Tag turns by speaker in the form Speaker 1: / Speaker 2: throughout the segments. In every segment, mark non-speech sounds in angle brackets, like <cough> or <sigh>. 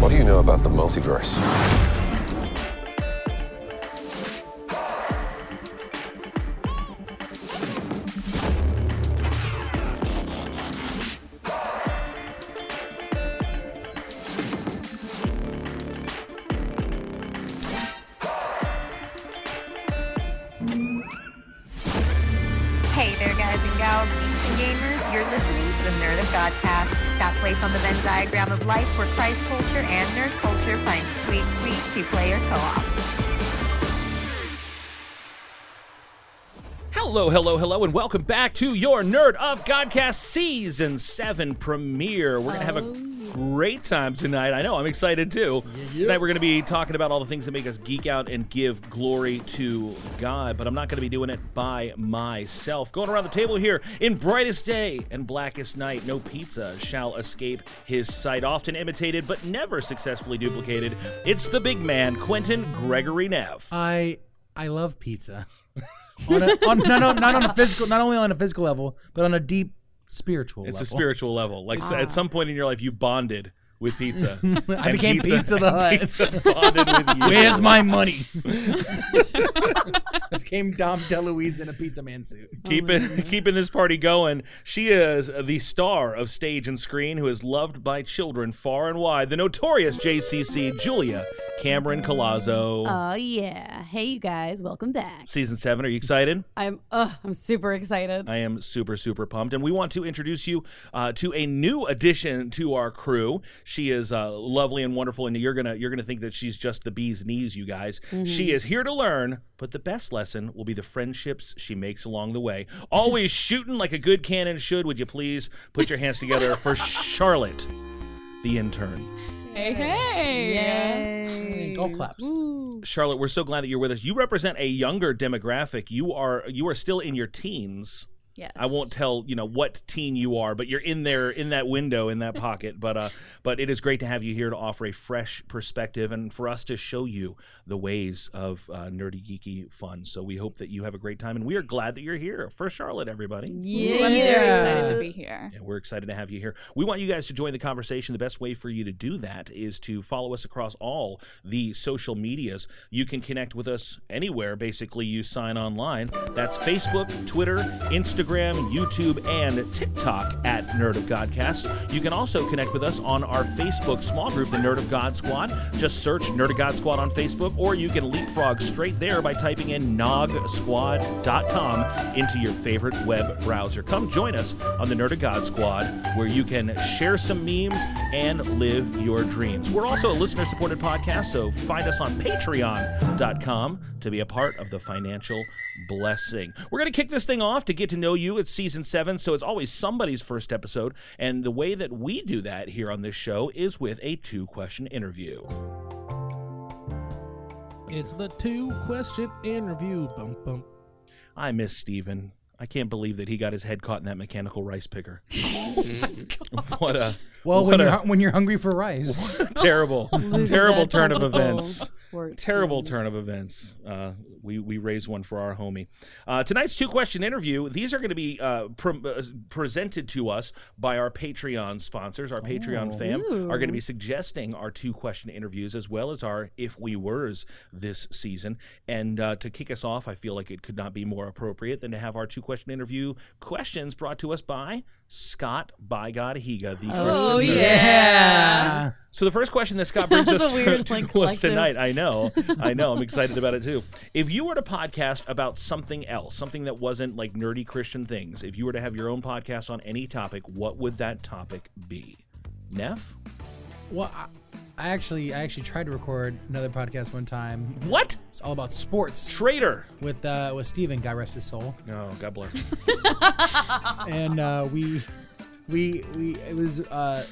Speaker 1: What do you know about the multiverse?
Speaker 2: Hey there, guys and gals, geeks and gamers. You're listening to the Nerd of Godcast, that place on the Venn diagram of life where Christ culture and nerd culture find sweet, sweet two-player co-op.
Speaker 3: Hello, hello, hello, and welcome back to your Nerd of Godcast Season 7 premiere. We're going to have a great time tonight. I know, I'm excited too. Tonight we're going to be talking about all the things that make us geek out and give glory to God, but I'm not going to be doing it by myself. Going around the table here in brightest day and blackest night, no pizza shall escape his sight. Often imitated, but never successfully duplicated, it's the big man, Quentin Gregory Neff.
Speaker 4: I I love pizza. on a, on, no, no, not on a physical, not only on a physical level, but on a deep spiritual
Speaker 3: It's
Speaker 4: level.
Speaker 3: a spiritual level. Like so
Speaker 4: <laughs>
Speaker 5: Ah.
Speaker 3: at some point in your life, you bonded with pizza.
Speaker 4: Ah. I became pizza, the Hut.
Speaker 3: bonded with you.
Speaker 4: Where's my money? I became Dom DeLuise in a pizza man suit.
Speaker 3: <laughs> keeping keeping this party going. She is the star of stage and screen, who is loved by children far and wide. The notorious JCC Julia Cameron Colazzo.
Speaker 4: Uh,
Speaker 5: Oh yeah. Hey you guys, welcome back.
Speaker 3: Season seven. Are you excited?
Speaker 5: I'm uh I'm super excited.
Speaker 3: I am super, super pumped. And we want to introduce you uh, to a new addition to our crew. She is uh, lovely and wonderful, and you're gonna you're gonna think that she's just the bee's knees, you guys. She is here to learn, but the best lesson will be the friendships she makes along the way. Always shooting like a good cannon should. Would you please put your hands together for Charlotte, the intern?
Speaker 6: Hey, hey.
Speaker 5: Yay.
Speaker 4: Gold claps.
Speaker 3: Charlotte, we're so glad that you're with us. You represent a younger demographic. You are you are still in your teens.
Speaker 6: Yes.
Speaker 3: I won't tell you know what teen you are, but you're in there in that window in that pocket. <laughs> But uh, but it is great to have you here to offer a fresh perspective and for us to show you the ways of uh, nerdy geeky fun. So we hope that you have a great time, and we are glad that you're here for Charlotte, everybody.
Speaker 6: Ooh, I'm very excited to be here.
Speaker 3: And we're excited to have you here. We want you guys to join the conversation. The best way for you to do that is to follow us across all the social medias. You can connect with us anywhere, basically, you sign online. That's Facebook, Twitter, Instagram, YouTube, and TikTok at Nerd of Godcast. You can also connect with us on our Facebook small group, the Nerd of God Squad. Just search Nerd of God Squad on Facebook, or you can leapfrog straight there by typing in nogsquad.com into your favorite web browser. Come join us on the Nerd of God Squad, where you can share some memes and live your dreams. We're also a listener supported podcast, so find us on patreon.com to be a part of the financial blessing. We're going to kick this thing off to get to know you. It's season seven, so it's always somebody's first episode. And the way that we do that here on this show is with a two question interview.
Speaker 4: It's the two question interview. Bum, bum.
Speaker 3: I miss Steven. I can't believe that he got his head caught in that mechanical rice
Speaker 4: <laughs>
Speaker 3: picker. <laughs> what a
Speaker 4: Oh Well,
Speaker 3: what
Speaker 4: when you're,
Speaker 3: a
Speaker 4: hu- when you're hungry for rice,
Speaker 3: <laughs> terrible,
Speaker 5: <laughs> Losing
Speaker 3: terrible
Speaker 5: that
Speaker 3: turn of
Speaker 5: tentacle
Speaker 3: events.
Speaker 5: sport
Speaker 3: Terrible
Speaker 5: things.
Speaker 3: turn of events. Uh, we we raise one for our homie. Uh, tonight's two question interview. These are going to be uh, pre- uh, presented to us by our Patreon sponsors. Our Patreon
Speaker 5: Oh.
Speaker 3: fam are going to be suggesting our two question interviews as well as our if we were's this season. And uh, to kick us off, I feel like it could not be more appropriate than to have our two question interview questions brought to us by Scott by God Higa, the
Speaker 6: Oh,
Speaker 3: Christian nerd.
Speaker 6: yeah.
Speaker 3: So the first question that Scott brings us
Speaker 5: That's a
Speaker 3: to, <laughs>
Speaker 5: weird,
Speaker 3: to
Speaker 5: like,
Speaker 3: us
Speaker 5: collective.
Speaker 3: tonight, I know, I know, I'm excited about it too. If you were to podcast about something else, something that wasn't like nerdy Christian things, if you were to have your own podcast on any topic, what would that topic be? Neff?
Speaker 4: well, I, I actually I actually tried to record another podcast one time.
Speaker 3: What?
Speaker 4: It's all about sports
Speaker 3: Traitor!
Speaker 4: with uh, with Steven, God rest his soul.
Speaker 3: No, God bless.
Speaker 4: <laughs> and uh, we we we it was uh,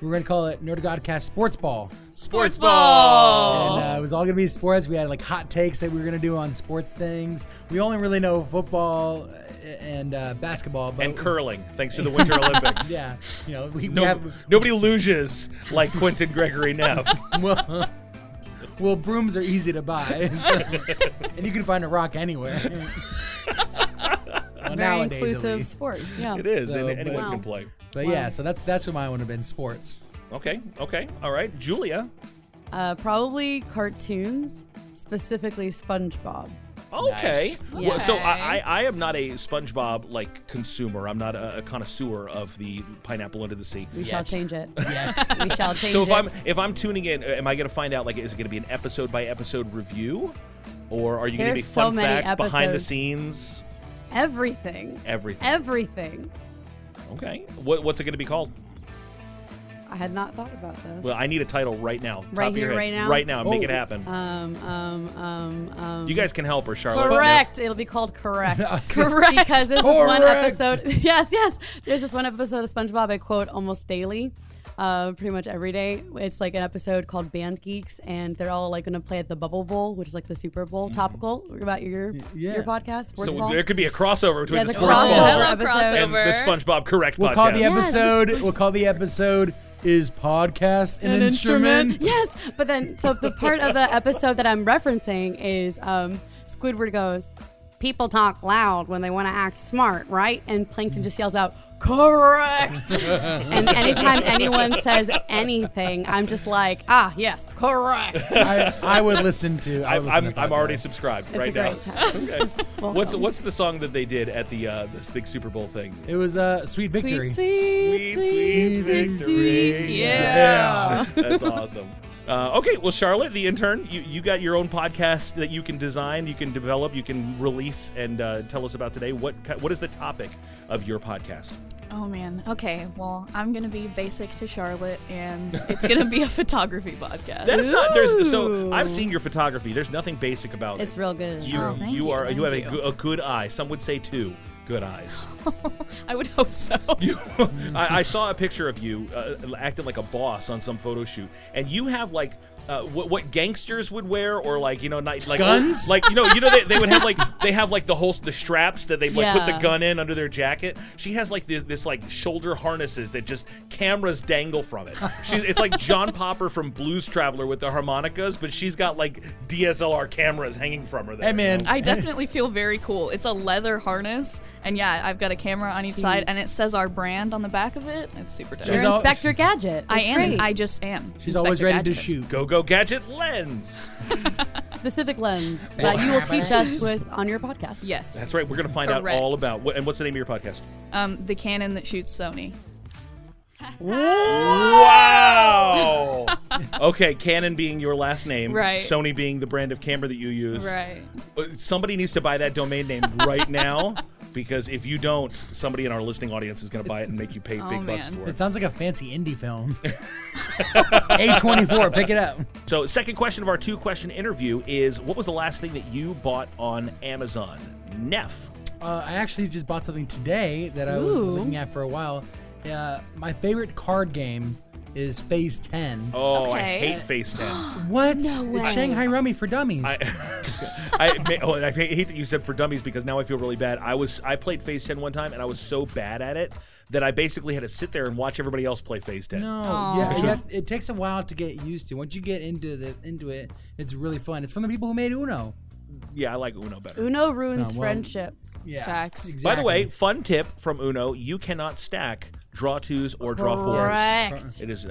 Speaker 4: we were gonna call it Nerd Godcast Sports Ball,
Speaker 6: Sports ball.
Speaker 4: and uh, it was all gonna be sports. We had like hot takes that we were gonna do on sports things. We only really know football uh, and uh, basketball, but
Speaker 3: and curling, thanks
Speaker 4: <laughs>
Speaker 3: to the Winter Olympics.
Speaker 4: yeah, you know we,
Speaker 3: No,
Speaker 4: we have
Speaker 3: Nobody loses like Quentin Gregory Neff.
Speaker 4: <laughs> well, well brooms are easy to buy, so- and you can find a
Speaker 3: <laughs>
Speaker 4: rock anywhere. Well,
Speaker 5: Very
Speaker 4: nowadays, at
Speaker 5: inclusive
Speaker 4: least.
Speaker 5: sport. Yeah.
Speaker 3: It is,
Speaker 4: So,
Speaker 3: and anyone
Speaker 4: but-
Speaker 3: can play.
Speaker 4: But yeah, so that's that's what mine would have been sports.
Speaker 3: Okay. Okay. All right. Julia.
Speaker 5: Uh, probably cartoons, specifically SpongeBob.
Speaker 3: Okay.
Speaker 4: Nice.
Speaker 3: Well, so
Speaker 6: Okay.
Speaker 3: I, I, I am not a SpongeBob like consumer. I'm not a, a connoisseur of the pineapple under the sea.
Speaker 5: We shall change it.
Speaker 4: Yet.
Speaker 5: <laughs> We shall change
Speaker 3: So
Speaker 5: it.
Speaker 3: if I'm if I'm tuning in, uh, am I going to find out like is it going to be an episode by episode review, or are you going to
Speaker 5: There's
Speaker 3: be
Speaker 5: so
Speaker 3: fun
Speaker 5: many
Speaker 3: facts behind the
Speaker 5: episodes.
Speaker 3: scenes?
Speaker 5: everything,
Speaker 3: Everything.
Speaker 5: everything.
Speaker 3: Okay. What, what's it going to be called?
Speaker 5: I had not thought about this.
Speaker 3: Well, I need a title right now.
Speaker 5: Right
Speaker 3: top of your
Speaker 5: here,
Speaker 3: head.
Speaker 5: right now?
Speaker 3: Right now. Make it
Speaker 4: Oh.
Speaker 3: happen.
Speaker 5: um, um, um, um.
Speaker 3: you guys can help her, Charlotte.
Speaker 5: Correct. It'll be called
Speaker 4: <laughs>
Speaker 5: correct.
Speaker 6: Correct.
Speaker 5: Because this is one
Speaker 4: Correct.
Speaker 5: episode. <laughs> Yes, yes. There's this one episode of SpongeBob I quote almost daily, uh, pretty much every day. It's like an episode called Band Geeks, and they're all like going to play at the Bubble Bowl, which is like the Super Bowl topical about your
Speaker 4: Mm-hmm. yeah.
Speaker 5: your podcast, Sports
Speaker 3: So
Speaker 5: Ball.
Speaker 3: there could be a crossover between
Speaker 5: Yeah,
Speaker 3: the
Speaker 5: the
Speaker 3: sports
Speaker 6: crossover.
Speaker 3: ball
Speaker 5: crossover
Speaker 6: Hello, crossover.
Speaker 5: episode.
Speaker 3: and the SpongeBob Correct
Speaker 4: We'll
Speaker 3: podcast.
Speaker 4: call the
Speaker 5: Yes.
Speaker 4: episode. We'll call the episode. Is podcast an, instrument?
Speaker 5: <laughs> Yes, but then so the part
Speaker 4: <laughs>
Speaker 5: of the episode that I'm referencing is um, Squidward goes, "People talk loud when they want to act smart, right?" And Plankton just yells out, "Correct!" <laughs> and anytime anyone says anything, I'm just like, "Ah, yes, correct."
Speaker 4: I, I would listen to. I
Speaker 3: I,
Speaker 4: would listen
Speaker 3: I'm,
Speaker 4: to
Speaker 3: I'm
Speaker 4: podcast.
Speaker 3: already subscribed
Speaker 5: a
Speaker 3: right now.
Speaker 5: great time.
Speaker 3: Okay. what's
Speaker 5: <laughs> Welcome.
Speaker 3: what's the song that they did at the uh, this big Super Bowl thing?
Speaker 4: It was uh, sweet victory.
Speaker 5: Sweet, sweet,
Speaker 3: Sweet, sweet victory.
Speaker 5: Yeah.
Speaker 3: That's awesome. Uh, okay, well, Charlotte, the intern, you, you got your own podcast that you can design, you can develop, you can release, and uh, tell us about today. What ki- what is the topic of your podcast?
Speaker 6: Oh man. Okay. Well, I'm gonna be basic to Charlotte, and it's gonna be a <laughs> photography podcast.
Speaker 3: That is not there's so
Speaker 5: Ooh.
Speaker 3: I've seen your photography. There's nothing basic about
Speaker 5: It's
Speaker 3: it.
Speaker 5: real good.
Speaker 3: You
Speaker 6: Oh, thank
Speaker 3: you
Speaker 6: you,
Speaker 3: are you,
Speaker 6: thank
Speaker 3: have a
Speaker 6: you.
Speaker 3: go- a, good eye. Some would say two good eyes.
Speaker 6: <laughs> I would hope so.
Speaker 3: <laughs> You, I, I saw a picture of you uh, acting like a boss on some photo shoot, and you have like uh, what, what gangsters would wear, or like you know, not, like
Speaker 4: Guns?
Speaker 3: like you know, you know, they, they would have like <laughs> they have like the whole the straps that they like put the
Speaker 5: Yeah.
Speaker 3: gun in under their jacket. She has like this, this like shoulder harnesses that just cameras dangle from it. She's it's like John Popper from Blues Traveler with the harmonicas, but she's got like DSLR cameras hanging from her. There,
Speaker 4: Hey man,
Speaker 6: I definitely feel very cool. It's a leather harness, and yeah, I've got a camera on each side, and it says our brand on the back of it. It's super dope.
Speaker 5: You're
Speaker 4: She's all-
Speaker 5: Inspector Gadget.
Speaker 6: I
Speaker 5: It's
Speaker 6: am.
Speaker 5: Great.
Speaker 6: I just am.
Speaker 4: she's always
Speaker 6: Inspector
Speaker 4: ready to
Speaker 6: Gadget.
Speaker 4: shoot.
Speaker 3: Go go gadget lens.
Speaker 5: Specific lens that you will teach us with on your podcast.
Speaker 6: Yes.
Speaker 3: That's right. We're gonna find out
Speaker 6: Correct.
Speaker 3: all about. What, and what's the name of your podcast?
Speaker 6: Um, the cannon that shoots Sony.
Speaker 3: Wow. okay, Canon being your last name,
Speaker 6: Right.
Speaker 3: Sony being the brand of camera that you use.
Speaker 6: Right.
Speaker 3: Uh, Somebody needs to buy that domain name right now because if you don't, somebody in our listening audience is going to buy it and make you pay
Speaker 6: Oh,
Speaker 3: big bucks
Speaker 6: man.
Speaker 3: for
Speaker 4: It
Speaker 3: it.
Speaker 4: sounds like a fancy indie film.
Speaker 3: <laughs>
Speaker 4: A24, pick it up.
Speaker 3: So, second question of our two-question interview is: What was the last thing that you bought on Amazon? Neff.
Speaker 4: Uh, I actually just bought something today that I was
Speaker 5: Ooh.
Speaker 4: looking at for a while. Uh, my favorite card game is Phase 10.
Speaker 3: Oh, I
Speaker 6: Okay.
Speaker 3: hate Face Ten.
Speaker 4: <gasps> What?
Speaker 5: No
Speaker 4: It's
Speaker 5: way.
Speaker 4: Shanghai Rummy for Dummies.
Speaker 3: <laughs> I, ma- oh, and I hate that you said for dummies because now I feel really bad. I was I played Phase Ten one time and I was so bad at it that I basically had to sit there and watch everybody else play Phase Ten.
Speaker 4: <laughs> no,
Speaker 6: Aw.
Speaker 4: yeah,
Speaker 6: Which
Speaker 4: you
Speaker 3: was-
Speaker 4: have- it takes a while to get used to. Once you get into the into it, it's really fun. It's from the people who made Uno.
Speaker 3: Yeah, I like Uno better.
Speaker 5: Uno ruins
Speaker 4: No, Oh, well-
Speaker 5: friendships.
Speaker 4: Yeah,
Speaker 6: Facts. By the
Speaker 4: Exactly.
Speaker 3: By the way, fun tip from Uno: you cannot stack draw twos or draw fours.
Speaker 5: Correct.
Speaker 3: It is against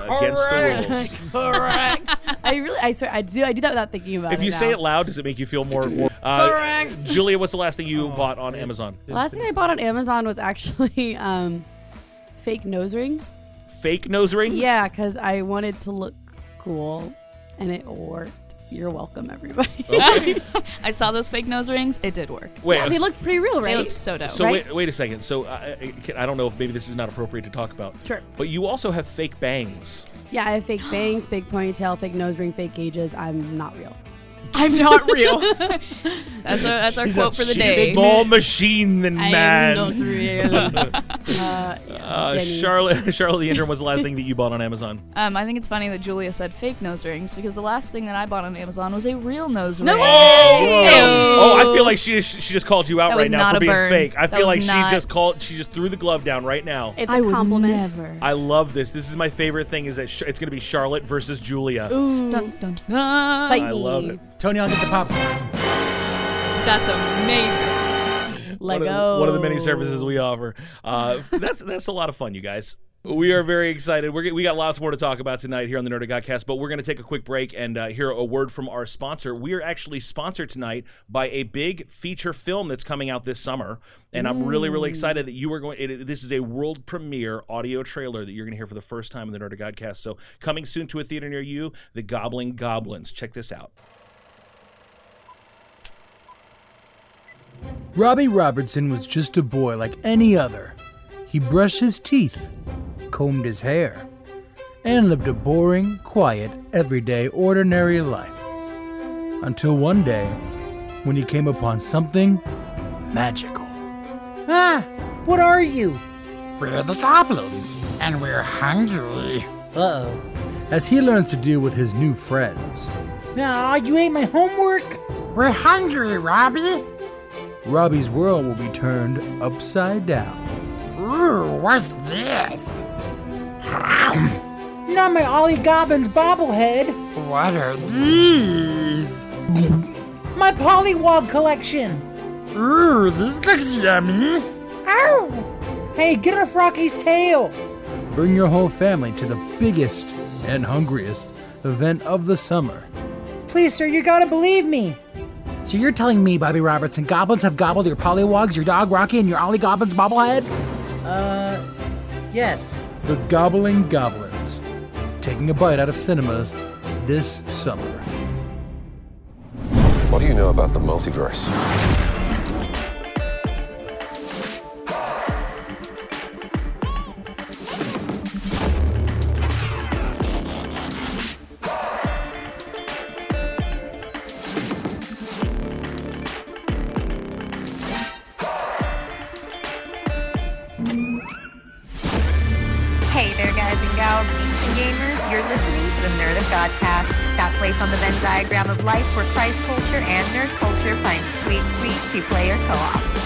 Speaker 3: the
Speaker 4: <laughs>
Speaker 3: rules.
Speaker 5: <laughs> Correct. I really, I swear, I do, I do that without thinking about it.
Speaker 3: If you
Speaker 5: now.
Speaker 3: say it loud, does it make you feel more? Uh,
Speaker 5: Correct.
Speaker 3: Julia, what's the last thing
Speaker 4: Oh,
Speaker 3: you bought on Amazon?
Speaker 5: Last thing I bought on Amazon was actually <laughs> um, fake nose rings.
Speaker 3: Fake nose rings.
Speaker 5: Yeah, because I wanted to look cool, and it worked. You're welcome, everybody.
Speaker 3: Oh,
Speaker 6: <laughs> I saw those fake nose rings. It did work.
Speaker 3: Wait.
Speaker 5: yeah, they look pretty real, right?
Speaker 6: They looked so dope.
Speaker 3: so
Speaker 5: right?
Speaker 3: wait, wait a second. So I, I, can- I don't know if maybe this is not appropriate to talk about.
Speaker 5: Sure.
Speaker 3: But you also have fake bangs.
Speaker 5: yeah, I have fake bangs, fake ponytail, fake nose ring, fake gauges. I'm not real.
Speaker 6: I'm not real. that's our that's our
Speaker 4: He's
Speaker 6: quote
Speaker 4: a-
Speaker 6: for the
Speaker 4: she's
Speaker 6: day.
Speaker 3: More machine than man.
Speaker 5: I am not
Speaker 3: <laughs>
Speaker 5: real. uh, yeah,
Speaker 3: uh,
Speaker 5: Jenny.
Speaker 3: Charlotte, <laughs> Charlotte the intern was the last thing that you bought on Amazon.
Speaker 5: <laughs>
Speaker 6: Um, I think it's funny that Julia said fake nose rings because the last thing that I bought on Amazon was a real nose
Speaker 5: No
Speaker 6: ring.
Speaker 5: way!
Speaker 3: Oh,
Speaker 6: Ew.
Speaker 3: I feel like she just, she just called you out
Speaker 6: That
Speaker 3: right
Speaker 6: was not
Speaker 3: now for
Speaker 6: a
Speaker 3: being
Speaker 6: burn.
Speaker 3: fake. I
Speaker 6: That
Speaker 3: feel
Speaker 6: was
Speaker 3: like
Speaker 6: not-
Speaker 3: she just called. She just threw the glove down right now.
Speaker 5: It's a
Speaker 6: I would
Speaker 5: compliment.
Speaker 6: never.
Speaker 3: I love this. This is my favorite thing. Is that sh- it's going to be Charlotte versus Julia.
Speaker 6: Dun, dun, dun.
Speaker 5: Fight
Speaker 3: I
Speaker 5: me.
Speaker 3: love it.
Speaker 4: Tony, I'll get the popcorn.
Speaker 6: That's amazing.
Speaker 5: Lego.
Speaker 3: <laughs> One of, the, one of the many services we offer. Uh, that's that's a lot of fun, you guys. We are very excited. We're, g- we got lots more to talk about tonight here on the Nerd Godcast, but we're going to take a quick break and uh, hear a word from our sponsor. We are actually sponsored tonight by a big feature film that's coming out this summer, and I'm really, really excited that you are going. It, this is a world premiere audio trailer that you're going to hear for the first time in the Nerd Godcast. So coming soon to a theater near you, The Goblin Goblins. Check this out.
Speaker 4: Robbie Robertson was just a boy like any other. He brushed his teeth, combed his hair, and lived a boring, quiet, everyday, ordinary life. Until one day, when he came upon something magical.
Speaker 1: Ah, what are you?
Speaker 7: We're the goblins, and we're hungry.
Speaker 1: Uh oh.
Speaker 4: As he learns to deal with his new friends,
Speaker 1: Aw, you ate my homework?
Speaker 7: We're hungry, Robbie.
Speaker 4: Robbie's world will be turned upside down.
Speaker 7: Ooh, what's
Speaker 4: <clears throat>
Speaker 7: this?
Speaker 1: Not my Ollie Gobbins bobblehead.
Speaker 7: What are these?
Speaker 1: My Pollywog collection.
Speaker 7: Ooh, this looks yummy.
Speaker 1: Ow! Hey, get her Froggy's tail.
Speaker 4: Bring your whole family to the biggest and hungriest event of the summer.
Speaker 1: Please, sir, you gotta believe me.
Speaker 7: So you're telling me, Bobby Robertson, goblins have gobbled your pollywogs, your dog Rocky, and your Ollie Goblins bobblehead?
Speaker 1: Uh, yes.
Speaker 4: The Gobbling Goblins, taking a bite out of cinemas this summer.
Speaker 8: What do you know about the multiverse?
Speaker 2: Hey there, guys and gals, geeks and gamers. You're listening to the Nerd of Godcast, that place on the Venn diagram of life where Christ culture and nerd culture find sweet, sweet two-player co-op.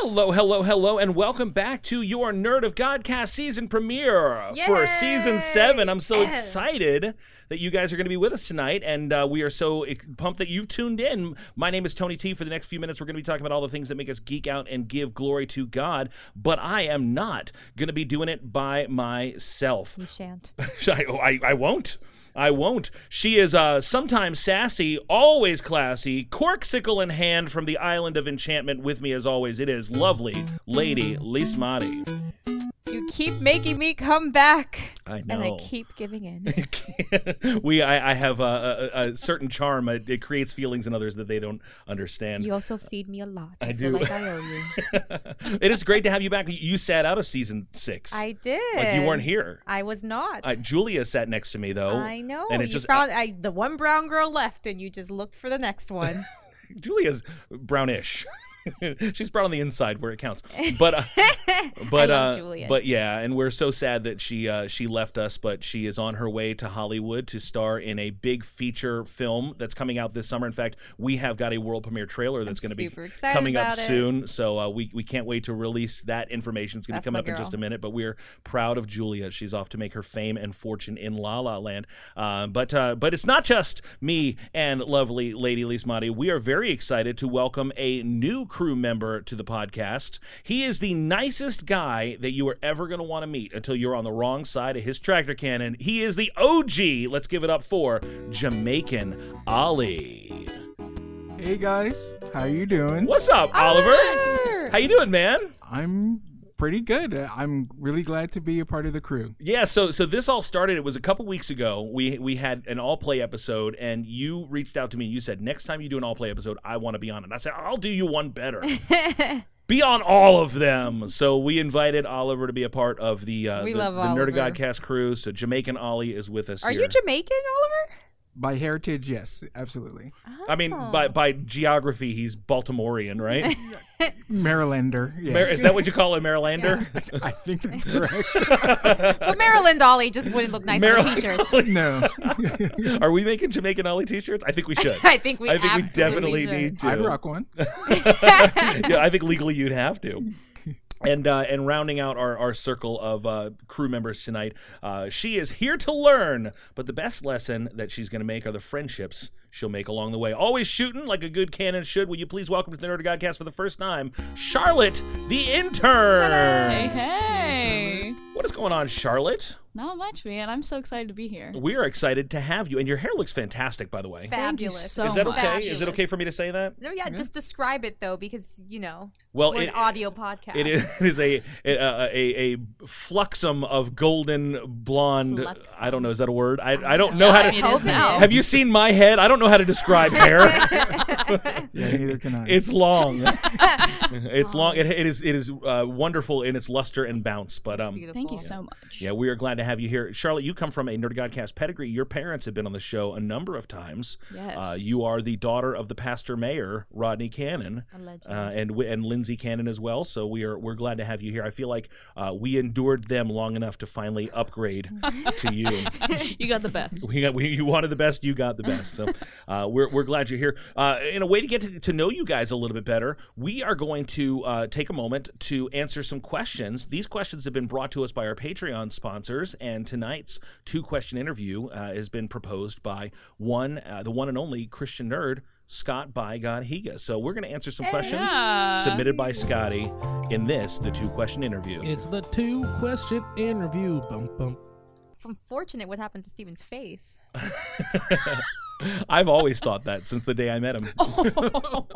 Speaker 3: Hello, hello, hello, and welcome back to your Nerd of Godcast season premiere for season seven. I'm so excited that you guys are going to be with us tonight, and uh, we are so ex- pumped that you've tuned in. My name is Tony T. For the next few minutes, we're going to be talking about all the things that make us geek out and give glory to God, but I am not going to be doing it by myself.
Speaker 5: Shan't.
Speaker 3: <laughs> I, I, I won't. I won't. She is uh, sometimes sassy, always classy, corksicle in hand from the island of enchantment with me as always. It is lovely lady Lismati.
Speaker 9: You keep making me come back.
Speaker 3: I
Speaker 9: And I
Speaker 3: know.
Speaker 9: keep
Speaker 3: <laughs>
Speaker 9: giving in.
Speaker 3: we, I, I have a, a, a certain charm. It, it creates feelings in others that they don't understand.
Speaker 9: you also feed me a lot. I,
Speaker 3: do.
Speaker 9: Feel like I owe you.
Speaker 3: <laughs> it is great to have you back. You sat out of season six.
Speaker 9: I did.
Speaker 3: Like you weren't here.
Speaker 9: I was not.
Speaker 3: Uh, Julia sat next to me though.
Speaker 9: I know.
Speaker 3: And it
Speaker 9: you
Speaker 3: just
Speaker 9: found I, the one brown girl left, and you just looked for the next one.
Speaker 3: Julia's brownish. <laughs> She's brown on the inside where it counts. <laughs> But
Speaker 9: <laughs>
Speaker 3: uh, but
Speaker 9: love
Speaker 3: uh,
Speaker 9: Julia.
Speaker 3: but yeah, and we're so sad that she uh, she left us, but she is on her way to Hollywood to star in a big feature film that's coming out this summer. In fact, we have got a world premiere trailer that's going to be
Speaker 9: super excited
Speaker 3: coming up
Speaker 9: about it.
Speaker 3: soon. So uh, we we can't wait to release that information. It's going to
Speaker 9: That's
Speaker 3: come
Speaker 9: my
Speaker 3: up in just a
Speaker 9: girl.
Speaker 3: minute, but we're proud of Julia. She's off to make her fame and fortune in La La Land. Uh, but uh, but it's not just me and lovely Lady Lismati. We are very excited to welcome a new crew member to the podcast. He is the nicest guy that you are ever going to want to meet until you're on the wrong side of his tractor cannon. He is the OG. Let's give it up for Jamaican Ollie.
Speaker 10: Hey guys, how you doing?
Speaker 3: What's up, Oliver?
Speaker 9: Oliver!
Speaker 3: How you doing, man?
Speaker 10: I'm pretty good. I'm really glad to be a part of the crew.
Speaker 3: Yeah, so so this all started. It was a couple weeks ago. We we had an all play episode, and you reached out to me and you said, "Next time you do an all play episode, I want to be on it." And I said, "I'll do you one
Speaker 9: <laughs>
Speaker 3: better." Be on all of them. So we invited Oliver to be a part of the uh,
Speaker 9: We
Speaker 3: the,
Speaker 9: love
Speaker 3: the Nerd of
Speaker 9: Oliver.
Speaker 3: Godcast crew. So Jamaican Ollie is with us.
Speaker 9: Are
Speaker 3: here.
Speaker 9: you Jamaican, Oliver?
Speaker 10: By heritage, yes, absolutely.
Speaker 9: Oh.
Speaker 3: I mean, by by geography, he's Baltimorean, right?
Speaker 10: Marylander. <laughs> Yeah.
Speaker 3: Mar- is that what you call a Marylander?
Speaker 10: <laughs> I think that's correct.
Speaker 9: But Maryland Ollie just wouldn't look nice on
Speaker 3: Maryland <laughs>
Speaker 9: the t-shirts.
Speaker 10: no.
Speaker 3: Are we making Jamaican Ollie T-shirts? I think we should.
Speaker 9: <laughs> <laughs> I think we
Speaker 3: I think we
Speaker 9: absolutely
Speaker 3: definitely
Speaker 9: should.
Speaker 3: need to.
Speaker 10: I
Speaker 9: <laughs>
Speaker 10: rock one.
Speaker 3: <laughs> yeah, I think legally you'd have to. And uh, and rounding out our, our circle of uh, crew members tonight, uh, she is here to learn. But the best lesson that she's going to make are the friendships she'll make along the way. Always shooting like a good cannon should. Will you please welcome to the Nerd Godcast for the first time, Charlotte the intern.
Speaker 6: Hey, hey.
Speaker 3: What is going on, Charlotte?
Speaker 6: Not much, man. I'm so excited to be here.
Speaker 3: We are excited to have you, and your hair looks fantastic, by the way.
Speaker 6: Thank you
Speaker 9: Fabulous.
Speaker 6: so
Speaker 3: is that okay?
Speaker 6: much.
Speaker 3: Is it okay for me to say that?
Speaker 9: No, yeah, just describe it though, because you know
Speaker 3: Well,
Speaker 9: we're
Speaker 3: it-
Speaker 9: an audio podcast.
Speaker 3: It is, it is a, a a a fluxum of golden blonde. I don't know. Is that a word? I, I don't know how
Speaker 6: I
Speaker 3: to.
Speaker 6: mean, it is now.
Speaker 3: Have you seen my head? I don't know how to
Speaker 6: <laughs>
Speaker 3: describe hair.
Speaker 10: Yeah, neither can I.
Speaker 3: It's long. it's long. It, it is it is uh, wonderful in its luster and bounce. But um,
Speaker 6: Thank you so much.
Speaker 3: yeah, we are glad to have you here, Charlotte. You come from a Nerd Godcast pedigree. Your parents have been on the show a number of times.
Speaker 6: Yes.
Speaker 3: Uh, you are the daughter of the pastor mayor Rodney Cannon, uh, and Wi- and Lindsay Cannon as well. So we are we're glad to have you here. I feel like uh, we endured them long enough to finally
Speaker 6: <laughs>
Speaker 3: upgrade to you.
Speaker 6: you got the best.
Speaker 3: We got, we, you wanted the best, you got the best. So uh, we're, we're glad you're here. Uh, in a way to get to, to know you guys a little bit better, we are going to uh, take a moment to answer some questions. These questions have been brought to us by our Patreon sponsors, and tonight's two question interview uh, has been proposed by one, uh, the one and only Christian nerd. Scott by God Higa. So we're going to answer some questions
Speaker 6: Yeah.
Speaker 3: submitted by Scotty in this, the two question interview.
Speaker 11: It's the two question interview. Bum, bum.
Speaker 9: If I'm fortunate what happened to Steven's face.
Speaker 3: I've always thought that since the day I met him. The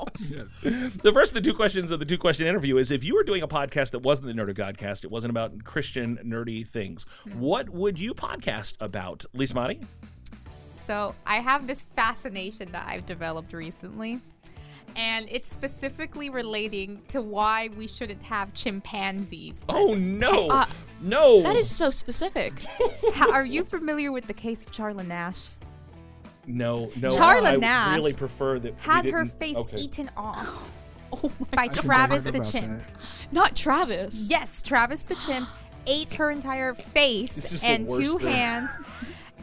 Speaker 3: first of the two questions of the two question interview is if you were doing a podcast that wasn't the Nerd of Godcast, it wasn't about Christian nerdy things,
Speaker 9: Hmm.
Speaker 3: what would you podcast about? Lise Mati?
Speaker 9: So I have this fascination that I've developed recently, and it's specifically relating to why we shouldn't have chimpanzees.
Speaker 3: Oh, no. no.
Speaker 6: Uh, That is so
Speaker 9: <laughs>
Speaker 6: specific.
Speaker 9: How, are you familiar with the case of Charla Nash?
Speaker 3: No, no.
Speaker 9: Charlotte
Speaker 3: I
Speaker 9: Nash
Speaker 3: really prefer that. we
Speaker 9: Had her
Speaker 3: didn't-
Speaker 9: face
Speaker 3: okay.
Speaker 9: eaten off
Speaker 6: <laughs> Oh my,
Speaker 9: by
Speaker 10: I think I
Speaker 9: Travis
Speaker 10: heard
Speaker 9: the
Speaker 10: about
Speaker 9: chimp.
Speaker 10: that.
Speaker 6: not Travis.
Speaker 9: Yes, Travis the
Speaker 6: <gasps>
Speaker 9: chimp ate her entire
Speaker 3: This
Speaker 9: face
Speaker 3: is the
Speaker 9: and
Speaker 3: worst
Speaker 9: two
Speaker 3: thing.
Speaker 9: hands.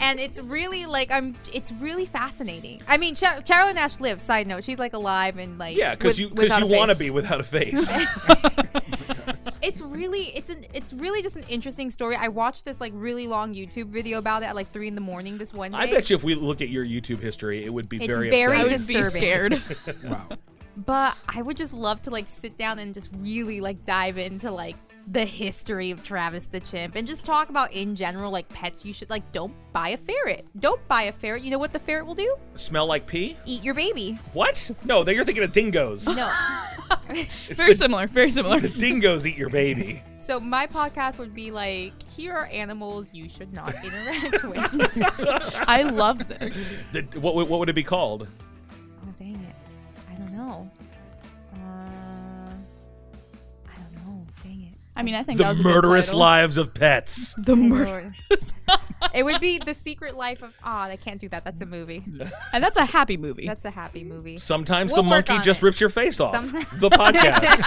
Speaker 9: And it's really like I'm. It's really fascinating. I mean, Char- Charlotte Nash lived. Side note, she's like alive and like
Speaker 3: Yeah, because
Speaker 9: with-
Speaker 3: you, cause
Speaker 9: without
Speaker 3: you
Speaker 9: a
Speaker 3: want to
Speaker 9: face.
Speaker 3: be without a face.
Speaker 9: <laughs> It's really it's an it's really just an interesting story. I watched this like really long YouTube video about it at like three in the morning this Wednesday.
Speaker 3: I bet you if we look at your YouTube history, it would be
Speaker 9: It's
Speaker 3: very,
Speaker 9: very
Speaker 6: I would
Speaker 3: upsetting.
Speaker 9: dis-
Speaker 6: be
Speaker 9: Disturbing.
Speaker 6: scared.
Speaker 10: <laughs> Wow.
Speaker 9: But I would just love to like sit down and just really like dive into like the history of Travis the chimp and just talk about in general like pets you should like don't buy a ferret. Don't buy a ferret. You know what the ferret will do?
Speaker 3: Smell like pee?
Speaker 9: Eat your baby.
Speaker 3: <laughs> What? No, that you're thinking of dingoes.
Speaker 9: No.
Speaker 3: It's
Speaker 6: very
Speaker 3: the,
Speaker 6: similar. Very similar.
Speaker 3: the dingoes eat
Speaker 6: <laughs>
Speaker 3: your baby.
Speaker 9: so my podcast would be like here are animals you should not
Speaker 3: <laughs>
Speaker 9: interact with. <laughs>
Speaker 6: I love this.
Speaker 3: The, what, would- what would it be called?
Speaker 9: Oh dang it! I don't know. Uh, I don't know. Dang it!
Speaker 6: I mean, I think that
Speaker 3: The
Speaker 6: was
Speaker 3: murderous
Speaker 6: a good title.
Speaker 3: lives of pets.
Speaker 6: The murder.
Speaker 9: Oh, <laughs> it would be the Secret Life of Ah. I can't do that. That's a movie.
Speaker 6: And that's a happy movie.
Speaker 9: That's a happy movie.
Speaker 3: Sometimes
Speaker 9: We'll
Speaker 3: the
Speaker 9: work
Speaker 3: monkey
Speaker 9: on
Speaker 3: just
Speaker 9: it.
Speaker 3: rips your face off.
Speaker 9: Sometimes-
Speaker 3: The
Speaker 9: <laughs>
Speaker 3: podcast.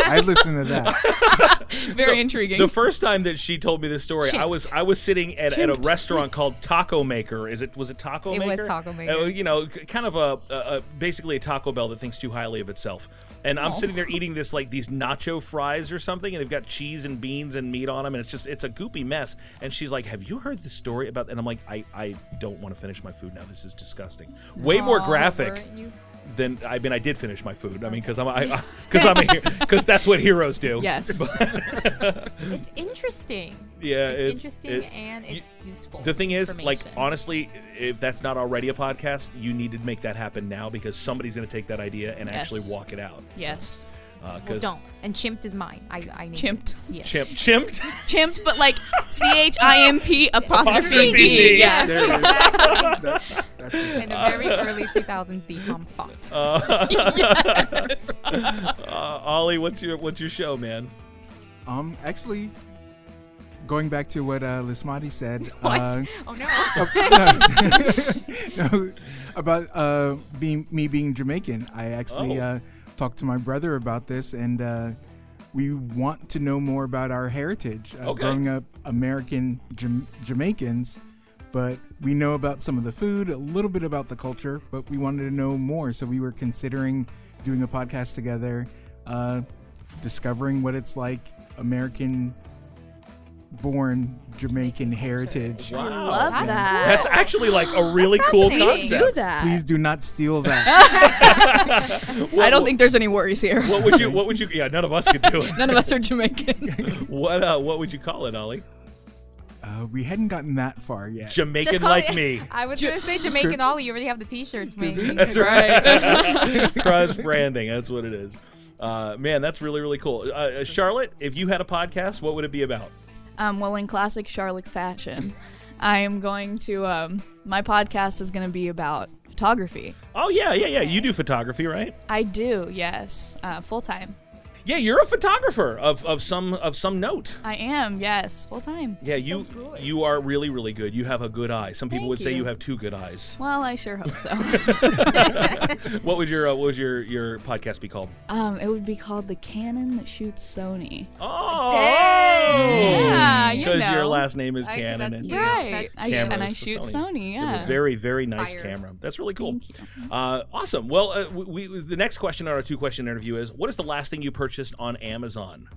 Speaker 10: I listen to that.
Speaker 6: <laughs> very
Speaker 3: So,
Speaker 6: intriguing.
Speaker 3: The first time that she told me this story, I
Speaker 6: Chimped.
Speaker 3: was I was sitting at, at a
Speaker 6: Chimped.
Speaker 3: restaurant called Taco Maker. Is it was it Taco
Speaker 9: It was
Speaker 3: Maker?
Speaker 9: Taco Maker.
Speaker 3: Uh, you know, k- kind of a, a, a basically a Taco Bell that thinks too highly of itself. And
Speaker 9: Oh.
Speaker 3: I'm sitting there eating this like these nacho fries or something, and they've got cheese and beans and meat on them, and it's just it's a goopy mess. And she's like, "Have you heard the story about?" And I'm like, "I I don't want to finish my food now. This is disgusting. Way more
Speaker 9: Aw,
Speaker 3: graphic."
Speaker 9: weren't you-
Speaker 3: Then I mean I did finish my food. I mean because I'm
Speaker 9: <laughs>
Speaker 3: because I'm because that's what heroes do. <laughs>
Speaker 6: yes.
Speaker 9: It's interesting.
Speaker 3: Yeah,
Speaker 9: it's,
Speaker 3: it's-
Speaker 9: interesting
Speaker 3: it-
Speaker 9: and
Speaker 3: you-
Speaker 9: it's useful.
Speaker 3: The thing is, like,
Speaker 9: information.
Speaker 3: honestly, if that's not already a podcast, you need to make that happen now because somebody's going to take that idea and actually
Speaker 6: Yes.
Speaker 3: walk it out. uh,
Speaker 6: yes.
Speaker 9: Well,
Speaker 3: Because
Speaker 9: don't. And chimped is mine. I I named
Speaker 6: Chimped.
Speaker 9: It. Yes.
Speaker 3: chimp,
Speaker 9: <laughs>
Speaker 3: chimped.
Speaker 6: Chimped, but like C H I M P apostrophe
Speaker 3: D.
Speaker 6: D. Yeah.
Speaker 10: There it is. That- that's it.
Speaker 9: In a very
Speaker 3: <laughs>
Speaker 9: early 2000s decom font. <laughs>
Speaker 3: uh, Ollie, what's your what's your show, man?
Speaker 10: Um, actually, going back to what uh, Lismati
Speaker 9: <laughs>
Speaker 10: said.
Speaker 6: What?
Speaker 10: uh,
Speaker 9: oh no.
Speaker 10: <laughs> no, <laughs> about uh, being me being Jamaican. I actually
Speaker 3: Oh.
Speaker 10: uh, talked to my brother about this, and uh, we want to know more about our heritage. Uh,
Speaker 3: Okay.
Speaker 10: Growing up American Jam- Jamaicans, but we know about some of the food, a little bit about the culture, but we wanted to know more. So we were considering doing a podcast together, uh, discovering what it's like American born Jamaican heritage.
Speaker 3: Wow.
Speaker 6: love That's that.
Speaker 3: That's actually like a really cool
Speaker 6: fascinating.
Speaker 3: concept.
Speaker 6: Please do that.
Speaker 10: Please do not steal that.
Speaker 6: I don't think there's any worries here.
Speaker 3: What would you? What would you? Yeah, none of us could do it.
Speaker 6: <laughs> None of us are Jamaican.
Speaker 3: <laughs> What? Uh, what would you call it, Ollie?
Speaker 10: Uh, we hadn't gotten that far yet.
Speaker 3: Jamaican like
Speaker 6: <laughs>
Speaker 3: me.
Speaker 9: I was gonna say Jamaican Ollie. You already have the T-shirts made.
Speaker 3: That's
Speaker 6: <laughs>
Speaker 3: right. <laughs> Cross branding. That's what it is. Uh, man, that's really really cool. Uh, Uh, Charlotte, if you had a podcast, what would it be about?
Speaker 6: Um, well, in classic Charlotte fashion, I am going to. Um, my podcast is going to be about photography.
Speaker 3: Oh yeah, yeah, yeah. You do photography, right?
Speaker 6: I do, yes, uh, full time.
Speaker 3: Yeah, you're a photographer of, of some of some note.
Speaker 6: I am, yes, full time.
Speaker 3: Yeah, you you are really really good. You have a good eye. Some people
Speaker 6: Thank
Speaker 3: would say
Speaker 6: you.
Speaker 3: you have two
Speaker 6: <laughs>
Speaker 3: good eyes. <laughs>
Speaker 6: Well, I sure hope so.
Speaker 3: What would your uh, what would your your podcast be called?
Speaker 6: um, it would be called the cannon that shoots Sony.
Speaker 3: Oh,
Speaker 6: yeah, you
Speaker 3: because
Speaker 6: know.
Speaker 3: your last name is
Speaker 6: I-
Speaker 3: Cannon,
Speaker 6: that's
Speaker 3: and
Speaker 6: cute.
Speaker 3: your
Speaker 6: Right.
Speaker 3: camera
Speaker 6: I sh- and
Speaker 3: is
Speaker 6: I shoot Sony,
Speaker 3: You have
Speaker 6: yeah.
Speaker 3: a very very nice
Speaker 6: Fire.
Speaker 3: camera. That's really cool. Uh, awesome. Well, uh, we, we the next question on our two question interview is: What is the last thing you purchased on Amazon?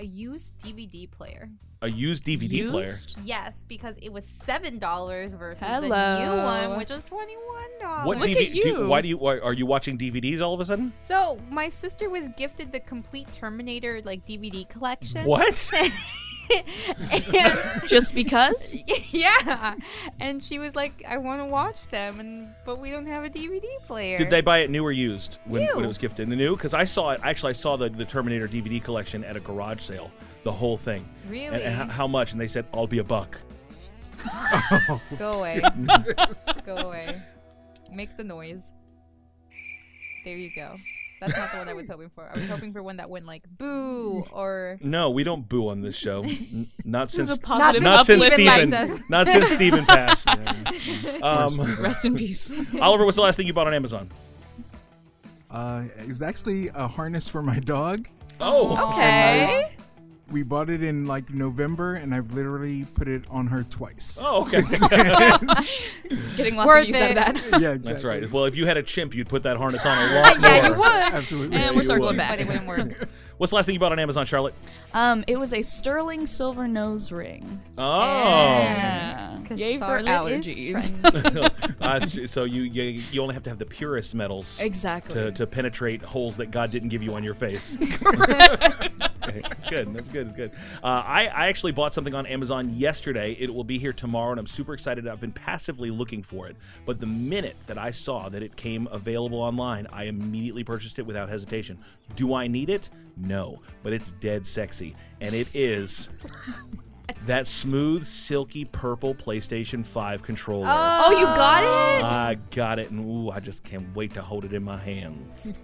Speaker 9: A used DVD player.
Speaker 3: A used DVD player.
Speaker 9: Yes, because it was seven dollars versus the new
Speaker 6: Hello.
Speaker 9: one, which was twenty one dollars.
Speaker 6: Oh,
Speaker 3: What DVD? Do, why do you? Why, are you watching DVDs all of a sudden?
Speaker 9: So my sister was gifted the complete Terminator like DVD collection. <laughs>
Speaker 3: What?
Speaker 6: Just because?
Speaker 9: <laughs> yeah, and she was like, "I want to watch them, and but we don't have a DVD player."
Speaker 3: Did they buy it new or used when, when
Speaker 9: New.
Speaker 3: it was gifted? The new? Because I saw it. Actually, I saw the, the Terminator DVD collection at a garage sale. The whole thing. And-
Speaker 9: Really?
Speaker 3: And, h- how much? And they said, "I'll be
Speaker 6: <laughs>
Speaker 3: a buck."
Speaker 9: Go away. Go away. Make the noise. There you go. That's not the one I was hoping for. I was hoping for one that went like boo or
Speaker 3: <laughs> No, we don't boo on
Speaker 6: <laughs>
Speaker 3: this show. N- not
Speaker 9: This is
Speaker 3: since
Speaker 9: a positive
Speaker 3: not since
Speaker 9: uplift.
Speaker 3: Steven,
Speaker 9: Even liked us.
Speaker 3: <laughs> not
Speaker 6: <laughs>
Speaker 3: since Steven passed. Um,
Speaker 6: Rest in peace.
Speaker 3: <laughs> Oliver, what's the last thing you bought on Amazon?
Speaker 10: Uh, it's actually a harness for my dog.
Speaker 3: Oh.
Speaker 10: And, uh, we bought it in like November, and I've literally put it on her twice.
Speaker 3: Oh,
Speaker 10: <laughs>
Speaker 3: okay.
Speaker 10: Since then.
Speaker 7: <laughs>
Speaker 6: <laughs> Getting lots
Speaker 9: Worth
Speaker 6: of use out of
Speaker 3: <laughs>
Speaker 9: it.
Speaker 6: that.
Speaker 10: yeah, exactly.
Speaker 3: That's right. Well, if you had a chimp, you'd put that harness on
Speaker 6: <laughs>
Speaker 3: <laughs> a lot
Speaker 9: Yeah, you
Speaker 3: more.
Speaker 9: would.
Speaker 10: Absolutely.
Speaker 6: And we're circling
Speaker 3: would.
Speaker 9: but
Speaker 6: back.
Speaker 9: it wouldn't work.
Speaker 3: <laughs> What's the last thing you bought on Amazon, Charlotte?
Speaker 6: Um, it was a sterling silver nose ring.
Speaker 3: Oh.
Speaker 6: Yeah. Yay for
Speaker 9: Charlotte is
Speaker 6: allergies. <laughs>
Speaker 3: <laughs>
Speaker 11: <laughs>
Speaker 3: Uh, so you, you you only have to have the purest metals
Speaker 6: Exactly.
Speaker 3: to, to penetrate holes that God didn't give you on your face. Okay, That's good. That's good. That's good. Uh, I, I actually bought something on Amazon yesterday. It will be here tomorrow, and I'm super excited. I've been passively looking for it, but the minute that I saw that it came available online, I immediately purchased it without hesitation. Do I need it? No, but it's dead sexy, and it is. <laughs> That smooth, silky purple PlayStation 5 controller.
Speaker 6: Oh, you got it?
Speaker 3: I got it, and ooh, I just can't wait to hold it in
Speaker 6: <laughs>
Speaker 3: my hands.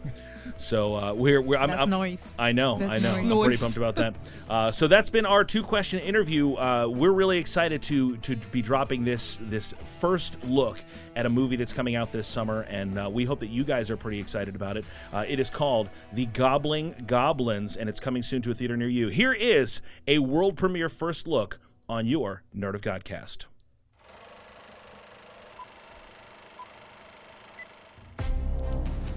Speaker 3: so uh, we're we're I'm,
Speaker 12: That's
Speaker 3: I'm-
Speaker 12: nice.
Speaker 3: I know,
Speaker 12: That's
Speaker 3: Oh, I know.
Speaker 12: nice.
Speaker 3: I'm pretty
Speaker 12: Nice.
Speaker 3: pumped about that. Uh, so that's been our two question interview. Uh, we're really excited to to be dropping this this first look at a movie that's coming out this summer, and uh, we hope that you guys are pretty excited about it. Uh, it is called The Gobbling Goblins, and it's coming soon to a theater near you. Here is a world premiere first look on your Nerd of Godcast.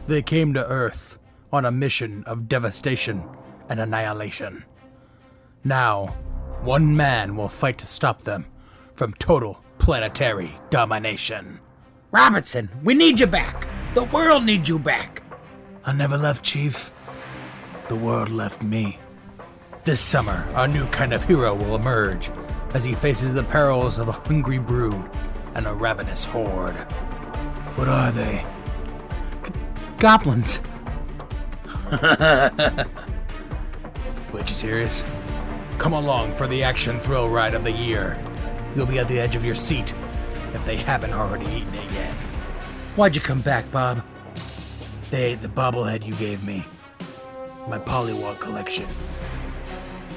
Speaker 4: They came to Earth on a mission of devastation and annihilation. Now, one man will fight to stop them from total planetary domination.
Speaker 7: Robertson, we need you back. The world needs you back.
Speaker 4: I never left, Chief. The world left me. This summer, a new kind of hero will emerge as he faces the perils of a hungry brood and a ravenous horde. What are they? G- <laughs> goblins. Wait, you serious? Come along for the action thrill ride of the year. You'll be at the edge of your seat if they haven't already eaten it yet. Why'd you come back, Bob? They ate the bobblehead you gave me, my polywog collection,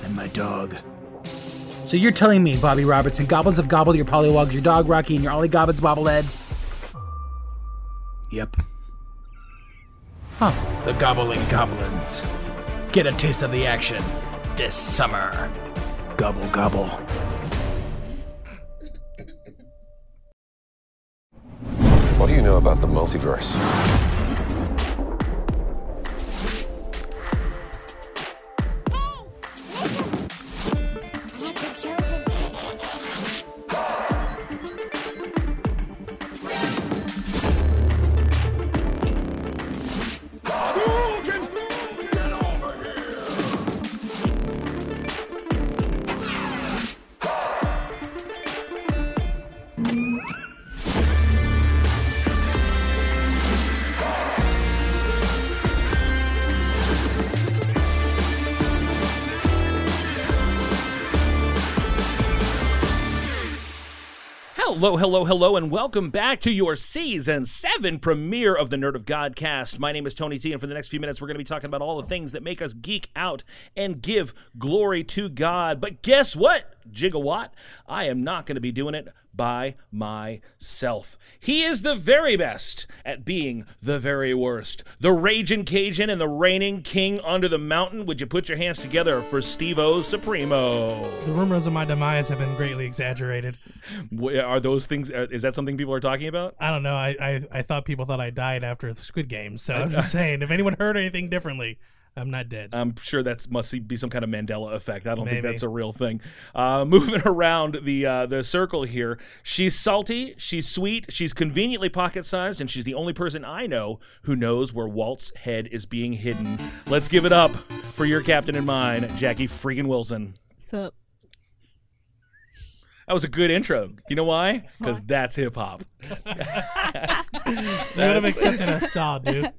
Speaker 4: and my dog.
Speaker 7: So you're telling me, Bobby Robertson, goblins have gobbled your pollywogs, your dog Rocky, and your Ollie Gobbins bobblehead?
Speaker 4: Yep. Huh. The Gobbling Goblins. Get a taste of the action this summer. Gobble, gobble.
Speaker 8: What do you know about the multiverse?
Speaker 13: I have
Speaker 3: Hello, hello, hello, and welcome back to your season seven premiere of the Nerd of Godcast. My name is Tony T, and for the next few minutes, we're going to be talking about all the things that make us geek out and give glory to God. But guess what, Gigawatt? I am not going to be doing it by myself. He is the very best at being the very worst. The Raging Cajun and the reigning king under the mountain. Would you put your hands together for Steve O Supremo?
Speaker 11: The rumors of my demise have been greatly exaggerated.
Speaker 3: Wh- Are those things? uh, Is that something people are talking about?
Speaker 11: I don't know. I, I, I thought people thought I died after the Squid Game, so I'm just saying. If anyone heard anything differently, I'm not dead.
Speaker 3: I'm sure that's must be some kind of Mandela effect. I don't think
Speaker 11: Maybe.
Speaker 3: that's a real thing. Uh, <laughs> moving around the uh, the circle here, she's salty, she's sweet, she's conveniently pocket sized, and she's the only person I know who knows where Walt's head is being hidden. Let's give it up for your captain and mine, Jackie freaking Wilson.
Speaker 12: So
Speaker 3: That was a good intro. You know why? Because that's hip
Speaker 11: <laughs>
Speaker 3: hop. <laughs>
Speaker 11: You would have accepted a saw, dude.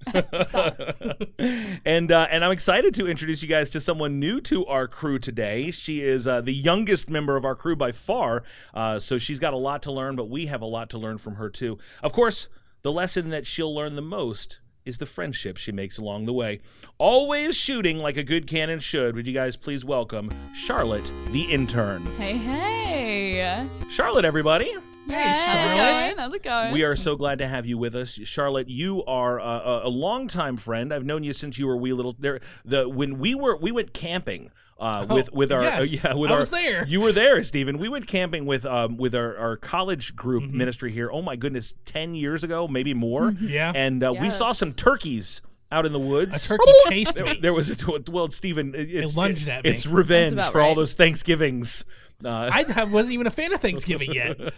Speaker 3: and uh, and I'm excited to introduce you guys to someone new to our crew today. She is uh, the youngest member of our crew by far, uh, so she's got a lot to learn. But we have a lot to learn from her too. Of course, the lesson that she'll learn the most is the friendship she makes along the way. Always shooting like a good cannon should. Would you guys please welcome Charlotte, the intern?
Speaker 6: Hey, hey.
Speaker 3: Charlotte, everybody.
Speaker 6: Hey, How's it going? How's it going?
Speaker 3: We are so glad to have you with us, Charlotte. You are a, a, a longtime friend. I've known you since you were wee little. There, the when we were we went camping uh,
Speaker 11: Oh,
Speaker 3: with with our uh, <laughs>
Speaker 11: yes.
Speaker 3: yeah with
Speaker 11: I
Speaker 3: our
Speaker 11: was there.
Speaker 3: You were there, Stephen. We went camping with um with our, our college group
Speaker 11: Mm-hmm.
Speaker 3: ministry here. Oh my goodness, ten years ago, maybe more.
Speaker 11: <laughs> Yeah.
Speaker 3: and uh, we saw
Speaker 11: Yes.
Speaker 3: some turkeys. Out in the woods, a <laughs>
Speaker 11: turkey chased
Speaker 3: there,
Speaker 11: me.
Speaker 3: There was a tw- well, Stephen. It, it's,
Speaker 11: lunged at me.
Speaker 3: It's
Speaker 11: That's
Speaker 3: revenge
Speaker 11: about
Speaker 3: for all
Speaker 11: right.
Speaker 3: those Thanksgivings. Uh,
Speaker 11: I I wasn't even a fan of
Speaker 4: <laughs>
Speaker 11: Thanksgiving yet.
Speaker 3: <laughs>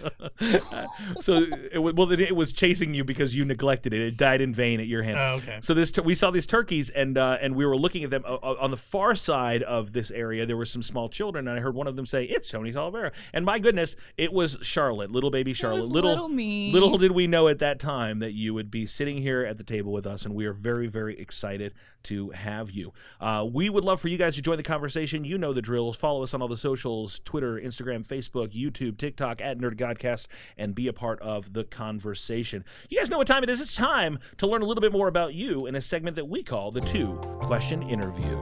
Speaker 3: so it, wa- well, it, it was chasing you because you neglected it. It died in vain at your hand.
Speaker 11: Oh, okay.
Speaker 3: So this tur- we saw these turkeys and uh, and we were looking at them O- o- on the far side of this area. There were some small children and I heard one of them say, "It's Tony Talavera." And my goodness, it was Charlotte, little baby Charlotte.
Speaker 6: was little me.
Speaker 3: little did we know at that time that you would be sitting here at the table with us, and we are very very excited to have you. Uh, we would love for you guys to join the conversation. You know the drills. Follow us on all the socials: Twitter, Instagram, Facebook, YouTube, TikTok at Nerd Godcast, and be a part of the conversation. You guys know what time it is. It's time to learn a little bit more about you in a segment that we call the two question interview.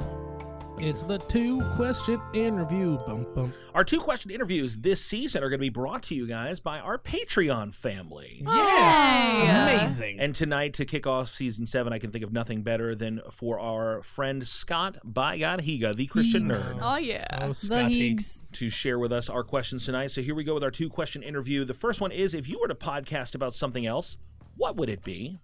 Speaker 11: It's the two question interview. Bum bum.
Speaker 3: Our two question interviews this season are going to be brought to you guys by our Patreon family.
Speaker 11: Yes. Yay. Amazing.
Speaker 3: And tonight, to kick off season seven, I can think of nothing better than for our friend Scott, by God, Higa, the Christian nerd
Speaker 6: Oh, yeah.
Speaker 3: to share with us our questions tonight. So here we go with our two question interview. The first one is if you were to podcast about something else, what would it be?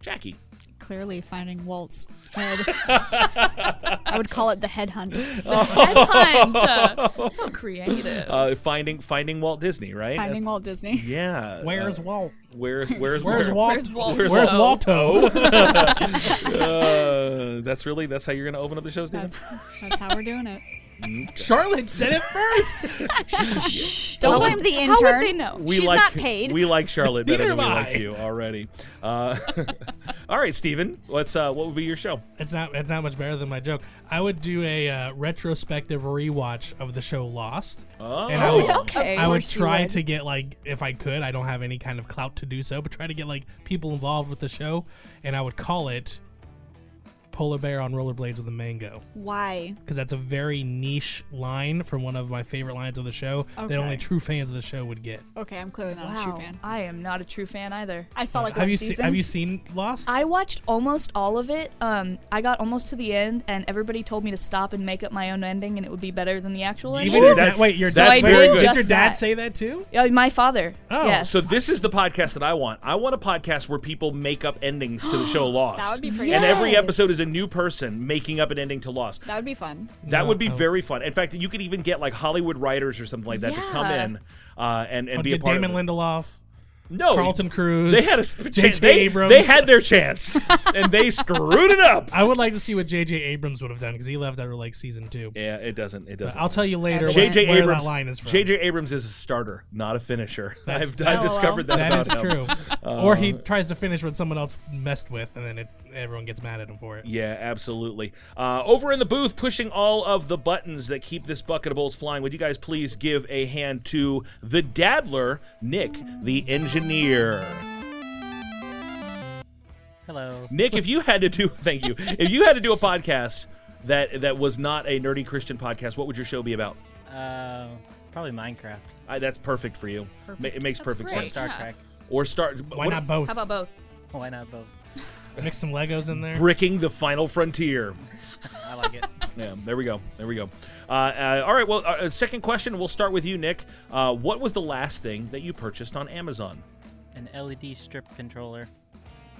Speaker 3: Jackie.
Speaker 12: clearly finding Walt's head. I would call it the headhunt.
Speaker 3: <laughs> Oh.
Speaker 6: headhunt. So creative.
Speaker 3: Uh, finding finding Walt Disney, right?
Speaker 12: Finding Walt Disney.
Speaker 3: <laughs> Yeah. Uh,
Speaker 11: Where's Walt?
Speaker 3: Where, where's
Speaker 11: Where's
Speaker 3: where-
Speaker 11: Walt? Where's Walt- Where's Walto?
Speaker 3: Oh.
Speaker 11: <laughs>
Speaker 3: Uh, that's really that's how you're gonna open up the show, Stephen. Mm,
Speaker 12: That's how we're doing it.
Speaker 3: <laughs>
Speaker 11: Mm, Charlotte said it
Speaker 6: <laughs>
Speaker 12: first. Shh,
Speaker 3: Well,
Speaker 12: don't blame the
Speaker 6: how would
Speaker 12: intern.
Speaker 6: they know?
Speaker 3: We
Speaker 12: She's
Speaker 3: like,
Speaker 12: not paid.
Speaker 3: We like Charlotte better
Speaker 11: Neither
Speaker 3: than we
Speaker 11: am
Speaker 3: like
Speaker 11: I.
Speaker 3: you already. Uh, <laughs> all right, Stephen, what's uh, what would be your show?
Speaker 11: It's not. It's not much better than my joke. I would do a uh, retrospective rewatch of the show Lost,
Speaker 3: Oh.
Speaker 11: and I would,
Speaker 3: Okay.
Speaker 11: I
Speaker 3: Of
Speaker 11: would
Speaker 3: course you
Speaker 11: try
Speaker 3: would.
Speaker 11: to get like, if I could, I don't have any kind of clout to do so, but try to get like people involved with the show, and I would call it "Polar Bear on Rollerblades with a Mango"
Speaker 12: Why?
Speaker 11: because that's a very niche line from one of my favorite lines of the show that only
Speaker 12: Okay.
Speaker 11: true fans of the show would get.
Speaker 12: Okay, I'm clearly not a true
Speaker 6: Wow,
Speaker 12: fan.
Speaker 6: I am not a true fan either.
Speaker 12: I saw like
Speaker 11: have
Speaker 12: one
Speaker 11: you
Speaker 12: season.
Speaker 11: seen? Have you seen Lost?
Speaker 6: I watched almost all of it. Um, I got almost to the end, and everybody told me to stop and make up my own ending, and it would be better than the actual ending.
Speaker 11: Even your dad- wait, your
Speaker 6: so
Speaker 11: dad-
Speaker 6: I
Speaker 11: wait,
Speaker 6: did
Speaker 11: did
Speaker 6: just
Speaker 11: your dad
Speaker 6: that.
Speaker 11: say that too?
Speaker 6: Yeah, my father. Oh, yes.
Speaker 3: so this is the podcast that I want. I want a podcast where people make up endings to the
Speaker 12: <gasps>
Speaker 3: show Lost.
Speaker 12: That would be pretty
Speaker 3: And
Speaker 12: cool.
Speaker 3: every episode is a new person making up an ending to Lost.
Speaker 12: That would be fun. Oh.
Speaker 3: That would be very fun. In fact, you could even get like Hollywood writers or something like that to come
Speaker 12: Yeah.
Speaker 3: in uh, and and
Speaker 11: Or
Speaker 3: be a
Speaker 11: get
Speaker 3: part
Speaker 11: Damon
Speaker 3: of it.
Speaker 11: Lindelof.
Speaker 3: No,
Speaker 11: Carlton Cruz.
Speaker 3: They had a s- chance.
Speaker 11: JJ
Speaker 3: They-
Speaker 11: Abrams.
Speaker 3: they had their
Speaker 11: <laughs>
Speaker 3: chance, and they screwed it up.
Speaker 11: I would like to see what JJ Abrams would have done because he left after like season two.
Speaker 3: Yeah, it doesn't. It
Speaker 11: But
Speaker 3: doesn't.
Speaker 11: I'll tell you later where-
Speaker 3: JJ
Speaker 11: where that
Speaker 3: Abrams.
Speaker 11: line is from.
Speaker 3: JJ Abrams is a starter, not a finisher. <laughs>
Speaker 11: That's- Oh,
Speaker 3: I've, I've discovered that.
Speaker 11: That is
Speaker 3: about
Speaker 11: true.
Speaker 3: him.
Speaker 11: or he
Speaker 3: Uh,
Speaker 11: tries to finish what someone else messed with, and then it, everyone gets mad at him for it.
Speaker 3: Yeah, absolutely. Uh, over in the booth, pushing all of the buttons that keep this bucket of bolts flying, would you guys please give a hand to the Dadler, Nick, the engineer?
Speaker 13: Hello.
Speaker 3: Nick, if you had to do, <laughs> thank you. If you had to do a podcast that that was not a nerdy Christian podcast, what would your show be about?
Speaker 13: Uh, probably Minecraft.
Speaker 3: I, that's perfect for you. Ma- It makes
Speaker 13: That's
Speaker 3: perfect
Speaker 13: great.
Speaker 3: sense.
Speaker 13: Or Star Yeah. Trek.
Speaker 3: Or Star.
Speaker 11: Why not both? How about
Speaker 13: both? Oh, Why not both?
Speaker 11: Mix some Legos in there.
Speaker 3: Bricking the final frontier.
Speaker 13: I like it.
Speaker 3: <laughs> Yeah, there we go. There we go. Uh, uh, all right. Well, uh, second question. We'll start with you, Nick. Uh, what was the last thing that you purchased on Amazon?
Speaker 13: An LED strip controller.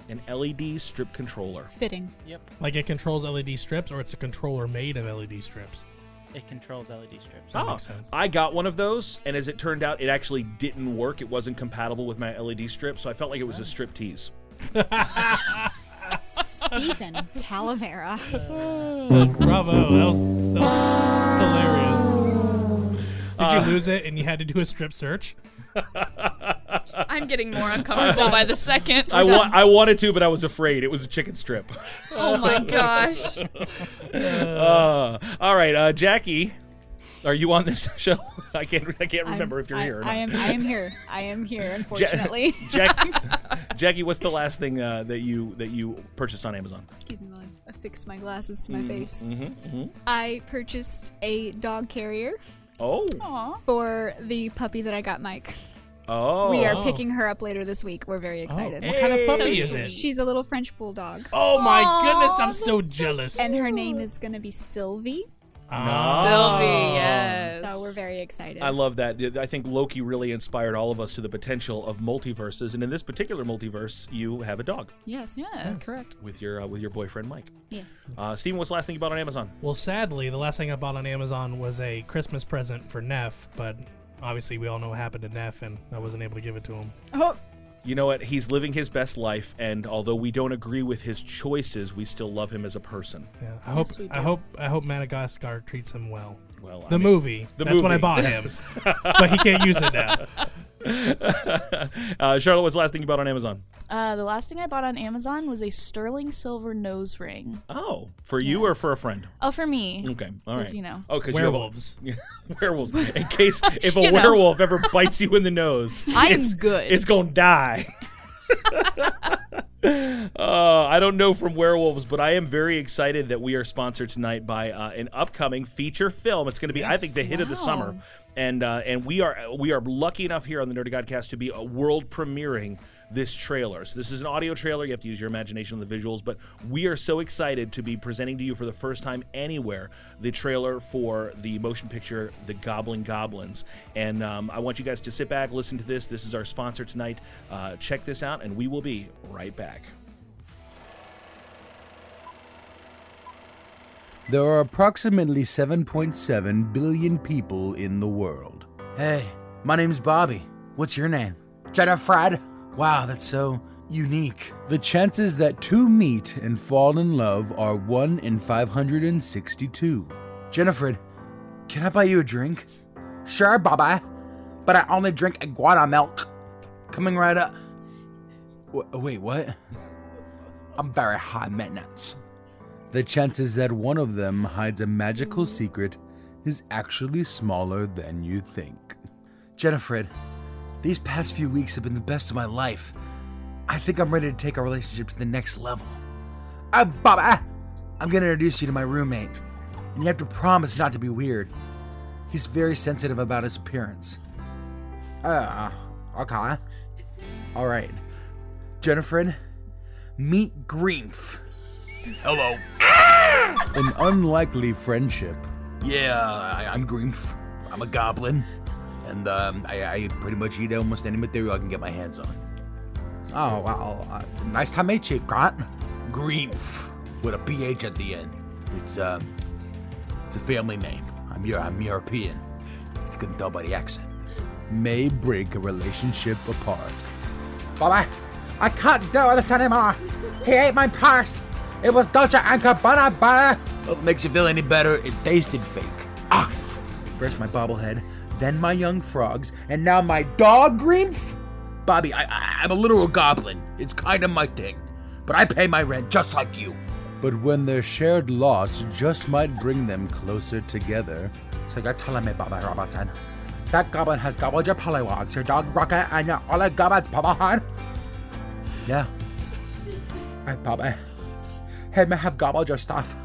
Speaker 3: An LED strip controller.
Speaker 12: Fitting.
Speaker 13: Yep.
Speaker 11: Like it controls LED strips, or it's a controller made of LED strips.
Speaker 13: It controls LED strips.
Speaker 3: Oh.
Speaker 11: That makes sense.
Speaker 3: Ah, I got one of those, and as it turned out, it actually didn't work. It wasn't compatible with my LED strip, so I felt like it was a strip tease.
Speaker 12: Stephen
Speaker 3: <laughs>
Speaker 12: Talavera.
Speaker 11: Bravo. That was, that was hilarious. Did
Speaker 3: Uh,
Speaker 11: you lose it and you had to do a strip search?
Speaker 6: I'm getting more uncomfortable by the second.
Speaker 3: I,
Speaker 6: I'm
Speaker 3: wa-
Speaker 6: done.
Speaker 3: I wanted to, but I was afraid. It was a chicken strip.
Speaker 6: <laughs> Oh
Speaker 3: <laughs>
Speaker 6: my gosh.
Speaker 3: Uh, all right, uh, Jackie, are you on this <laughs> show? I can't. I can't
Speaker 12: I'm-
Speaker 3: remember if you're
Speaker 12: I,
Speaker 3: here. Or not.
Speaker 12: I am. I am here. I am
Speaker 3: <laughs>
Speaker 12: here.
Speaker 3: Ja-
Speaker 12: Unfortunately.
Speaker 14: <laughs>
Speaker 12: <laughs>
Speaker 3: Jack- <laughs> Jackie, what's the last thing uh, that you that you purchased on Amazon?
Speaker 14: Excuse me while I affix my glasses to my
Speaker 3: Mm,
Speaker 14: face.
Speaker 6: Mm-hmm,
Speaker 3: mhm, mhm.
Speaker 14: I purchased a dog carrier.
Speaker 3: Oh.
Speaker 14: For the puppy that I got, Mike.
Speaker 3: Oh.
Speaker 14: We are picking her up later this week. We're very excited.
Speaker 11: Oh. What kind of puppy is it?
Speaker 14: She's a little French bulldog.
Speaker 11: Oh my goodness, I'm so jealous.
Speaker 14: And her name is going to be Sylvie.
Speaker 3: Ah.
Speaker 11: Sylvie,
Speaker 3: yes.
Speaker 14: So we're very excited. <laughs>
Speaker 3: I love that. I think Loki really inspired all of us to the potential of multiverses, and in this particular multiverse, you have a dog
Speaker 14: Yes.
Speaker 6: Yes. Correct.
Speaker 3: with your uh, with your boyfriend Mike.
Speaker 14: Yes.
Speaker 3: Uh, Steven, what's the last thing you bought on Amazon?
Speaker 11: Well, sadly, the last thing I bought on Amazon was a Christmas present for Neff, but obviously we all know what happened to Neff, and I wasn't able to give it to him.
Speaker 12: Oh.
Speaker 3: You know what? He's living his best life, and although we don't agree with his choices, we still love him as a person.
Speaker 11: Yeah, I hope I hope I hope Madagascar treats him well.
Speaker 3: Well, I
Speaker 11: the
Speaker 3: mean-
Speaker 11: movie.
Speaker 3: The
Speaker 11: That's what I
Speaker 3: movie. <laughs>
Speaker 11: bought him, but he can't use it now.
Speaker 3: uh, Charlotte, what's the last thing you bought on Amazon?
Speaker 6: Uh, the last thing I bought on Amazon was a sterling silver nose ring.
Speaker 3: Oh, for you or for a friend?
Speaker 6: Oh, for me.
Speaker 3: Okay, all
Speaker 6: 'Cause,
Speaker 3: right.
Speaker 6: You know.
Speaker 3: Oh, 'cause you have a-
Speaker 11: werewolves.
Speaker 3: <laughs> werewolves.
Speaker 6: <laughs>
Speaker 3: In case if a
Speaker 6: You know.
Speaker 3: werewolf ever bites you in the nose,
Speaker 6: I am
Speaker 3: it's-
Speaker 6: good.
Speaker 3: It's gonna die. Uh, I don't know from werewolves, but I am very excited that we are sponsored tonight by uh, an upcoming feature film. It's going to be, I
Speaker 15: Yes.
Speaker 3: think, the hit of the
Speaker 15: Wow.
Speaker 3: summer, and uh, and we are we are lucky enough here on the Nerdy Godcast to be a world premiering this trailer. So this is an audio trailer. You have to use your imagination on the visuals, but we are so excited to be presenting to you for the first time anywhere the trailer for the motion picture The Goblin Goblins. And um, I want you guys to sit back, listen to this. This is our sponsor tonight. Uh, check this out, and we will be right back.
Speaker 4: There are approximately 7.7 billion people in the world. Hey, my name's Bobby. What's your name? Jenna Fred. Wow, that's so unique. The chances that two meet and fall in love are 1 in 562. Jennifer, can I buy you a drink?
Speaker 7: Sure, Baba, but I only drink iguana milk. Coming right up.
Speaker 4: W-
Speaker 7: Oh,
Speaker 4: wait, what? I'm very high maintenance. The chances that one of them hides a magical secret is actually smaller than you think.
Speaker 7: Jennifer, these past few weeks have been the best of my life. I think I'm ready to take our relationship to the next level. Uh, Baba, I'm gonna introduce you to my roommate, and you have to promise not to be weird. He's very sensitive about his appearance.
Speaker 4: Ah, okay. All right. Jennifer, meet Greenf.
Speaker 7: Hello.
Speaker 4: An unlikely friendship.
Speaker 7: Yeah, I, I'm Greenf. I'm a goblin, and um, I, I pretty much eat almost any material I can get my hands on.
Speaker 4: Oh, well, uh, nice to
Speaker 7: eh,
Speaker 4: meet you, Grant.
Speaker 7: Greenf with a PH at the end. It's um, it's a family name. I'm Eu- I'm European. If you couldn't tell by the accent.
Speaker 4: May break a relationship apart.
Speaker 7: Bye bye. I can't do this anymore. He ate my
Speaker 13: <laughs>
Speaker 7: purse. It was Dolce and Gabbana butter. What makes you feel any better? It tasted fake. Ah. First my bobblehead, then my young frogs, and now my dog grief. Bobby, I, I, I'm a literal goblin. It's kind of my thing, but I pay my rent just like you.
Speaker 4: But when their shared loss just might bring them closer together.
Speaker 7: So you're telling me, Baba Robertson, that goblin has gobbled your pollywogs, your dog rocket, and your all goblins, Baba Hard? Yeah. Right, Baba. Him have gobbled your stuff,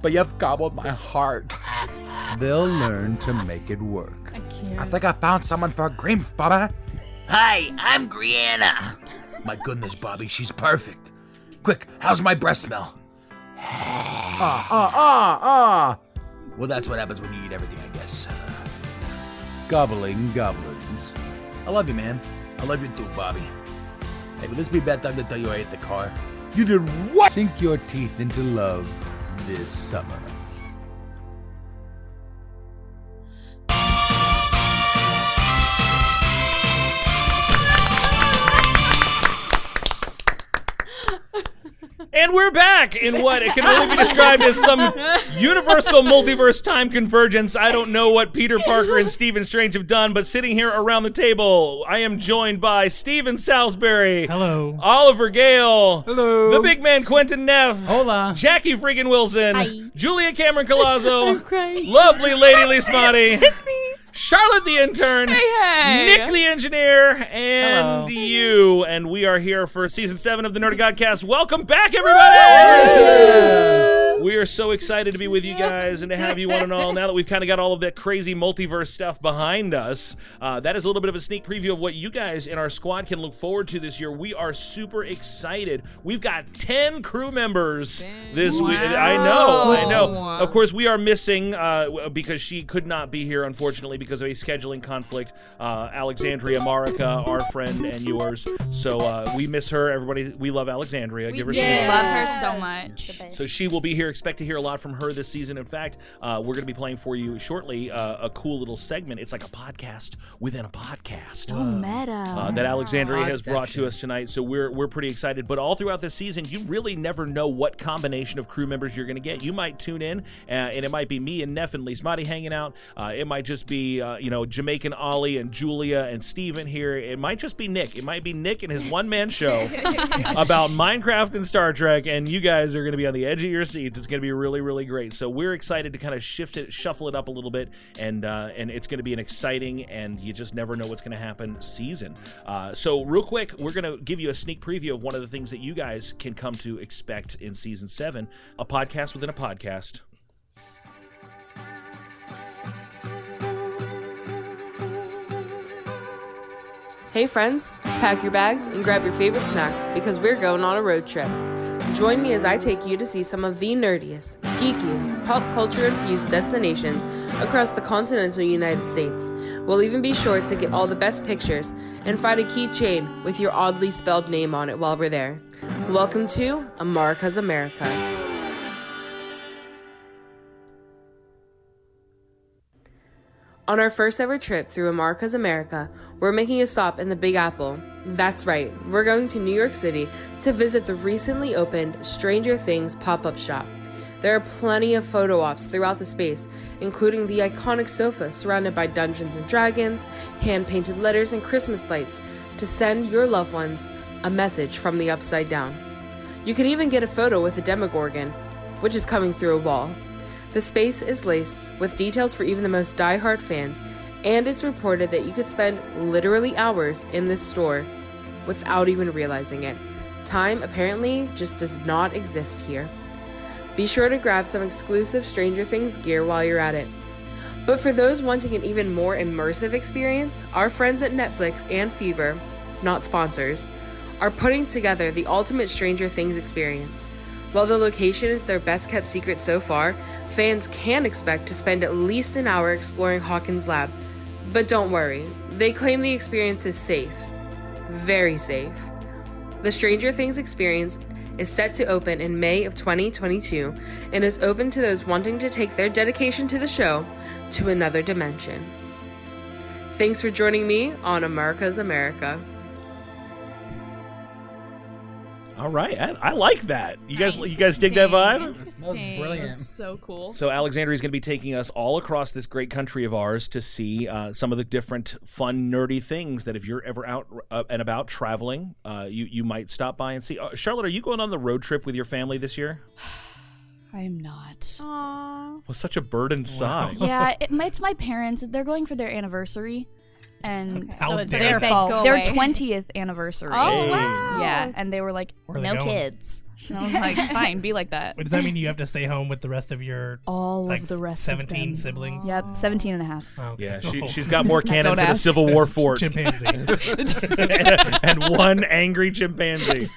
Speaker 7: but you've gobbled my heart.
Speaker 4: They'll learn to make it work.
Speaker 7: I can't. I think I found someone for a grief, Baba. Hi, I'm Griana. My goodness, Bobby, she's perfect. Quick, how's my breath <sighs> smell? Ah, ah, ah, ah. Well, that's what happens when you eat everything, I guess.
Speaker 4: Gobbling goblins.
Speaker 7: I love you, man. I love you too, Bobby. Hey, will this be bad time to tell you I hit the car? You did what?
Speaker 4: Sink your teeth into love this summer.
Speaker 3: And we're back in what it can only be described as some universal multiverse time convergence. I don't know what Peter Parker and Stephen Strange have done, but sitting here around the table, I am joined by Stephen Salisbury.
Speaker 11: Hello.
Speaker 3: Oliver Gale.
Speaker 10: Hello.
Speaker 3: The big man Quentin Neff.
Speaker 15: Hola.
Speaker 3: Jackie freaking Wilson. Julia Cameron Colazo.
Speaker 15: I'm crying.
Speaker 3: Lovely Lady Lismati. it's me. Charlotte the intern,
Speaker 15: hey.
Speaker 3: Nick the engineer, and you. And we are here for season seven of the Nerd Godcast. Welcome back, everybody! We are so excited to be with you guys and to have you one and all. Now that we've kind of got all of that crazy multiverse stuff behind us, uh, that is a little bit of a sneak preview of what you guys in our squad can look forward to this year. We are super excited. We've got 10 crew members this week. I know, I know. Of course, we are missing uh, w- because she could not be here, unfortunately, because of a scheduling conflict. Uh, Alexandria Marica, our friend and yours. So uh, we miss her. Everybody, we love Alexandria. Give her some love.
Speaker 6: Love her so much.
Speaker 3: So she will be here. Expect to hear a lot from her this season. In fact, uh, we're going to be playing for you shortly uh, a cool little segment. It's like a podcast within a podcast
Speaker 6: Oh,
Speaker 15: So meta.
Speaker 3: uh, that Alexandria has brought to us tonight. So we're we're pretty excited. But all throughout this season, you really never know what combination of crew members you're going to get. You might tune in, uh, and it might be me and Neff and Lismati hanging out. Uh, it might just be uh, you know Jamaican Ollie and Julia and Steven here. It might just be Nick. It might be Nick and his one
Speaker 6: <laughs>
Speaker 3: man <laughs>
Speaker 11: <laughs>
Speaker 3: show about Minecraft and Star Trek, and you guys are going to be on the edge of your seats. It's going to be really, really great. So we're excited to kind of shift it, shuffle it up a little bit, and uh, and it's going to be an exciting and you just never know what's going to happen season. Uh, so real quick, we're going to give you a sneak preview of one of the things that you guys can come to expect in season seven: a podcast within a podcast.
Speaker 16: Hey friends, pack your bags and grab your favorite snacks because we're going on a road trip. Join me as I take you to see some of the nerdiest, geekiest, pop culture infused destinations across the continental United States. We'll even be sure to get all the best pictures and find a keychain with your oddly spelled name on it while we're there. Welcome to America's America. On our first ever trip through America's America, we're making a stop in the Big Apple. That's right, we're going to New York City to visit the recently opened Stranger Things pop up shop. There are plenty of photo ops throughout the space, including the iconic sofa surrounded by Dungeons and Dragons, hand painted letters, and Christmas lights to send your loved ones a message from the upside down. You can even get a photo with a Demogorgon, which is coming through a wall. The space is laced with details for even the most die-hard fans, and it's reported that you could spend literally hours in this store without even realizing it. Time apparently just does not exist here. Be sure to grab some exclusive Stranger Things gear while you're at it. But for those wanting an even more immersive experience, our friends at Netflix and Fever, not sponsors, are putting together the ultimate Stranger Things experience. While the location is their best kept secret so far, fans can expect to spend at least an hour exploring Hawkins' lab. But don't worry, they claim the experience is safe. Very safe. The Stranger Things experience is set to open in May of 2022 and is open to those wanting to take their dedication to the show to another dimension. Thanks for joining me on America's America.
Speaker 3: All right, I, I like that. You guys, you guys dig that vibe?
Speaker 6: That was brilliant. so cool.
Speaker 3: So Alexandria is going to be taking us all across this great country of ours to see uh, some of the different fun, nerdy things that if you're ever out uh, and about traveling, uh, you you might stop by and see. Uh, Charlotte, are you going on the road trip with your family this year?
Speaker 6: I am not. Aww.
Speaker 3: Was such a burden sigh.
Speaker 6: <laughs> yeah, it, my- it's my parents. They're going for their anniversary. And
Speaker 3: How
Speaker 6: so it's
Speaker 3: dare
Speaker 6: their
Speaker 3: they go
Speaker 6: Their
Speaker 3: away.
Speaker 6: 20th anniversary.
Speaker 3: Oh, Hey. wow.
Speaker 6: Yeah, and they were like,
Speaker 11: Where are they
Speaker 6: no
Speaker 11: going?"
Speaker 6: kids. And <laughs> I was like, fine, be like that.
Speaker 11: What does that mean? You have to stay home with the rest of your
Speaker 6: All
Speaker 11: like
Speaker 6: of the <laughs> rest of
Speaker 11: 17
Speaker 6: them.
Speaker 11: siblings. Oh.
Speaker 6: Yep, 17 and a half.
Speaker 3: Yeah, <laughs>
Speaker 11: <laughs>
Speaker 3: she, she's got more
Speaker 6: <laughs>
Speaker 3: cannons
Speaker 6: Don't
Speaker 3: than a
Speaker 6: ask.
Speaker 3: Civil War fort.
Speaker 6: <laughs>
Speaker 11: Chimpanzees.
Speaker 3: <laughs> and one angry chimpanzee.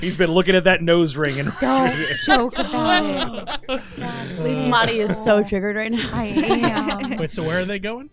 Speaker 3: He's been looking at that nose ring and
Speaker 5: <laughs>
Speaker 3: <laughs>
Speaker 5: Don't joke about it. Please, Madi is so triggered right now. I <laughs>
Speaker 6: am.
Speaker 11: Wait, so where are they going?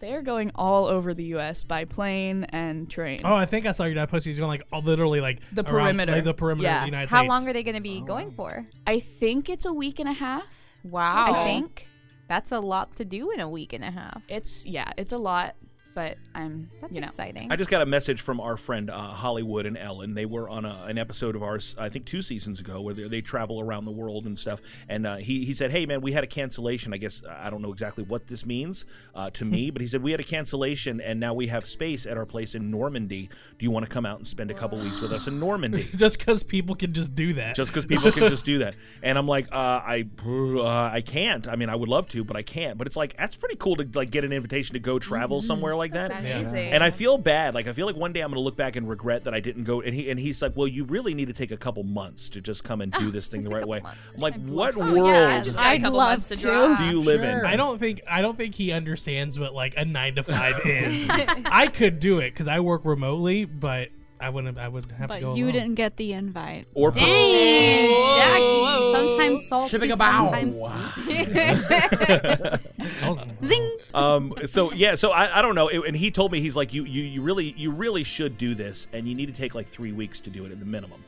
Speaker 6: They're going all over the U.S. by plane and train.
Speaker 11: Oh, I think I saw your dad post. He's going like all- literally like
Speaker 6: The
Speaker 11: around,
Speaker 6: perimeter.
Speaker 11: like, the perimeter
Speaker 6: Yeah.
Speaker 11: of the United
Speaker 9: How
Speaker 11: States.
Speaker 9: long are they going to be going
Speaker 3: Oh.
Speaker 9: for?
Speaker 6: I think it's a week and a half.
Speaker 9: Wow.
Speaker 6: I think.
Speaker 9: That's a lot to do in a week and a half.
Speaker 6: It's, yeah, it's a lot, but I'm,
Speaker 9: That's
Speaker 6: you know.
Speaker 9: exciting.
Speaker 3: I just got a message from our friend uh, Hollywood and Ellen. They were on a, an episode of ours, I think two seasons ago, where they, they travel around the world and stuff. And uh, he, he said, Hey, man, we had a cancellation. I guess I don't know exactly what this means uh, to me, but he said, We had a cancellation and now we have space at our place in Normandy. Do you want to come out and spend a couple weeks with us in
Speaker 11: <laughs>
Speaker 3: Normandy?
Speaker 11: just because people can just do that.
Speaker 3: just because people
Speaker 11: <laughs>
Speaker 3: can just do that. And I'm like, uh, I, uh, I can't. I mean, I would love to, but I can't. But it's like that's pretty cool to like get an invitation to go travel somewhere like that.
Speaker 11: Mm-hmm. That's Yeah. amazing.
Speaker 3: And I feel bad. Like I feel like one day I'm gonna look back and regret that I didn't go. And he and he's like, well, you really need to take a couple months to just come and
Speaker 11: <laughs>
Speaker 3: do this thing the right way. I'm like, what
Speaker 12: Oh, yeah,
Speaker 3: world?
Speaker 12: just got a I'd couple love months to to. drive.
Speaker 3: Do you live in?
Speaker 11: I don't think I don't think he understands what like a nine to
Speaker 3: <laughs>
Speaker 11: five is. I could do it because I work remotely, but I wouldn't. I would have to
Speaker 14: But
Speaker 11: go.
Speaker 14: you
Speaker 11: alone.
Speaker 14: didn't get the invite.
Speaker 3: Or
Speaker 14: Dang,
Speaker 5: Jackie. Sometimes salty, Shipping a bow. sometimes
Speaker 3: <laughs> Zing. Uh, Um, so yeah, so I, I don't know. and he told me he's like, you, you you really you really should do this, and you need to take like three weeks to do it at the minimum.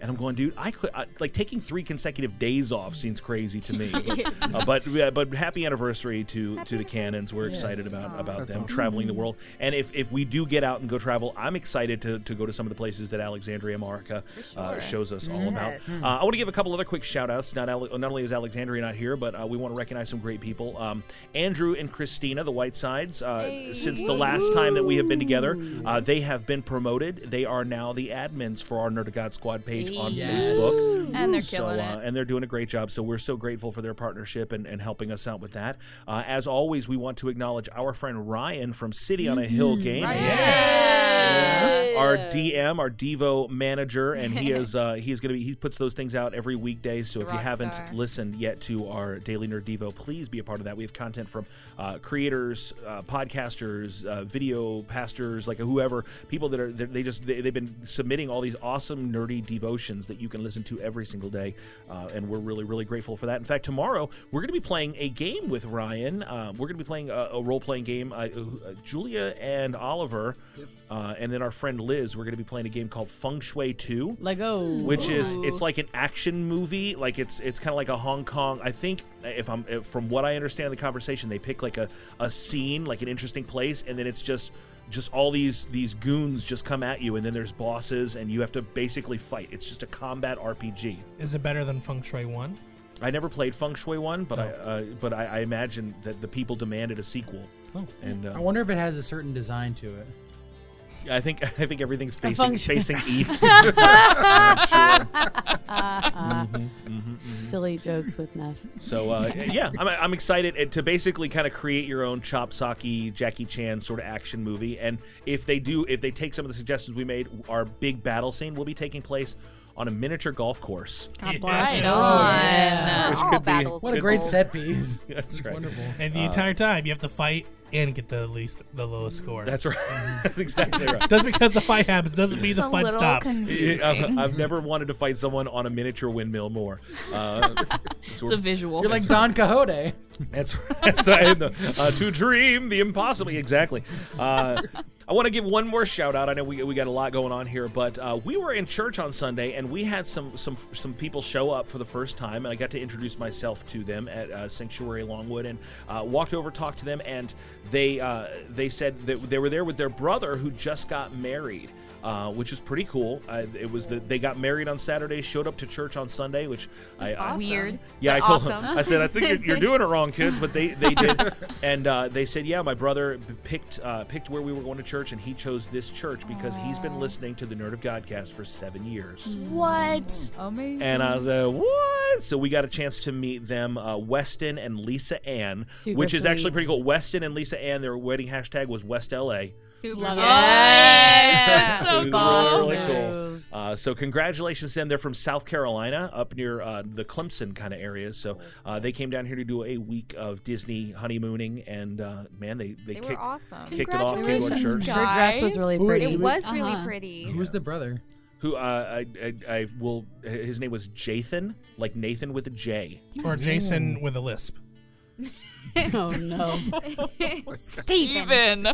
Speaker 3: And I'm going, dude, I could I, like taking three consecutive days off seems crazy to me.
Speaker 11: <laughs>
Speaker 3: But uh, but, yeah, but happy anniversary to to the Cannons. We're
Speaker 11: Yes.
Speaker 3: excited about about
Speaker 11: That's
Speaker 3: them
Speaker 11: awesome.
Speaker 3: traveling the world. And if if we do get out and go travel, I'm excited to to go to some of the places that Alexandria Marca uh,
Speaker 11: sure.
Speaker 3: shows us all about.
Speaker 11: Yes.
Speaker 3: Uh, I want to give a couple other quick shout outs. Not, Ale- not only is Alexandria not here, but uh, we want to recognize some great people. Um, Andrew and Christina, the Whitesides, uh, since the last time that we have been together, uh, they have been promoted. They are now the admins for our Nerd of God Squad page on
Speaker 6: Yes.
Speaker 3: Facebook.
Speaker 6: And they're
Speaker 3: so,
Speaker 6: killing it.
Speaker 3: uh, and they're doing a great job. So we're so grateful for their partnership and, and helping us out with that. Uh, as always, we want to acknowledge our friend Ryan from City on a Hill Game. Our DM, our Devo manager, and
Speaker 11: <laughs>
Speaker 3: he is uh, he is gonna be he puts those things out every weekday. So if
Speaker 11: He's a
Speaker 3: you
Speaker 11: rock
Speaker 3: haven't
Speaker 11: star.
Speaker 3: listened yet to our Daily Nerd Devo, please be a part of that. We have content from uh, creators, uh, podcasters, uh, video pastors, like whoever people that are that they just they, they've been submitting all these awesome nerdy devotions that you can listen to every single day, uh, and we're really really grateful for that. In fact, tomorrow we're going to be playing a game with Ryan. Uh, we're going to be playing a, a role playing game. Uh, uh, Julia and Oliver. Uh, and then our friend Liz, we're going to be playing a game called Feng Shui 2.
Speaker 5: Lego.
Speaker 3: Which is
Speaker 5: Ooh.
Speaker 3: it's like an action movie, like it's it's kind of like a Hong Kong. I think if I'm if, from what I understand of the conversation, they pick like a a scene, like an interesting place, and then it's just just all these these goons just come at you, and then there's bosses, and you have to basically fight. It's just a combat RPG.
Speaker 11: <laughs> Is it better than Feng Shui One?
Speaker 3: I never played Feng Shui One, but I uh, but I, I imagine that the people demanded a sequel.
Speaker 15: Oh.
Speaker 3: and
Speaker 15: I
Speaker 3: uh,
Speaker 15: wonder if it has a certain design to it.
Speaker 3: I think <laughs> I think everything's
Speaker 15: A
Speaker 3: facing
Speaker 15: function.
Speaker 3: facing east. <laughs> Mm-hmm.
Speaker 5: Mm-hmm, Silly jokes with Neff.
Speaker 3: So
Speaker 11: <laughs>
Speaker 3: uh, yeah, I'm, I'm excited uh, to basically kind of create your own chop socky Jackie Chan sort of action movie. And if they do, if they take some of the suggestions we made, our big battle scene will be taking place on a miniature golf course.
Speaker 11: God
Speaker 15: bless. Right
Speaker 11: Yes.
Speaker 15: on. Yeah. All battles What a great set piece.
Speaker 3: <laughs> That's
Speaker 15: It's
Speaker 3: right.
Speaker 15: wonderful.
Speaker 11: And the
Speaker 3: Uh,
Speaker 11: entire time you have to fight and get the least the lowest score. Mm-hmm.
Speaker 3: That's right. <laughs> That's exactly right.
Speaker 11: Just because the fight happens doesn't mean the fight stops.
Speaker 3: Yeah, I've, I've never wanted to fight someone on a miniature windmill more.
Speaker 15: <laughs>
Speaker 3: Uh, it's
Speaker 6: a visual.
Speaker 15: You're like Don Quixote.
Speaker 3: <laughs> That's right. So, and the- uh, to dream the impossible. Exactly. Uh, I I want to give one more shout out. I know we, we got a lot going on here, but uh, we were in church on Sunday and we had some some some people show up for the first time, and I got to introduce myself to them at uh, Sanctuary Longwood and uh, walked over, talked to them, and they uh, they said that they were there with their brother who just got married. Uh, which is pretty cool. Uh, it was the, they got married on Saturday, showed up to church on Sunday, which I,
Speaker 9: That's
Speaker 3: I
Speaker 9: awesome. Weird,
Speaker 3: Yeah, I
Speaker 9: but
Speaker 3: told them.
Speaker 9: awesome.
Speaker 3: I said I think you're, you're doing it wrong, kids, but they they
Speaker 9: <laughs>
Speaker 3: did, and uh, they said, yeah, my brother p- picked uh, picked where we were going to church, and he chose this church because he's been listening to the Nerd of Godcast for seven years.
Speaker 9: Mm-hmm.
Speaker 6: What? Amazing.
Speaker 3: And I was like, what? So we got a chance to meet them, uh, Weston and Lisa Ann,
Speaker 6: Super
Speaker 3: which is
Speaker 6: sweet.
Speaker 3: actually pretty cool. Weston and Lisa Ann, their wedding hashtag was West LA.
Speaker 9: Super.
Speaker 6: Love
Speaker 9: Yes.
Speaker 6: it. so cool.
Speaker 3: It was really, really cool. Uh, so congratulations to them. They're from South Carolina, up near uh, the Clemson kind of areas. So uh, they came down here to do a week of Disney honeymooning, and uh, man, they they,
Speaker 9: They were
Speaker 3: kicked,
Speaker 9: awesome.
Speaker 3: kicked it off. Came to our
Speaker 5: Congratulations,
Speaker 3: church.
Speaker 5: Her dress was really
Speaker 4: Who are
Speaker 5: pretty.
Speaker 4: you?
Speaker 5: It
Speaker 9: was really pretty.
Speaker 4: Who's the brother?
Speaker 3: Who uh, I, I I will. His name was Jathan, like Nathan with a J.
Speaker 11: Or Jason with a lisp.
Speaker 5: <laughs> oh
Speaker 17: <laughs>
Speaker 5: no.
Speaker 6: Steven.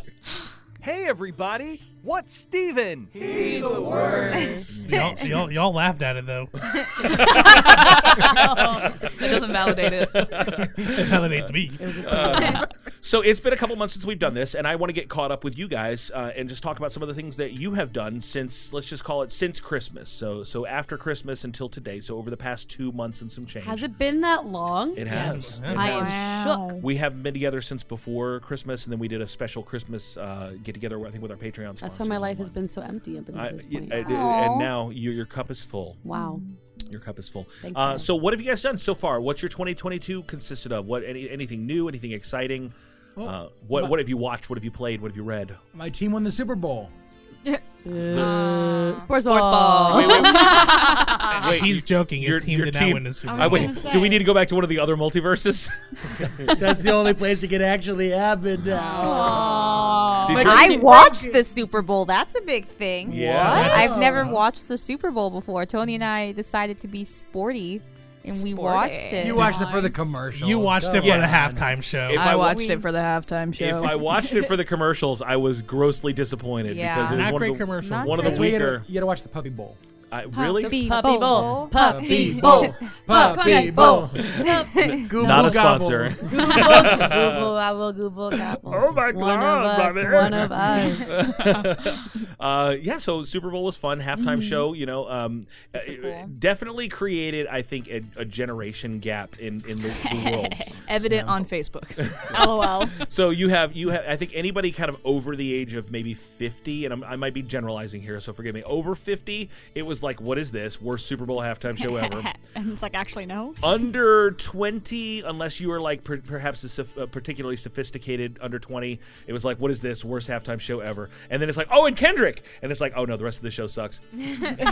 Speaker 17: Hey everybody, what's Steven? He's the worst.
Speaker 11: y'all, y'all, y'all laughed at it though.
Speaker 6: That doesn't validate it.
Speaker 11: It validates me.
Speaker 5: <laughs>
Speaker 3: Uh, so it's been a couple months since we've done this, and I want to get caught up with you guys uh, and just talk about some of the things that you have done since let's just call it since Christmas. So so after Christmas until today. So over the past two months and some change.
Speaker 5: Has it been that long?
Speaker 3: It has. It
Speaker 5: I am
Speaker 3: has.
Speaker 5: shook.
Speaker 3: We haven't been together since before Christmas, and then we did a special Christmas uh, get together. I think with our Patreon.
Speaker 5: That's why my life has been so empty up until
Speaker 3: I,
Speaker 5: this
Speaker 3: y-
Speaker 5: point.
Speaker 3: I- I- and now you, your cup is full.
Speaker 5: Wow.
Speaker 3: Your cup is full.
Speaker 5: Thanks,
Speaker 3: Uh,
Speaker 5: man.
Speaker 3: so, what have you guys done so far? What's your 2022 consisted of? What any, anything new? Anything exciting?
Speaker 4: Well,
Speaker 3: uh, what
Speaker 4: my-
Speaker 3: what have you watched? What have you played? What have you read?
Speaker 4: My team won the Super
Speaker 5: <laughs>
Speaker 4: Bowl.
Speaker 5: Uh, sports
Speaker 11: sports
Speaker 5: ball. <laughs>
Speaker 11: ball. Wait, wait,
Speaker 3: <laughs> Wait,
Speaker 11: He's
Speaker 3: you-
Speaker 11: joking. His
Speaker 3: your-
Speaker 11: team
Speaker 3: your
Speaker 11: did
Speaker 3: team-
Speaker 11: not win the Super
Speaker 3: I
Speaker 11: Bowl.
Speaker 3: wait, do we need to go back to one of the other
Speaker 5: <laughs>
Speaker 3: multiverses?
Speaker 4: That's the only place it can actually happen now.
Speaker 3: Did
Speaker 9: But
Speaker 3: you-
Speaker 9: I watched the Super Bowl. That's a big thing.
Speaker 3: Yeah. What?
Speaker 9: I've never watched the Super Bowl before. Tony and I decided to be sporty, and we watched it.
Speaker 4: You watched it for the commercials.
Speaker 11: You watched it for
Speaker 3: Yeah.
Speaker 11: the halftime show.
Speaker 3: If I I wa- watched
Speaker 6: it for the halftime show.
Speaker 3: If I watched
Speaker 6: <laughs>
Speaker 3: it for the commercials, I was grossly disappointed
Speaker 6: Yeah.
Speaker 3: because it was
Speaker 6: Not
Speaker 3: one
Speaker 6: great
Speaker 3: of the,
Speaker 6: commercials.
Speaker 3: One
Speaker 6: Not
Speaker 3: of the
Speaker 6: great.
Speaker 4: You
Speaker 3: weaker.
Speaker 4: gotta, you gotta watch the Puppy Bowl.
Speaker 3: I, really?
Speaker 5: Puppy bowl. Puppy bowl.
Speaker 4: Puppy
Speaker 5: Puppy
Speaker 4: Bowl.
Speaker 5: <laughs> bowl.
Speaker 3: <laughs> Not a sponsor.
Speaker 5: <laughs> Google, Google, I will Google gobble. Oh my One of us, one
Speaker 3: <laughs>
Speaker 5: of us. Mm-hmm.
Speaker 3: uh, yeah, so Super Bowl was fun. Halftime show, you know, um, uh, definitely created, I think, a, a generation gap in in the, the
Speaker 6: <laughs>
Speaker 3: world.
Speaker 5: <laughs>
Speaker 6: Evident on Facebook.
Speaker 3: <laughs>
Speaker 6: <laughs>
Speaker 3: LOL. so you have you have I think anybody kind of over the age of maybe 50 and I'm, I might be generalizing here so forgive me over 50 it was like what is this worst Super Bowl halftime show ever
Speaker 14: <laughs>
Speaker 12: and it's like, actually, no.
Speaker 11: <laughs>
Speaker 3: under 20 unless you were like per- perhaps a, soph- a particularly sophisticated under 20 it was like what is this worst halftime show ever and then it's like oh and kendrick and it's like oh no the rest of the show sucks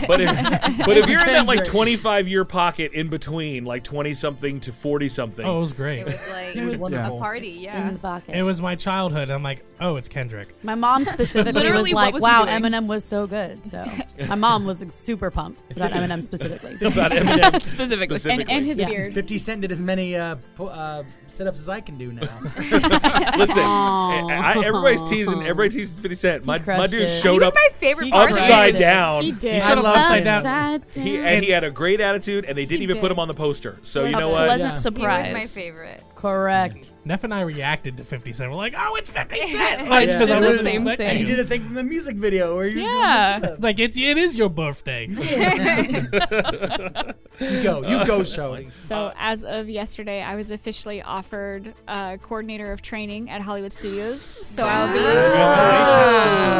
Speaker 3: but if, but if you're in that like
Speaker 11: Kendrick.
Speaker 3: 25 year pocket in between like 20 something to 40 something
Speaker 11: Oh, it was great. It was
Speaker 9: like
Speaker 11: It was
Speaker 9: a
Speaker 11: wonderful.
Speaker 9: party. Yeah.
Speaker 5: In the bucket.
Speaker 11: It was my childhood. I'm like, oh, it's Kendrick. <laughs>
Speaker 5: My <laughs> mom specifically
Speaker 9: Literally,
Speaker 5: was
Speaker 9: what
Speaker 5: like,
Speaker 9: was he
Speaker 5: "Wow,
Speaker 9: doing?"
Speaker 5: Eminem was so good." So my mom was like, super pumped about
Speaker 4: <laughs>
Speaker 5: Eminem specifically. <laughs>
Speaker 3: About Eminem <laughs> Specifically.
Speaker 5: and, and his
Speaker 4: Yeah.
Speaker 5: beard.
Speaker 4: 50 Cent did as many uh, po- uh, sit ups as I can do
Speaker 5: <laughs>
Speaker 4: now. <laughs>
Speaker 3: Listen, I, I- everybody's teasing. Everybody's teasing Fifty Cent. My, my
Speaker 4: crushed
Speaker 3: dude
Speaker 4: it.
Speaker 3: showed
Speaker 4: He was
Speaker 3: up
Speaker 4: my favorite part of
Speaker 3: upside
Speaker 4: it.
Speaker 3: down.
Speaker 4: He did.
Speaker 11: He showed I up love upside down.
Speaker 5: Upside
Speaker 3: He,
Speaker 5: down.
Speaker 3: and he had a great attitude, and they didn't
Speaker 5: He
Speaker 3: even put
Speaker 5: did.
Speaker 3: him on the poster. So Oh, you
Speaker 5: A
Speaker 3: know what?
Speaker 5: pleasant Yeah.
Speaker 9: surprise. He was my favorite.
Speaker 5: Correct.
Speaker 11: Neff and I reacted to 50 Cent. We're like, oh, it's
Speaker 4: <laughs>
Speaker 11: 50 Cent.
Speaker 4: I
Speaker 11: Like,
Speaker 4: did
Speaker 11: 'cause I
Speaker 4: the
Speaker 11: wasn't
Speaker 4: same
Speaker 11: expecting
Speaker 4: thing. He
Speaker 11: it.
Speaker 4: did the thing from the music video where he was doing
Speaker 11: Yeah.
Speaker 4: the sit-ups.
Speaker 11: It's like, it's, it is your birthday. <laughs>
Speaker 4: You go, you go, Shelly.
Speaker 12: So, as of yesterday, I was officially offered uh, coordinator of training at Hollywood Studios. So, I'll be uh,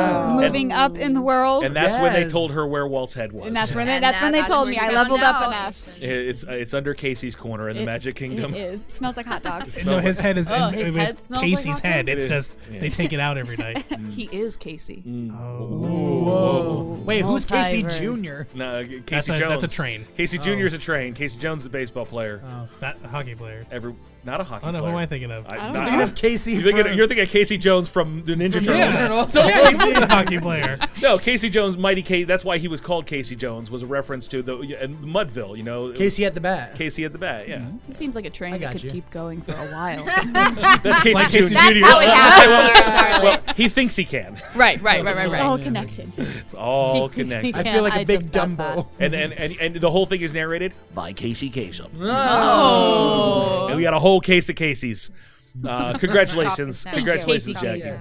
Speaker 3: Congratulations.
Speaker 12: moving up in the world.
Speaker 3: And that's when they told her where Walt's head was.
Speaker 12: And that's when they, that's when they told me I leveled up enough.
Speaker 3: <laughs> it's it's under Casey's corner in the
Speaker 12: It-
Speaker 3: Magic Kingdom.
Speaker 12: It is. Smells like hot dogs.
Speaker 11: No, his head is.
Speaker 12: Oh,
Speaker 11: in,
Speaker 12: his
Speaker 11: it's
Speaker 3: <laughs>
Speaker 12: head smells like
Speaker 11: Casey's
Speaker 12: hot
Speaker 11: head.
Speaker 12: dogs?
Speaker 11: It's
Speaker 3: Yeah.
Speaker 11: just they take it out every night.
Speaker 6: <laughs> he is Casey.
Speaker 3: Mm. Whoa.
Speaker 4: Wait, who's Casey
Speaker 6: Multiverse.
Speaker 4: Jr.?
Speaker 3: No, Casey
Speaker 11: That's a-
Speaker 3: Jones.
Speaker 11: that's a train.
Speaker 3: Casey
Speaker 11: Oh.
Speaker 3: Jr. is a train. Casey Jones is a baseball player.
Speaker 11: Oh, not a hockey player.
Speaker 3: Every not a hockey.
Speaker 11: Oh, no, who
Speaker 3: player.
Speaker 11: am I thinking of?
Speaker 3: I-
Speaker 11: I'm
Speaker 3: not-
Speaker 11: thinking of Casey
Speaker 3: You're thinking,
Speaker 11: from-
Speaker 3: you're thinking of Casey Jones from the Ninja
Speaker 11: From
Speaker 3: Turtles.
Speaker 11: Ninja Turtles. So, yeah, he was a hockey player.
Speaker 3: <laughs> No, Casey Jones, Mighty K. That's why he was called Casey Jones. Was a reference to the and Mudville. You know,
Speaker 4: Casey at the bat.
Speaker 3: Casey at the bat. Yeah,
Speaker 6: It seems like a train that could keep going
Speaker 3: <laughs>
Speaker 6: for a while.
Speaker 3: that's Casey Jones. Jr. <laughs> Well, well, well, he thinks he can.
Speaker 6: Right, right, right, <laughs> right, right.
Speaker 12: It's all connected.
Speaker 3: It's
Speaker 12: <laughs>
Speaker 3: all connected.
Speaker 12: I feel like a I big just got Dumbo. that.
Speaker 3: And, and and and the whole thing is narrated by Casey Kasem.
Speaker 12: Oh.
Speaker 3: And we got a whole case of Casey's.
Speaker 12: <laughs>
Speaker 3: Uh, congratulations,
Speaker 12: Stop it now.
Speaker 3: congratulations,
Speaker 12: Thank
Speaker 3: Jack.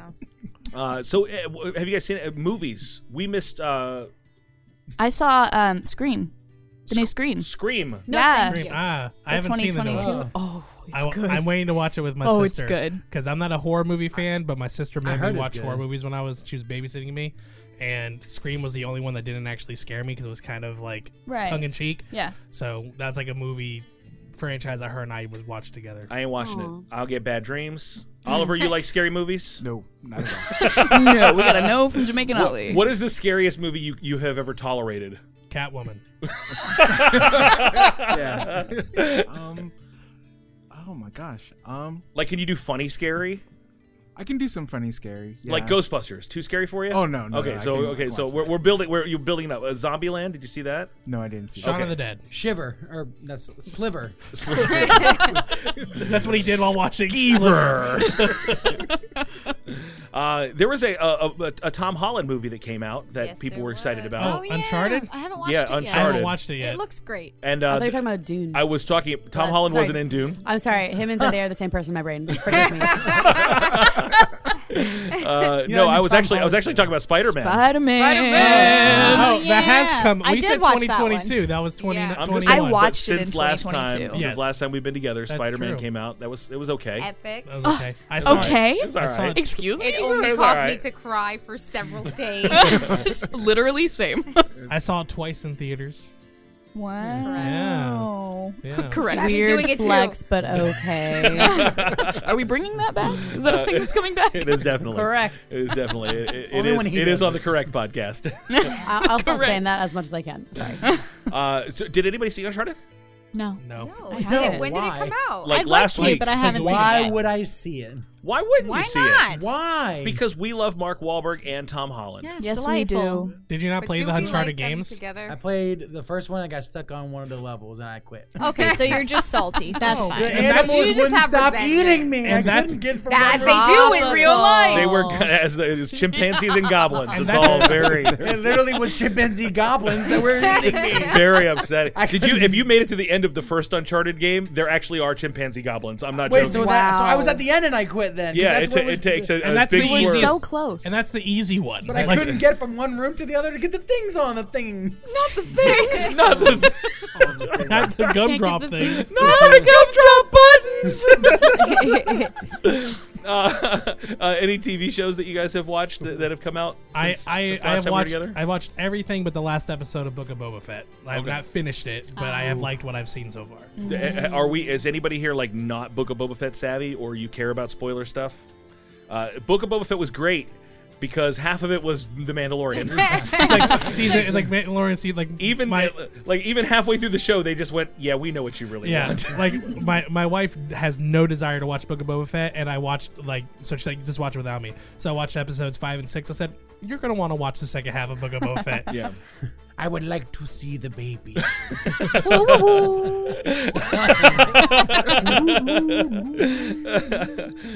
Speaker 12: you.
Speaker 3: Uh, so, uh, w- have you guys seen uh, movies? We missed uh,
Speaker 6: I saw um, Scream, the new Scream.
Speaker 3: Scream.
Speaker 6: yeah.
Speaker 11: Scream. Ah, I haven't seen the new one.
Speaker 6: 2022. Oh, it's
Speaker 11: I,
Speaker 6: good.
Speaker 11: am waiting to watch it with my
Speaker 6: Oh, it's
Speaker 11: sister.
Speaker 6: good.
Speaker 11: Because I'm not a horror movie fan, but my sister made
Speaker 4: heard it's
Speaker 11: me watch
Speaker 4: good.
Speaker 11: horror movies when I was she was babysitting me, and Scream was the only one that didn't actually scare me because it was kind of like
Speaker 6: Right.
Speaker 11: tongue in cheek.
Speaker 6: Yeah.
Speaker 11: So that's like a movie franchise that her and I would watch together.
Speaker 3: I ain't watching
Speaker 11: Aw.
Speaker 3: it.
Speaker 6: Oh.
Speaker 3: I'll get bad dreams. Oliver, you like
Speaker 10: <laughs>
Speaker 3: scary movies?
Speaker 10: No, not
Speaker 3: at
Speaker 6: all. <laughs> No, we got a no from Jamaican
Speaker 3: what,
Speaker 6: Ollie.
Speaker 3: What is the scariest movie you, you have ever tolerated?
Speaker 11: Catwoman.
Speaker 10: <laughs>
Speaker 3: <laughs>
Speaker 10: yeah. Um. Oh my gosh. Um.
Speaker 3: Like, can you do funny scary?
Speaker 10: I can do some funny scary. Yeah.
Speaker 3: Like Ghostbusters? Too scary for you?
Speaker 10: Oh, no, no,
Speaker 3: okay,
Speaker 10: no, I
Speaker 3: so
Speaker 10: can- I
Speaker 3: okay,
Speaker 10: can
Speaker 3: so
Speaker 10: watch
Speaker 3: we're, we're building. We're you building up. Uh, Zombieland? Did you see that?
Speaker 10: No, I didn't see
Speaker 3: Shaun
Speaker 4: Shaun
Speaker 3: of Okay.
Speaker 4: of the
Speaker 3: the
Speaker 4: Dead. Shiver. Or that's Sliver.
Speaker 3: Sliver.
Speaker 11: <laughs>
Speaker 4: <laughs>
Speaker 11: That's what he did while watching
Speaker 3: Skeever.
Speaker 11: Sliver.
Speaker 3: <laughs> uh, there was a a, a a Tom Holland movie that came out that people were excited about.
Speaker 11: Oh, Oh, yeah. Uncharted?
Speaker 12: I haven't watched
Speaker 3: yeah,
Speaker 12: it yet.
Speaker 3: Uncharted.
Speaker 11: I haven't watched it yet.
Speaker 12: It looks great. Uh,
Speaker 3: And
Speaker 5: I
Speaker 3: uh,
Speaker 5: thought you were talking about Dune.
Speaker 3: I was talking. Tom
Speaker 5: That's-
Speaker 3: Holland
Speaker 5: sorry.
Speaker 3: wasn't in
Speaker 12: <laughs>
Speaker 3: Dune.
Speaker 5: I'm sorry. Him and Zendaya are the same person in my brain. Forgive me.
Speaker 3: Uh,
Speaker 5: You
Speaker 3: no,
Speaker 5: know,
Speaker 3: I was
Speaker 5: Tom
Speaker 3: actually I was actually talking about Spider Man.
Speaker 6: Spider-Man.
Speaker 11: Spider-Man. Oh,
Speaker 6: Oh,
Speaker 11: that has
Speaker 6: yeah.
Speaker 11: come.
Speaker 6: I
Speaker 11: We
Speaker 6: did
Speaker 11: said
Speaker 6: watch that one.
Speaker 11: 2022. That, was 20.
Speaker 6: Yeah.
Speaker 3: I'm
Speaker 11: 21.
Speaker 3: just- but since last time. Since
Speaker 11: Yes.
Speaker 3: last time we've been together,
Speaker 11: That's
Speaker 3: Spider Man
Speaker 11: true.
Speaker 3: came out. That was it was okay.
Speaker 16: Epic.
Speaker 11: That was okay. I
Speaker 3: It was
Speaker 11: saw
Speaker 3: alright.
Speaker 11: it.
Speaker 3: It was
Speaker 11: I saw
Speaker 3: alright.
Speaker 11: it.
Speaker 6: Excuse me.
Speaker 16: It only
Speaker 6: It's
Speaker 16: caused
Speaker 6: all
Speaker 16: me
Speaker 6: right.
Speaker 16: to cry for several days.
Speaker 6: Literally same.
Speaker 11: I saw it twice in theaters.
Speaker 6: Wow.
Speaker 11: Yeah. Yeah.
Speaker 6: Correct.
Speaker 5: Weird Doing it too. flex, but okay.
Speaker 6: Are we bringing that back? Is that a thing that's coming
Speaker 3: <laughs>
Speaker 6: back? <laughs>
Speaker 3: It is definitely
Speaker 5: Correct.
Speaker 3: It is definitely it, it- it
Speaker 5: Only
Speaker 3: is
Speaker 5: when he
Speaker 3: it is
Speaker 5: does
Speaker 3: on the correct podcast.
Speaker 5: I'll, I'll stop saying that as much as I can. Sorry.
Speaker 3: uh, so did anybody see Uncharted?
Speaker 5: No.
Speaker 11: No.
Speaker 5: I
Speaker 16: haven't. When did it come out?
Speaker 3: Like
Speaker 16: I'd
Speaker 3: last
Speaker 16: like to,
Speaker 3: week,
Speaker 16: but I haven't seen
Speaker 4: Why
Speaker 16: it yet.
Speaker 4: would I see it?
Speaker 3: Why wouldn't
Speaker 16: Why
Speaker 3: you see
Speaker 16: not?
Speaker 3: it?
Speaker 4: Why?
Speaker 3: Because we love Mark Wahlberg and Tom Holland.
Speaker 16: Yes, delightful.
Speaker 11: Did you not
Speaker 16: But
Speaker 11: play
Speaker 16: do
Speaker 11: the
Speaker 16: we like
Speaker 11: Uncharted
Speaker 16: them
Speaker 11: games?
Speaker 16: together?
Speaker 4: I played the first one. I got stuck on one of the levels and I quit. <laughs>
Speaker 16: Okay, so you're just salty. That's fine.
Speaker 4: Oh, The
Speaker 16: You
Speaker 4: animals
Speaker 16: just
Speaker 4: wouldn't
Speaker 16: have
Speaker 4: stop
Speaker 16: resentment.
Speaker 4: eating me.
Speaker 3: And
Speaker 4: I
Speaker 3: that's-
Speaker 4: <laughs> couldn't get from
Speaker 16: That
Speaker 4: my-
Speaker 16: they do in real life.
Speaker 3: They were as the, it was chimpanzees and goblins. It's
Speaker 4: <laughs>
Speaker 3: all very
Speaker 4: It literally was chimpanzee goblins that were eating
Speaker 3: <laughs>
Speaker 4: me.
Speaker 3: very upsetting. Did you if you made it to the end of the first Uncharted game, there actually are chimpanzee goblins. I'm not
Speaker 4: Wait,
Speaker 3: joking.
Speaker 4: so that so I was at the end and I quit then. 'cause
Speaker 3: Yeah,
Speaker 4: that's
Speaker 3: it
Speaker 4: what
Speaker 3: ta-
Speaker 4: was
Speaker 3: it takes a-
Speaker 4: the-
Speaker 3: a And that's big the one- swerve. so
Speaker 11: close. And that's the easy one.
Speaker 4: But I <laughs>
Speaker 11: Like-
Speaker 4: couldn't get from one room to the other to get the things on the things.
Speaker 16: Not the things.
Speaker 3: Not the
Speaker 11: Not the gumdrop
Speaker 4: the
Speaker 11: <laughs> things.
Speaker 4: the gumdrop buttons.
Speaker 3: uh, <laughs> uh, any TV shows that you guys have watched that, that have come out
Speaker 11: I,
Speaker 3: since,
Speaker 11: I,
Speaker 3: since last
Speaker 11: I have
Speaker 3: time
Speaker 11: watched
Speaker 3: we were together?
Speaker 11: I watched everything but the last episode of Book of Boba Fett. I've
Speaker 3: Okay.
Speaker 11: not finished it, but I have
Speaker 3: Oh.
Speaker 11: liked what I've seen so far.
Speaker 3: D- uh, Are we? Is anybody here like not Book of Boba Fett savvy, or you care about spoiler stuff? Uh, Book of Boba Fett was great because half of it was The Mandalorian.
Speaker 11: <laughs> it's like season. It's like Mandalorian season. Like
Speaker 3: even uh,
Speaker 11: my
Speaker 3: like even halfway through the show, they just went, "Yeah, we know what you really <laughs>
Speaker 11: yeah.
Speaker 3: want."
Speaker 11: <laughs> like my my wife has no desire to watch Book of Boba Fett, and I watched like so she's like just watch it without me. So I watched episodes five and six. I said you're gonna want to watch the second half of Book of Boba Fett.
Speaker 3: <laughs> Yeah.
Speaker 4: I would like to see the
Speaker 11: <laughs>
Speaker 4: baby. <laughs>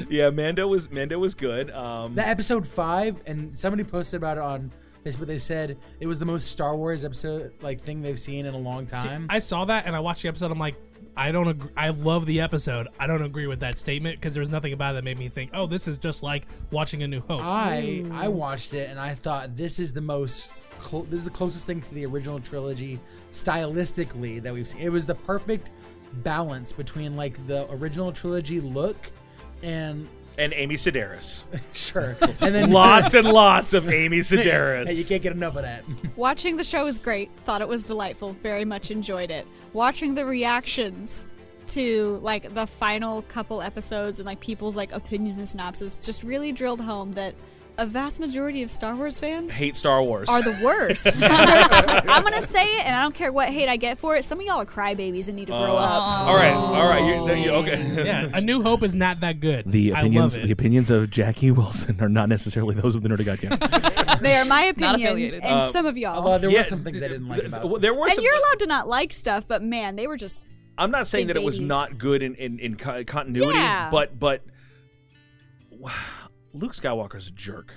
Speaker 3: yeah, Mando was Mando was good. Um,
Speaker 4: The episode five, and somebody posted about it on Facebook. They said it was the most Star Wars episode like thing they've seen in a long
Speaker 11: See,
Speaker 4: time.
Speaker 11: I saw that and I watched the episode. I'm like, I don't agree. I love the episode. I don't agree with that statement because there was nothing about it that made me think, oh, this is just like watching A New
Speaker 3: oh.
Speaker 11: Hope.
Speaker 4: I I watched it and I thought this is the most cl- this is the closest thing to the original trilogy stylistically that we've seen. It was the perfect balance between like the original trilogy look and
Speaker 3: and Amy Sedaris.
Speaker 4: <laughs> sure, and then
Speaker 3: lots and lots of
Speaker 4: <laughs>
Speaker 3: Amy Sedaris.
Speaker 4: Hey, you can't get enough of that.
Speaker 12: Watching the show was great. Thought it was delightful. Very much enjoyed it. Watching the reactions to like the final couple episodes and like people's like opinions and synopsis just really drilled home that a vast majority of Star Wars fans
Speaker 3: Hate Star Wars.
Speaker 12: are the
Speaker 3: <laughs>
Speaker 12: worst. I'm gonna say it, and I don't care what hate I get for it. Some of y'all are crybabies and need to grow
Speaker 3: Uh,
Speaker 12: up.
Speaker 3: All right, all right. You, then you- okay.
Speaker 11: yeah, A New Hope is not that good.
Speaker 3: The opinions,
Speaker 11: I love it.
Speaker 3: the opinions of Jackie Wilson are not necessarily those of the Nerdy Podcast.
Speaker 12: They are my
Speaker 11: Uh. Not
Speaker 12: opinions,
Speaker 11: affiliated.
Speaker 12: and
Speaker 3: Uh,
Speaker 12: some of y'all.
Speaker 4: Although there
Speaker 3: Yeah,
Speaker 4: were some things I didn't like about. it.
Speaker 3: Well, there were
Speaker 12: and
Speaker 3: some.
Speaker 12: you're allowed to not like stuff, but man, they were just.
Speaker 3: I'm not saying
Speaker 12: big
Speaker 3: that it was
Speaker 12: babies.
Speaker 3: not good in in, in co- continuity,
Speaker 12: Yeah.
Speaker 3: but but <sighs> wow, Luke Skywalker's a jerk.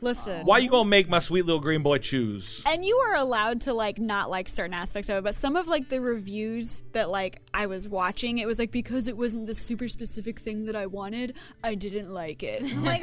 Speaker 12: Listen.
Speaker 3: Why you gonna make my sweet little green boy choose?
Speaker 12: And you are allowed to like not like certain aspects of it, but some of like the reviews that like I was watching, it was like because it wasn't the super specific thing that I wanted, I didn't like it. I'm like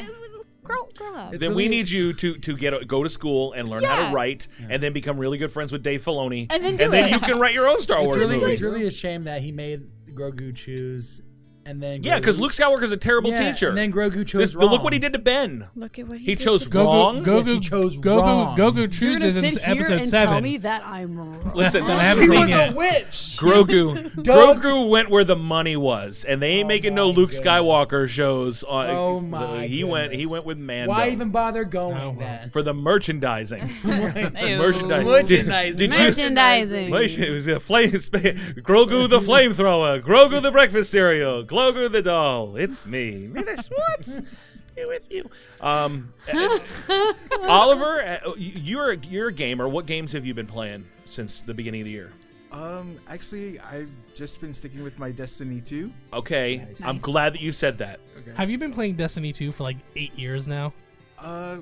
Speaker 12: grow, grow up.
Speaker 3: Mm-hmm. then we need you to to get a, go to school and learn how
Speaker 12: Yeah.
Speaker 3: to write, and then become really good friends with Dave Filoni,
Speaker 12: And then do it.
Speaker 3: you can write your own Star
Speaker 4: it's
Speaker 3: Wars
Speaker 4: really,
Speaker 3: movie.
Speaker 4: It's really a shame that he made Grogu choose, and then
Speaker 3: yeah, because
Speaker 4: Grogu-
Speaker 3: Luke Skywalker's a terrible
Speaker 4: Yeah,
Speaker 3: teacher.
Speaker 4: And then Grogu chose
Speaker 3: This-
Speaker 4: wrong.
Speaker 3: Look what he did to Ben.
Speaker 12: Look at what
Speaker 3: he, chose
Speaker 4: Grogu-
Speaker 3: wrong.
Speaker 4: Grogu- Yes, he chose
Speaker 11: Grogu,
Speaker 4: wrong.
Speaker 11: Grogu
Speaker 5: You're gonna
Speaker 11: chooses in
Speaker 5: sit here
Speaker 11: episode
Speaker 5: and
Speaker 11: seven.
Speaker 5: tell me that I'm wrong.
Speaker 3: Listen,
Speaker 5: <laughs>
Speaker 11: That I haven't seen yet.
Speaker 3: Grogu.
Speaker 11: Doug-
Speaker 3: Grogu went where the money was, and they ain't making no Luke Skywalker shows. On,
Speaker 4: Oh
Speaker 3: so
Speaker 4: my
Speaker 3: He went. He
Speaker 4: goodness.
Speaker 3: went with Mando
Speaker 4: Why even bother going then?
Speaker 3: for the merchandising. <laughs>
Speaker 4: Ew.
Speaker 3: merchandising.
Speaker 4: Merchandising.
Speaker 3: Did you-
Speaker 5: Merchandising.
Speaker 3: Merch- It was a flame. sp- Grogu the flamethrower. Grogu the breakfast cereal. Grogu the doll. It's me. What? with you.
Speaker 11: <laughs>
Speaker 3: Um, uh, Oliver, uh, you- you're a, you're a gamer. What games have you been playing since the beginning of the year?
Speaker 10: Um, actually, I've just been sticking with my Destiny 2.
Speaker 3: Okay, I'm
Speaker 10: Nice.
Speaker 3: glad that you said that.
Speaker 11: Have you been playing Destiny 2 for like eight years now?
Speaker 10: Uh,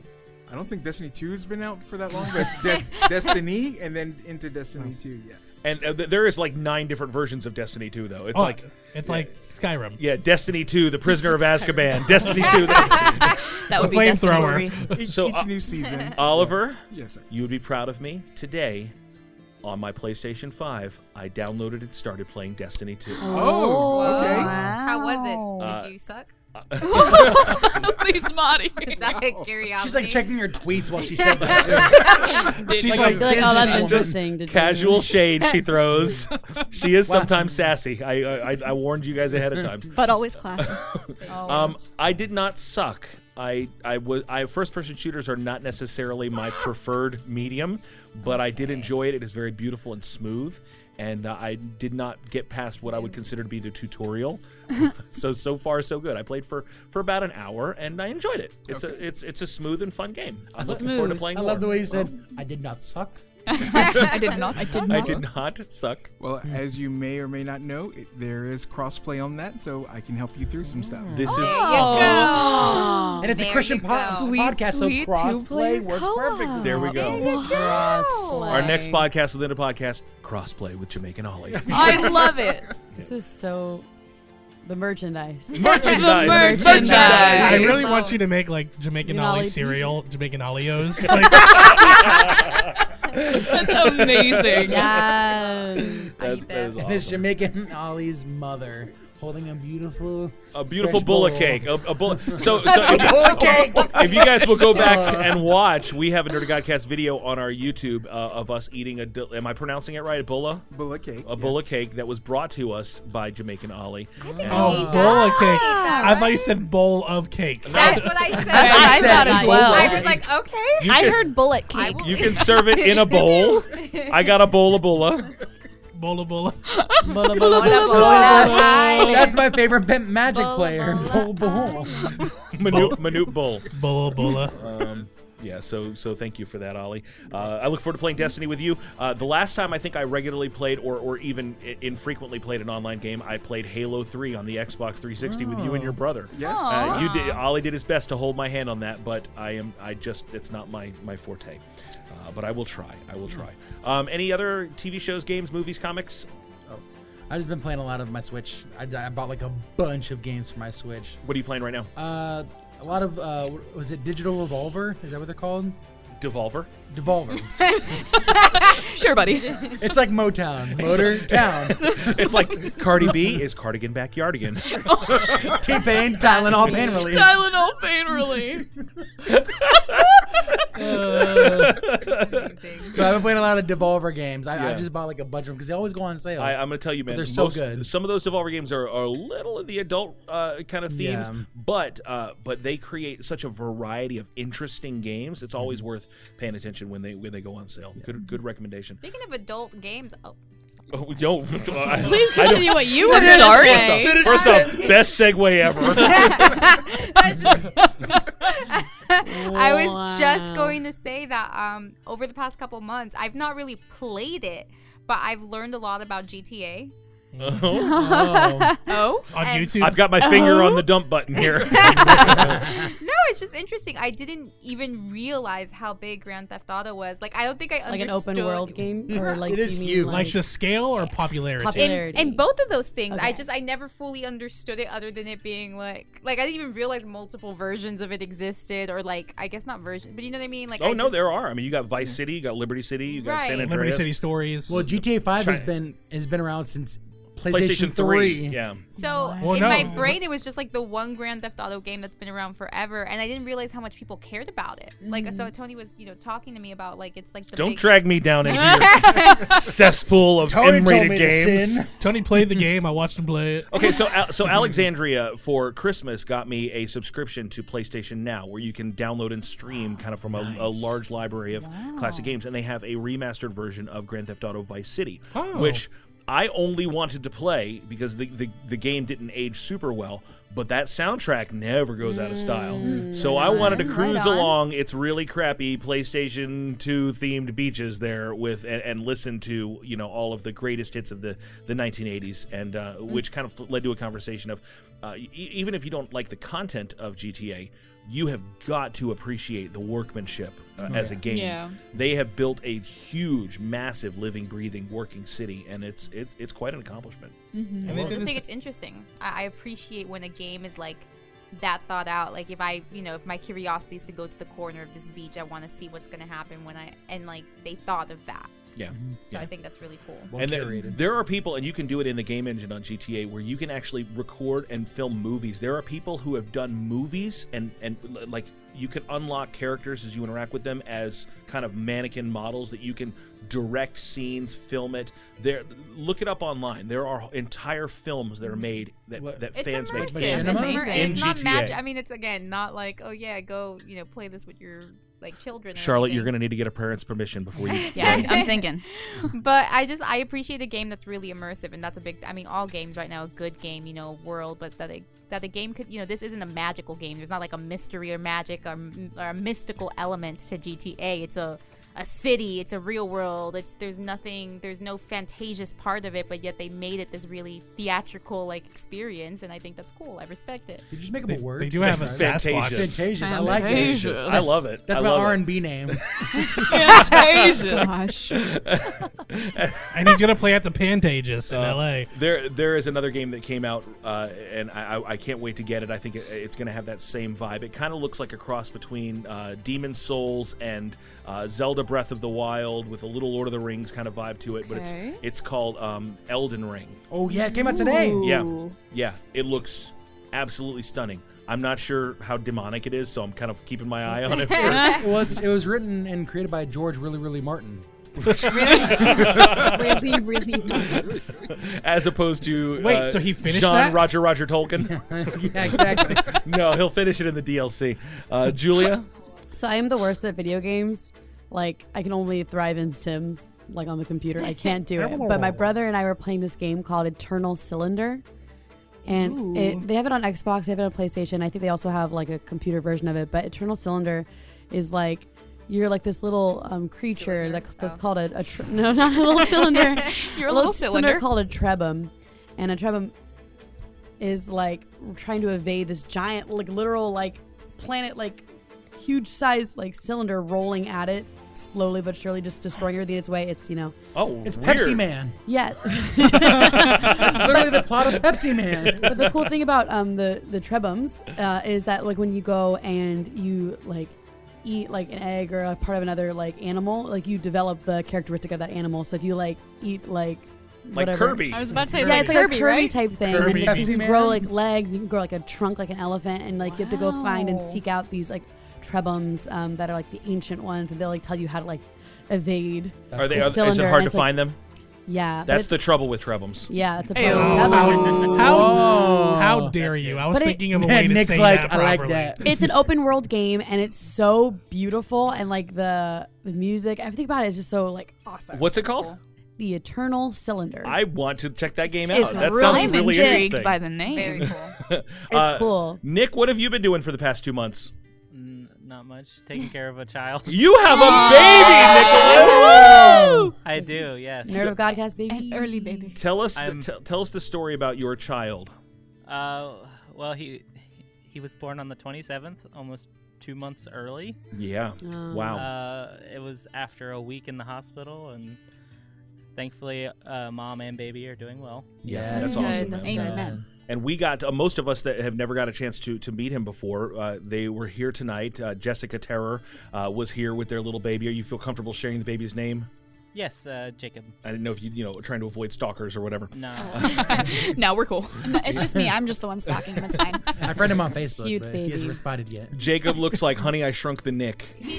Speaker 10: I don't think Destiny 2 has been out for that long,
Speaker 3: <laughs>
Speaker 10: but Des- Destiny and then into Destiny 2, yes.
Speaker 3: And uh, th- there is like nine different versions of Destiny 2, though. It's
Speaker 11: Oh,
Speaker 3: like
Speaker 11: it's like Skyrim.
Speaker 3: yeah, Destiny 2, The Prisoner of
Speaker 11: It's like Skyrim.
Speaker 3: Azkaban, Destiny
Speaker 11: <laughs>
Speaker 3: 2, the,
Speaker 11: That would The be Destiny flamethrower. <laughs> three.
Speaker 3: so uh,
Speaker 11: Each-
Speaker 10: each new season.
Speaker 3: <laughs> Oliver,
Speaker 10: Yeah. Yes, sir.
Speaker 3: you would be proud of me today. On my PlayStation 5, I downloaded and started playing Destiny 2.
Speaker 10: Oh, okay.
Speaker 9: How was it?
Speaker 3: Uh,
Speaker 9: Did you suck?
Speaker 3: <laughs>
Speaker 9: <laughs>
Speaker 6: <laughs> Please, Marty.
Speaker 9: Is that a curiosity?
Speaker 4: She's like checking her tweets while she
Speaker 3: <laughs>
Speaker 4: said <laughs>
Speaker 9: that.
Speaker 4: She's
Speaker 5: Like, like, like, oh, that's
Speaker 4: businesswoman.
Speaker 5: interesting. Did you-
Speaker 3: Casual shade she <laughs> throws. she is sometimes sassy. I, I I warned you guys ahead of <laughs> time.
Speaker 12: But always classy.
Speaker 3: Um, I did not suck. I I was I first person shooters are not necessarily <gasps> my preferred medium, but I did enjoy it. It is very beautiful and smooth, and uh, I did not get past what I would consider to be the <laughs> tutorial. so so far so good. I played for for about an hour and I enjoyed it. It's a it's it's a smooth and fun game. I'm looking forward to playing
Speaker 4: I
Speaker 3: more.
Speaker 4: love the way he said, "I did not suck."
Speaker 6: <laughs> <laughs> I
Speaker 4: <laughs>
Speaker 6: did not
Speaker 3: I did not. I did not suck.
Speaker 10: Well, as you may or may not know, it, there is crossplay on that, so I can help you through some stuff.
Speaker 3: Mm. This is
Speaker 4: Oh. And it's a
Speaker 9: There
Speaker 4: Christian
Speaker 9: you
Speaker 4: po-
Speaker 9: go.
Speaker 4: podcast,
Speaker 9: Sweet,
Speaker 4: so crossplay
Speaker 9: two-player
Speaker 4: works
Speaker 9: co-op.
Speaker 4: perfectly.
Speaker 3: There we go. There you
Speaker 4: Crossplay.
Speaker 3: Our next podcast within a podcast crossplay with Jamaican Ollie.
Speaker 5: <laughs> I love it. This is so. The merchandise. <laughs>
Speaker 3: Merchandise.
Speaker 5: merchandise.
Speaker 11: I really want you to make like Jamaican
Speaker 5: Jamaican
Speaker 11: Ollie
Speaker 5: Ollie
Speaker 11: cereal, Jamaican
Speaker 9: <laughs>
Speaker 11: Ollios.
Speaker 6: That's amazing.
Speaker 3: That's- that is
Speaker 4: And it's Jamaican Ollie's mother holding a beautiful,
Speaker 3: A beautiful
Speaker 4: fresh
Speaker 3: bowl
Speaker 4: bowl.
Speaker 3: of cake. A, a bowl.
Speaker 4: <laughs>
Speaker 3: So, so
Speaker 4: A
Speaker 3: if,
Speaker 4: bowl
Speaker 3: <laughs>
Speaker 4: of cake.
Speaker 3: if you guys will
Speaker 4: <laughs>
Speaker 3: go back
Speaker 4: Uh.
Speaker 3: and watch, we have a Nerdy Godcast video on our YouTube uh, of us eating a. di- Am I pronouncing it right? Ebola.
Speaker 10: Bowl of cake.
Speaker 3: A bowl of cake that was brought to us by Jamaican Ollie. And-
Speaker 11: oh, bowl of cake. I thought you said bowl of cake.
Speaker 9: That's
Speaker 11: <laughs>
Speaker 9: what I said.
Speaker 11: That's what I thought as well.
Speaker 9: I was like, okay.
Speaker 3: You I can- heard
Speaker 9: bullet cake. <laughs>
Speaker 3: You can serve it
Speaker 4: <laughs>
Speaker 3: in a
Speaker 11: <laughs>
Speaker 3: bowl. I got a bowl of bola.
Speaker 11: Bola bola.
Speaker 4: Bola, bola,
Speaker 11: Bola,
Speaker 4: bola,
Speaker 11: bola, bola.
Speaker 4: bola. Oh, That's my favorite bit magic player. Bola, bola.
Speaker 3: Manute, Manute Bull.
Speaker 11: Bull, bulla.
Speaker 3: Um, yeah, so so thank you for that, Ollie. Uh, I look forward to playing Destiny with you. Uh, the last time I think I regularly played, or or even i- infrequently played an online game, I played Halo Three on the Xbox 360 with you and your
Speaker 4: Oh.
Speaker 3: brother.
Speaker 10: Yeah.
Speaker 3: uh, you
Speaker 10: Aw.
Speaker 3: did. Ollie did his best to hold my hand on that, but I am I just it's not my my forte. Uh, but I will try. I will try. Um, any other TV shows, games, movies, comics?
Speaker 4: I've just been playing a lot of my Switch. I, I bought like a bunch of games for my Switch.
Speaker 3: What are you playing right now?
Speaker 4: Uh, a lot of uh, wh- was it Digital Revolver? Is that what they're called?
Speaker 3: Devolver.
Speaker 4: Devolver.
Speaker 6: sure, buddy.
Speaker 4: it's like Motown,
Speaker 3: <laughs>
Speaker 4: Motor Town.
Speaker 3: it's like Cardi B is Cardigan Backyardigan.
Speaker 4: <laughs> T Pain, Tylenol pain relief.
Speaker 6: Tylenol pain relief.
Speaker 15: but I've been playing a lot of Devolver games. I, I
Speaker 3: Yeah.
Speaker 15: just bought like a bunch of them because they always go on sale.
Speaker 3: I, I'm going to tell you, man.
Speaker 15: But they're so
Speaker 3: most-
Speaker 15: good.
Speaker 3: Some of those Devolver games are, are a little of the adult uh, kind of themes,
Speaker 15: Yeah.
Speaker 3: but uh, but they create such a variety of interesting games. It's
Speaker 15: Mm-hmm.
Speaker 3: always worth paying attention when they when they go on sale. Good good recommendation.
Speaker 9: Speaking of adult games, oh,
Speaker 3: Oh, we
Speaker 9: <laughs>
Speaker 3: don't. <laughs> I-
Speaker 9: Please
Speaker 3: I don't-
Speaker 9: continue what you were gonna
Speaker 3: Sorry.
Speaker 9: say. Finish
Speaker 3: First
Speaker 9: your
Speaker 3: off,
Speaker 9: sentence.
Speaker 3: best segue
Speaker 9: <laughs>
Speaker 3: ever.
Speaker 9: I was just going to say that um, over the past couple months, I've not really played it, but I've learned a lot about GTA.
Speaker 3: Oh.
Speaker 9: <laughs> Oh?
Speaker 3: On
Speaker 9: And- Oh?
Speaker 3: YouTube? I've got my finger on the dump button here. <laughs>
Speaker 9: <laughs> no, it's just interesting. I didn't even realize how big Grand Theft Auto was. Like, I don't think I
Speaker 5: Like
Speaker 9: understood.
Speaker 5: an open world game,
Speaker 15: <laughs>
Speaker 5: or like
Speaker 11: it is
Speaker 5: you mean,
Speaker 11: huge.
Speaker 5: Like,
Speaker 11: Like the scale or popularity?
Speaker 9: In, in both of those things, I
Speaker 5: Okay.
Speaker 9: just I never fully understood it, other than it being like like I didn't even realize multiple versions of it existed, or like I guess not versions, but you know what I mean? Like
Speaker 3: oh
Speaker 9: I
Speaker 3: no,
Speaker 9: just-
Speaker 3: there are. I mean, you got Vice City, you got Liberty City, you got San
Speaker 9: Right.
Speaker 3: Andreas.
Speaker 11: Liberty City Stories.
Speaker 15: Well, GTA Five has
Speaker 3: Chi-
Speaker 15: been has been around since PlayStation, 3.
Speaker 3: PlayStation 3, yeah.
Speaker 9: So
Speaker 15: Well,
Speaker 9: in
Speaker 15: no.
Speaker 9: my brain, it was just like the one Grand Theft Auto game that's been around forever, and I didn't realize how much people cared about it. Like so, Tony was you know talking to me about like it's like the
Speaker 3: Mm. Don't
Speaker 9: big-
Speaker 3: drag me down into
Speaker 9: <laughs>
Speaker 15: <laughs>
Speaker 3: your cesspool of M-rated games.
Speaker 11: Tony played the game. I watched him play it.
Speaker 3: Okay, so Al-
Speaker 11: <laughs>
Speaker 3: so Alexandria for Christmas got me a subscription to PlayStation Now, where you can download and
Speaker 11: Ah,
Speaker 3: stream kind of from a, a large library of classic games, and they have a remastered version of Grand Theft Auto Vice City,
Speaker 11: Oh.
Speaker 3: which I only wanted to play because the, the the game didn't age super well, but that soundtrack never goes out of style.
Speaker 11: Mm.
Speaker 3: So I wanted to cruise
Speaker 11: on.
Speaker 3: along its really crappy PlayStation 2 themed beaches there with and, and listen to you know all of the greatest hits of the the 1980s, and uh,
Speaker 11: Mm.
Speaker 3: which kind of led to a conversation of uh, e- even if you don't like the content of GTA. You have got to appreciate the workmanship uh, as a
Speaker 11: Oh, Yeah.
Speaker 3: game.
Speaker 11: Yeah.
Speaker 3: They have built a huge, massive, living, breathing, working city, and it's it, it's quite an accomplishment.
Speaker 11: Mm.
Speaker 5: Mm-hmm.
Speaker 9: I
Speaker 3: And they
Speaker 9: well,
Speaker 3: did
Speaker 9: just
Speaker 3: this-
Speaker 9: think it's interesting. I, I appreciate when a game is like that thought out. Like if I, you know, if my curiosity is to go to the corner of this beach, I want to see what's going to happen when I and like they thought of that.
Speaker 3: Yeah.
Speaker 11: Mm-hmm.
Speaker 9: So I think that's really cool.
Speaker 3: and there- there are people, and you can do it in the game engine on GTA, where you can actually record and film movies. There are people who have done movies, and and l- like you can unlock characters as you interact with them as kind of mannequin models that you can direct scenes, film it. There, look it up online. There are entire films that are made that, that
Speaker 9: It's
Speaker 3: fans make.
Speaker 9: immersive. It's,
Speaker 3: in
Speaker 9: immersive. it's not
Speaker 3: GTA.
Speaker 9: magic. I mean, it's again not like oh yeah, go you know play this with your like children. or
Speaker 3: Charlotte, you're going to need to get a parent's permission before
Speaker 9: <laughs>
Speaker 3: you.
Speaker 9: Yeah, I'm thinking. but I just I appreciate a game that's really immersive, and that's a big. I mean, all games right now, a good game, you know, world, but that a that a game could, you know, this isn't a magical game. There's not like a mystery or magic or, or a mystical element to GTA. It's a a city. It's a real world. It's there's nothing. There's no fantasious part of it, but yet they made it this really theatrical like experience, and I think that's cool. I respect it.
Speaker 15: Did you just make up
Speaker 11: They-
Speaker 15: a word?
Speaker 11: they do have a Sasquatch.
Speaker 15: Fantasias. I like it.
Speaker 11: Fantasias.
Speaker 3: I love it.
Speaker 15: That's
Speaker 3: I
Speaker 15: my
Speaker 3: love it.
Speaker 15: R and B
Speaker 14: <laughs>
Speaker 15: name.
Speaker 3: <laughs>
Speaker 11: and he's gonna play at the Pantages in
Speaker 3: Uh,
Speaker 11: L.A.
Speaker 3: There, there is another game that came out, uh, and I, I- I can't wait to get it. I think it, it's going to have that same vibe. It kind of looks like a cross between uh, Demon Souls and uh, Zelda Breath of the Wild, with a little Lord of the Rings kind of vibe to it. But it's
Speaker 15: Okay.
Speaker 3: it's called um, Elden Ring.
Speaker 15: Oh yeah, it came out today.
Speaker 3: Yeah, yeah, it looks absolutely stunning. I'm not sure how demonic it is, so I'm kind of keeping my eye
Speaker 4: <laughs>
Speaker 3: on it. first.
Speaker 15: well, it's, it was written and created by George Really
Speaker 14: <laughs>
Speaker 15: Really
Speaker 3: <laughs>
Speaker 15: Martin.
Speaker 3: Really?
Speaker 14: really, really.
Speaker 3: As opposed to
Speaker 11: Wait,
Speaker 3: uh,
Speaker 11: so he finished
Speaker 3: John
Speaker 11: that?
Speaker 3: Roger Roger
Speaker 11: <laughs>
Speaker 3: Tolkien.
Speaker 15: yeah, exactly.
Speaker 3: no, he'll finish it in the DLC. Uh, Julia,
Speaker 5: so I am the worst at video games. Like I can only thrive in Sims, like on the computer. I can't do it. But my brother and I were playing this game called Eternal Cylinder, and
Speaker 18: Ooh.
Speaker 5: it, they have it on Xbox. They have it on PlayStation. I think they also have like a computer version of it. But Eternal Cylinder is like. You're like this little um, creature that, that's called a, a tr- <laughs> no, not a little cylinder.
Speaker 6: <laughs> You're a little cylinder.
Speaker 5: called a trebum, and a trebum is like trying to evade this giant, like literal, like planet, like huge size, like cylinder rolling at it slowly but surely, just destroying everything in its way. It's you know,
Speaker 3: Oh,
Speaker 15: It's Pepsi Man.
Speaker 5: yeah.
Speaker 15: <laughs> That's literally the plot of Pepsi Man.
Speaker 5: but the cool thing about um, the the trebums uh, is that like when you go and you like eat like an egg or a part of another like animal, like you develop the characteristic of that animal. So if you like eat like
Speaker 3: Like
Speaker 5: whatever-
Speaker 3: Kirby. I was about to say,
Speaker 5: yeah,
Speaker 3: like
Speaker 5: it's like
Speaker 3: Kirby,
Speaker 5: a Kirby
Speaker 3: right?
Speaker 5: type thing.
Speaker 3: Kirby
Speaker 5: and
Speaker 3: meets
Speaker 5: you can
Speaker 3: Man.
Speaker 5: grow like legs, you can grow like a trunk like an elephant, and like you have to go find and
Speaker 3: Wow.
Speaker 5: seek out these like trebums um, that are like the ancient ones, and they'll like tell you how to like evade.
Speaker 3: Are they?
Speaker 5: the
Speaker 3: Are, is it
Speaker 5: cylinder,
Speaker 3: hard
Speaker 5: and
Speaker 3: to
Speaker 5: it's, like-
Speaker 3: find them?
Speaker 5: Yeah, but
Speaker 3: That's
Speaker 5: it-
Speaker 3: the trouble with Trebums.
Speaker 5: Yeah, it's a
Speaker 11: Ew.
Speaker 5: trouble. trouble.
Speaker 11: How, how dare you? I was
Speaker 5: But it-
Speaker 11: thinking of a way to
Speaker 15: Nick's
Speaker 11: say
Speaker 15: like,
Speaker 11: that
Speaker 15: "I like
Speaker 11: properly."
Speaker 15: that.
Speaker 5: it's an open world game and it's so beautiful and like the the music everything about it is just so like awesome
Speaker 3: What's it called?
Speaker 5: the eternal cylinder
Speaker 3: I want to check that game out.
Speaker 5: It's
Speaker 3: that
Speaker 5: really-
Speaker 3: sounds
Speaker 5: I'm
Speaker 3: really
Speaker 5: intrigued
Speaker 3: interesting. <laughs>
Speaker 6: by the name. Very
Speaker 3: cool.
Speaker 5: cool.
Speaker 3: Nick, what have you been doing for the past two months?
Speaker 13: N- not much. Taking care of a child.
Speaker 3: <laughs> You have a
Speaker 13: Yay!
Speaker 3: baby, Nicholas!
Speaker 13: I do. Yes.
Speaker 5: nerd of godcast baby early baby
Speaker 3: Tell us, the,
Speaker 13: I'm-
Speaker 3: tell- tell us the story about your child.
Speaker 13: Uh, well, he he was born on the 27th, almost two months early.
Speaker 3: Yeah. Oh. Wow.
Speaker 13: Uh, it was after a week in the hospital, and thankfully, uh, mom and baby are doing well.
Speaker 3: Yeah, that's awesome. And we got uh, most of us that have never got a chance to to meet him before. Uh, they were here tonight. Uh, Jessica Terror uh, was here with their little baby. Are you feel comfortable sharing the baby's name?
Speaker 13: Yes, uh,
Speaker 5: <laughs>
Speaker 13: Jacob.
Speaker 3: I didn't know if you you know trying to avoid stalkers or whatever.
Speaker 13: No.
Speaker 15: <laughs>
Speaker 9: <laughs>
Speaker 6: no, we're cool.
Speaker 14: Oh. It's just me. I'm just the one stalking him. It's fine.
Speaker 15: I friend him on Facebook,
Speaker 14: Cute
Speaker 15: but he
Speaker 14: baby.
Speaker 15: hasn't responded yet.
Speaker 3: Jacob looks like Honey I Shrunk the Nick.
Speaker 14: does.
Speaker 13: <laughs>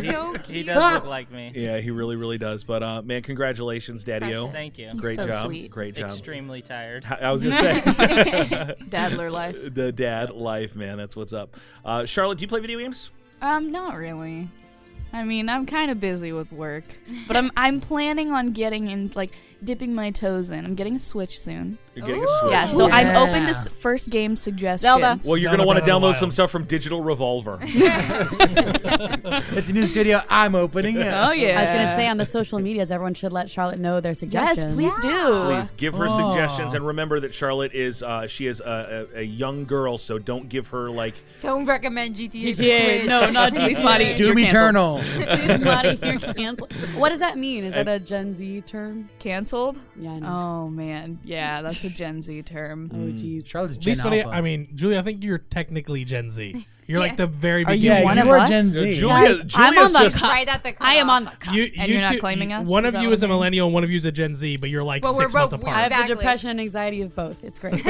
Speaker 13: He- He does
Speaker 6: <laughs>
Speaker 13: look like me.
Speaker 3: Yeah, he really really does. But uh, man, congratulations, Daddy-O.
Speaker 13: Thank you.
Speaker 3: Great job. Great job.
Speaker 13: Extremely tired.
Speaker 3: I I was gonna say
Speaker 6: <laughs> Dadler life.
Speaker 3: The dad life, man. That's what's up. Uh, Charlotte, do you play video games?
Speaker 6: Um, not really. I mean, I'm kind of busy with work, but I'm I'm planning on getting in, like dipping my toes in. I'm getting a Switch soon.
Speaker 3: You're getting a Ooh. Switch.
Speaker 6: Yeah, so I'm open to
Speaker 3: Yeah.
Speaker 6: s- first game suggestions.
Speaker 3: Well, you're gonna want to download some stuff from Digital
Speaker 6: <laughs>
Speaker 3: Revolver.
Speaker 15: it's a new studio I'm opening.
Speaker 4: Oh,
Speaker 14: Oh,
Speaker 5: I was gonna say on the social medias, everyone should let Charlotte know their suggestions. Oh.
Speaker 6: please do.
Speaker 3: Please give her
Speaker 13: Oh.
Speaker 6: Aw.
Speaker 3: suggestions, and remember that Charlotte is uh, she is a, a, a young girl, so don't give her like
Speaker 9: Don't recommend GTA.
Speaker 5: GTA,
Speaker 9: Switch.
Speaker 5: no,
Speaker 9: <laughs>
Speaker 5: not GTA. Marty,
Speaker 15: Doom
Speaker 5: <laughs>
Speaker 13: Oh.
Speaker 15: Eternal.
Speaker 5: Please,
Speaker 3: <laughs>
Speaker 5: Marty, you're canceled. What does that mean? Is that a Gen Z term?
Speaker 6: Canceled?
Speaker 5: Yeah. I know.
Speaker 6: Oh man, yeah, that's a Gen Z term.
Speaker 5: Oh,
Speaker 3: Hmm.
Speaker 5: geez.
Speaker 15: Charlotte's
Speaker 11: Least buddy, I mean, Julie, I think you're technically Gen Z. You're like the very
Speaker 6: Are you
Speaker 11: beginning.
Speaker 6: one of us?
Speaker 11: Julia,
Speaker 5: I'm on
Speaker 11: Julia's
Speaker 5: the
Speaker 11: just-
Speaker 5: cusp. Right at the I am on the cusp.
Speaker 11: You, you two- you- One of you is a millennial, and one of you is a Gen Z, but you're like six months apart.
Speaker 5: I have the depression and anxiety of both. It's great.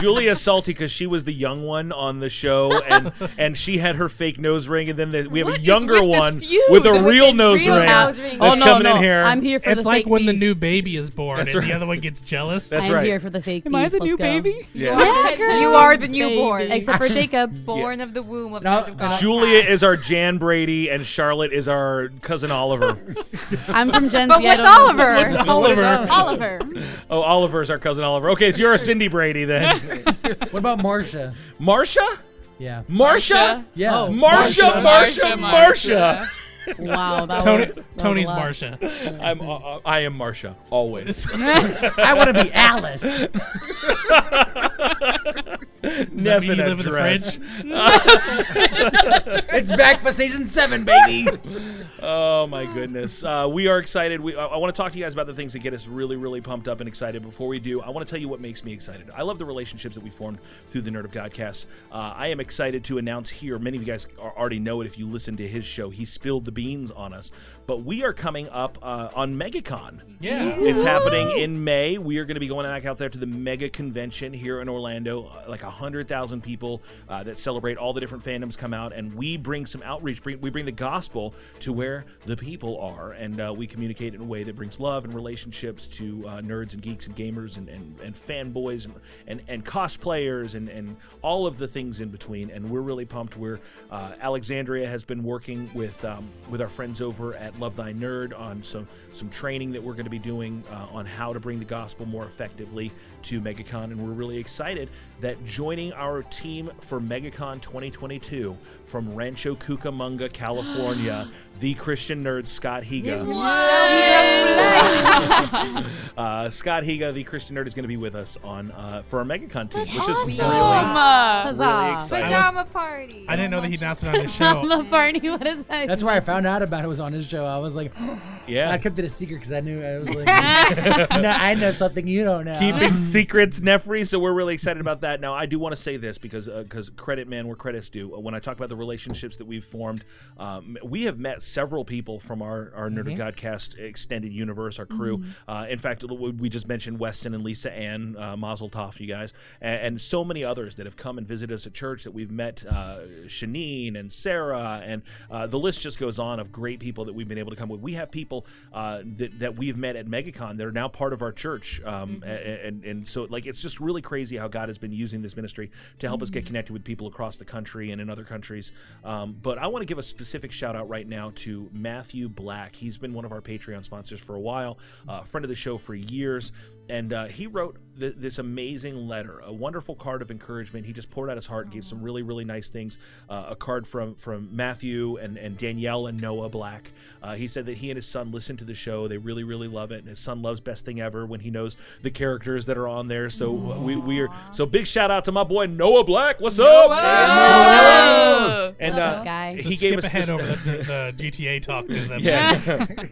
Speaker 3: Julia's salty because she was the young one on the show, and and she had her fake nose ring, and then the, we have a younger
Speaker 11: with this
Speaker 3: one
Speaker 11: feud?
Speaker 3: with a
Speaker 11: With
Speaker 3: real
Speaker 11: this
Speaker 3: nose
Speaker 11: real
Speaker 3: ring.
Speaker 11: nose ring.
Speaker 3: That's
Speaker 11: Oh, no,
Speaker 3: coming
Speaker 11: no.
Speaker 3: in here.
Speaker 5: I'm here for
Speaker 11: it's
Speaker 5: the
Speaker 11: like
Speaker 5: fake
Speaker 11: when the
Speaker 5: beef.
Speaker 11: new baby is born
Speaker 3: That's
Speaker 11: and
Speaker 3: right.
Speaker 11: the other one gets jealous.
Speaker 3: That's
Speaker 5: I'm here for the fake
Speaker 6: Am I
Speaker 5: beef.
Speaker 6: the
Speaker 5: Let's
Speaker 6: new
Speaker 5: go.
Speaker 6: baby?
Speaker 3: Yeah.
Speaker 9: Yeah, girl. You are the newborn.
Speaker 5: Baby. Except for Jacob.
Speaker 9: Born of the womb of the
Speaker 5: uh,
Speaker 3: Julia is our Jan Brady, and Charlotte is our cousin Oliver.
Speaker 11: <laughs>
Speaker 5: I'm from
Speaker 4: <laughs>
Speaker 5: Gen
Speaker 9: But
Speaker 5: Z. I
Speaker 9: what's
Speaker 5: don't-
Speaker 9: Oliver?
Speaker 3: What's Oliver?
Speaker 9: Oliver.
Speaker 3: oh, Oliver's our cousin Oliver. Okay, so you're a Cindy Brady then.
Speaker 15: what about Marcia?
Speaker 3: Marsha?
Speaker 15: Yeah.
Speaker 3: Marsha?
Speaker 15: Yeah.
Speaker 3: Oh, Marsha, Marsha, Marsha.
Speaker 5: Wow, that
Speaker 11: Tony,
Speaker 5: was- that was
Speaker 11: Tony's
Speaker 5: a lot.
Speaker 11: Marsha.
Speaker 3: <laughs> I'm uh, I am Marsha <laughs> always.
Speaker 15: I want to be
Speaker 3: <laughs>
Speaker 15: Alice.
Speaker 3: Never
Speaker 11: mean you live in the
Speaker 3: dress.
Speaker 15: <laughs>
Speaker 3: <laughs>
Speaker 15: it's back for season seven, <laughs> baby.
Speaker 3: Oh my goodness! Uh, we are excited. We I, I want to talk to you guys about the things that get us really, really pumped up and excited. Before we do, I want to tell you what makes me excited. I love the relationships that we formed through the Nerd of Godcast. Uh, I am excited to announce here. Many of you guys are, already know it if you listen to his show. He spilled the beans on us, but we are coming up uh, on MegaCon.
Speaker 11: Yeah.
Speaker 3: it's
Speaker 11: Woo!
Speaker 3: happening in May. We are going to be going back out there to the mega convention here in Orlando. Uh, Like a hundred thousand people uh, that celebrate all the different fandoms come out, and we bring some outreach. Bring, we bring the gospel to where the people are, and uh, we communicate in a way that brings love and relationships to uh, nerds and geeks and gamers and and, and fanboys and, and and cosplayers and and all of the things in between. And we're really pumped. We're uh, Alexandria has been working with um, with our friends over at Love Thy Nerd on some some training that we're going to be doing uh, on how to bring the gospel more effectively to MegaCon, and we're really excited that joining our team for MegaCon 2022 from Rancho Cucamonga, California, the Christian nerd Scott Higa. <laughs> Uh, Scott Higa, the Christian nerd, is going to be with us on uh, for our MegaCon team, which is really, really exciting.
Speaker 9: party.
Speaker 11: I didn't know that he announced it on
Speaker 5: <laughs>
Speaker 11: his
Speaker 5: I'm
Speaker 11: show.
Speaker 5: a Barney. What is that?
Speaker 15: That's where I found out about it was on his show. I was
Speaker 3: <gasps>
Speaker 15: like,
Speaker 3: Yeah.
Speaker 15: I kept it a secret because I knew I was
Speaker 5: <laughs>
Speaker 15: like, <laughs> no, I know something you don't know. Um,
Speaker 3: keeping <laughs> secrets, Nefri. So we're really excited about that. Now, I do want to say this Uh, because because credit man where credits due. Uh, When I talk about the relationships that we've formed, um, we have met several people from our, our Nerd
Speaker 18: Mhm.
Speaker 3: of Godcast extended universe, our crew.
Speaker 18: Mhm.
Speaker 3: Uh, in fact, l- we just mentioned Weston and Lisa Ann, uh, Mazel Tov, you guys, and, and so many others that have come and visited us at church that we've met uh, Shaneen and Sarah, and uh, the list just goes on of great people that we've been able to come with. We have people uh, that, that we've met at MegaCon that are now part of our church. Um,
Speaker 18: Mhm.
Speaker 3: a- a- and, and, so, like, it's just really crazy how God has been using this ministry to help us get
Speaker 18: Mhm.
Speaker 3: connected with people across the country and in other countries. Um, but I want to give a specific shout out right now to Matthew Black. He's been one of our Patreon sponsors for a while, uh, friend of the show for years. And uh, he wrote th- this amazing letter, a wonderful card of encouragement. He just poured out his heart, and gave some really, really nice things. Uh, a card from from Matthew and, and Danielle and Noah Black. Uh, he said that he and his son listen to the show. They really, really love it. And his son loves Best Thing Ever when he knows the characters that are on there. So uh, we, we are so big shout out to my boy Noah Black. What's up?
Speaker 11: Noah!
Speaker 3: And
Speaker 11: What's up,
Speaker 3: uh,
Speaker 11: guy?
Speaker 3: he
Speaker 11: Just
Speaker 3: gave
Speaker 11: skip
Speaker 3: us
Speaker 11: ahead
Speaker 3: this- <laughs>
Speaker 11: over the- the GTA talk this episode.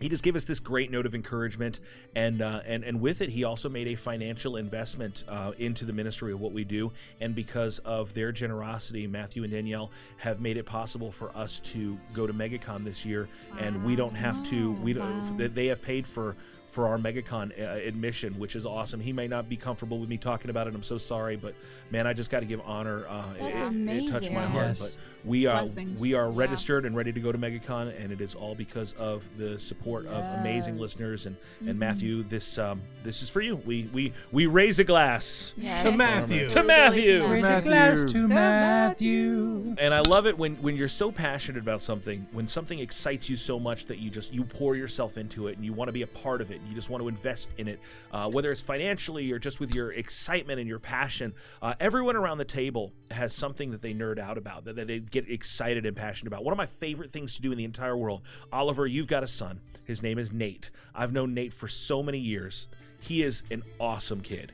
Speaker 3: he just gave us this great note of encouragement, and uh, and and with it, he also made a financial investment uh, into the ministry of what we do. And because of their generosity, Matthew and Danielle have made it possible for us to go to MegaCon this year, and we don't have to. We don't. that They have paid for. For our MegaCon uh, admission, which is awesome. He may not be comfortable with me talking about it. I'm so sorry, but man, I just got to give honor. Uh,
Speaker 18: That's
Speaker 3: it, It touched my
Speaker 18: amazing.
Speaker 3: heart.
Speaker 18: Yes.
Speaker 3: But we are
Speaker 18: Blessings.
Speaker 3: we are registered and ready to go to MegaCon, and it is all because of the support of amazing
Speaker 18: Yes.
Speaker 3: listeners and,
Speaker 18: Mhm.
Speaker 4: Mm-hmm.
Speaker 3: and Matthew. This um, this is for you. We we we raise a glass
Speaker 18: Yes.
Speaker 11: To Matthew.
Speaker 3: to Matthew.
Speaker 4: Raise a glass
Speaker 5: <laughs>
Speaker 4: to Matthew.
Speaker 3: And I love it when when you're so passionate about something, when something excites you so much that you just you pour yourself into it and you want to be a part of it. And you just want to invest in it, uh, whether it's financially or just with your excitement and your passion. Uh, everyone around the table has something that they nerd out about that, that they get excited and passionate about. One of my favorite things to do in the entire world, Oliver, you've got a son. His name is Nate. I've known Nate for so many years. He is an awesome kid.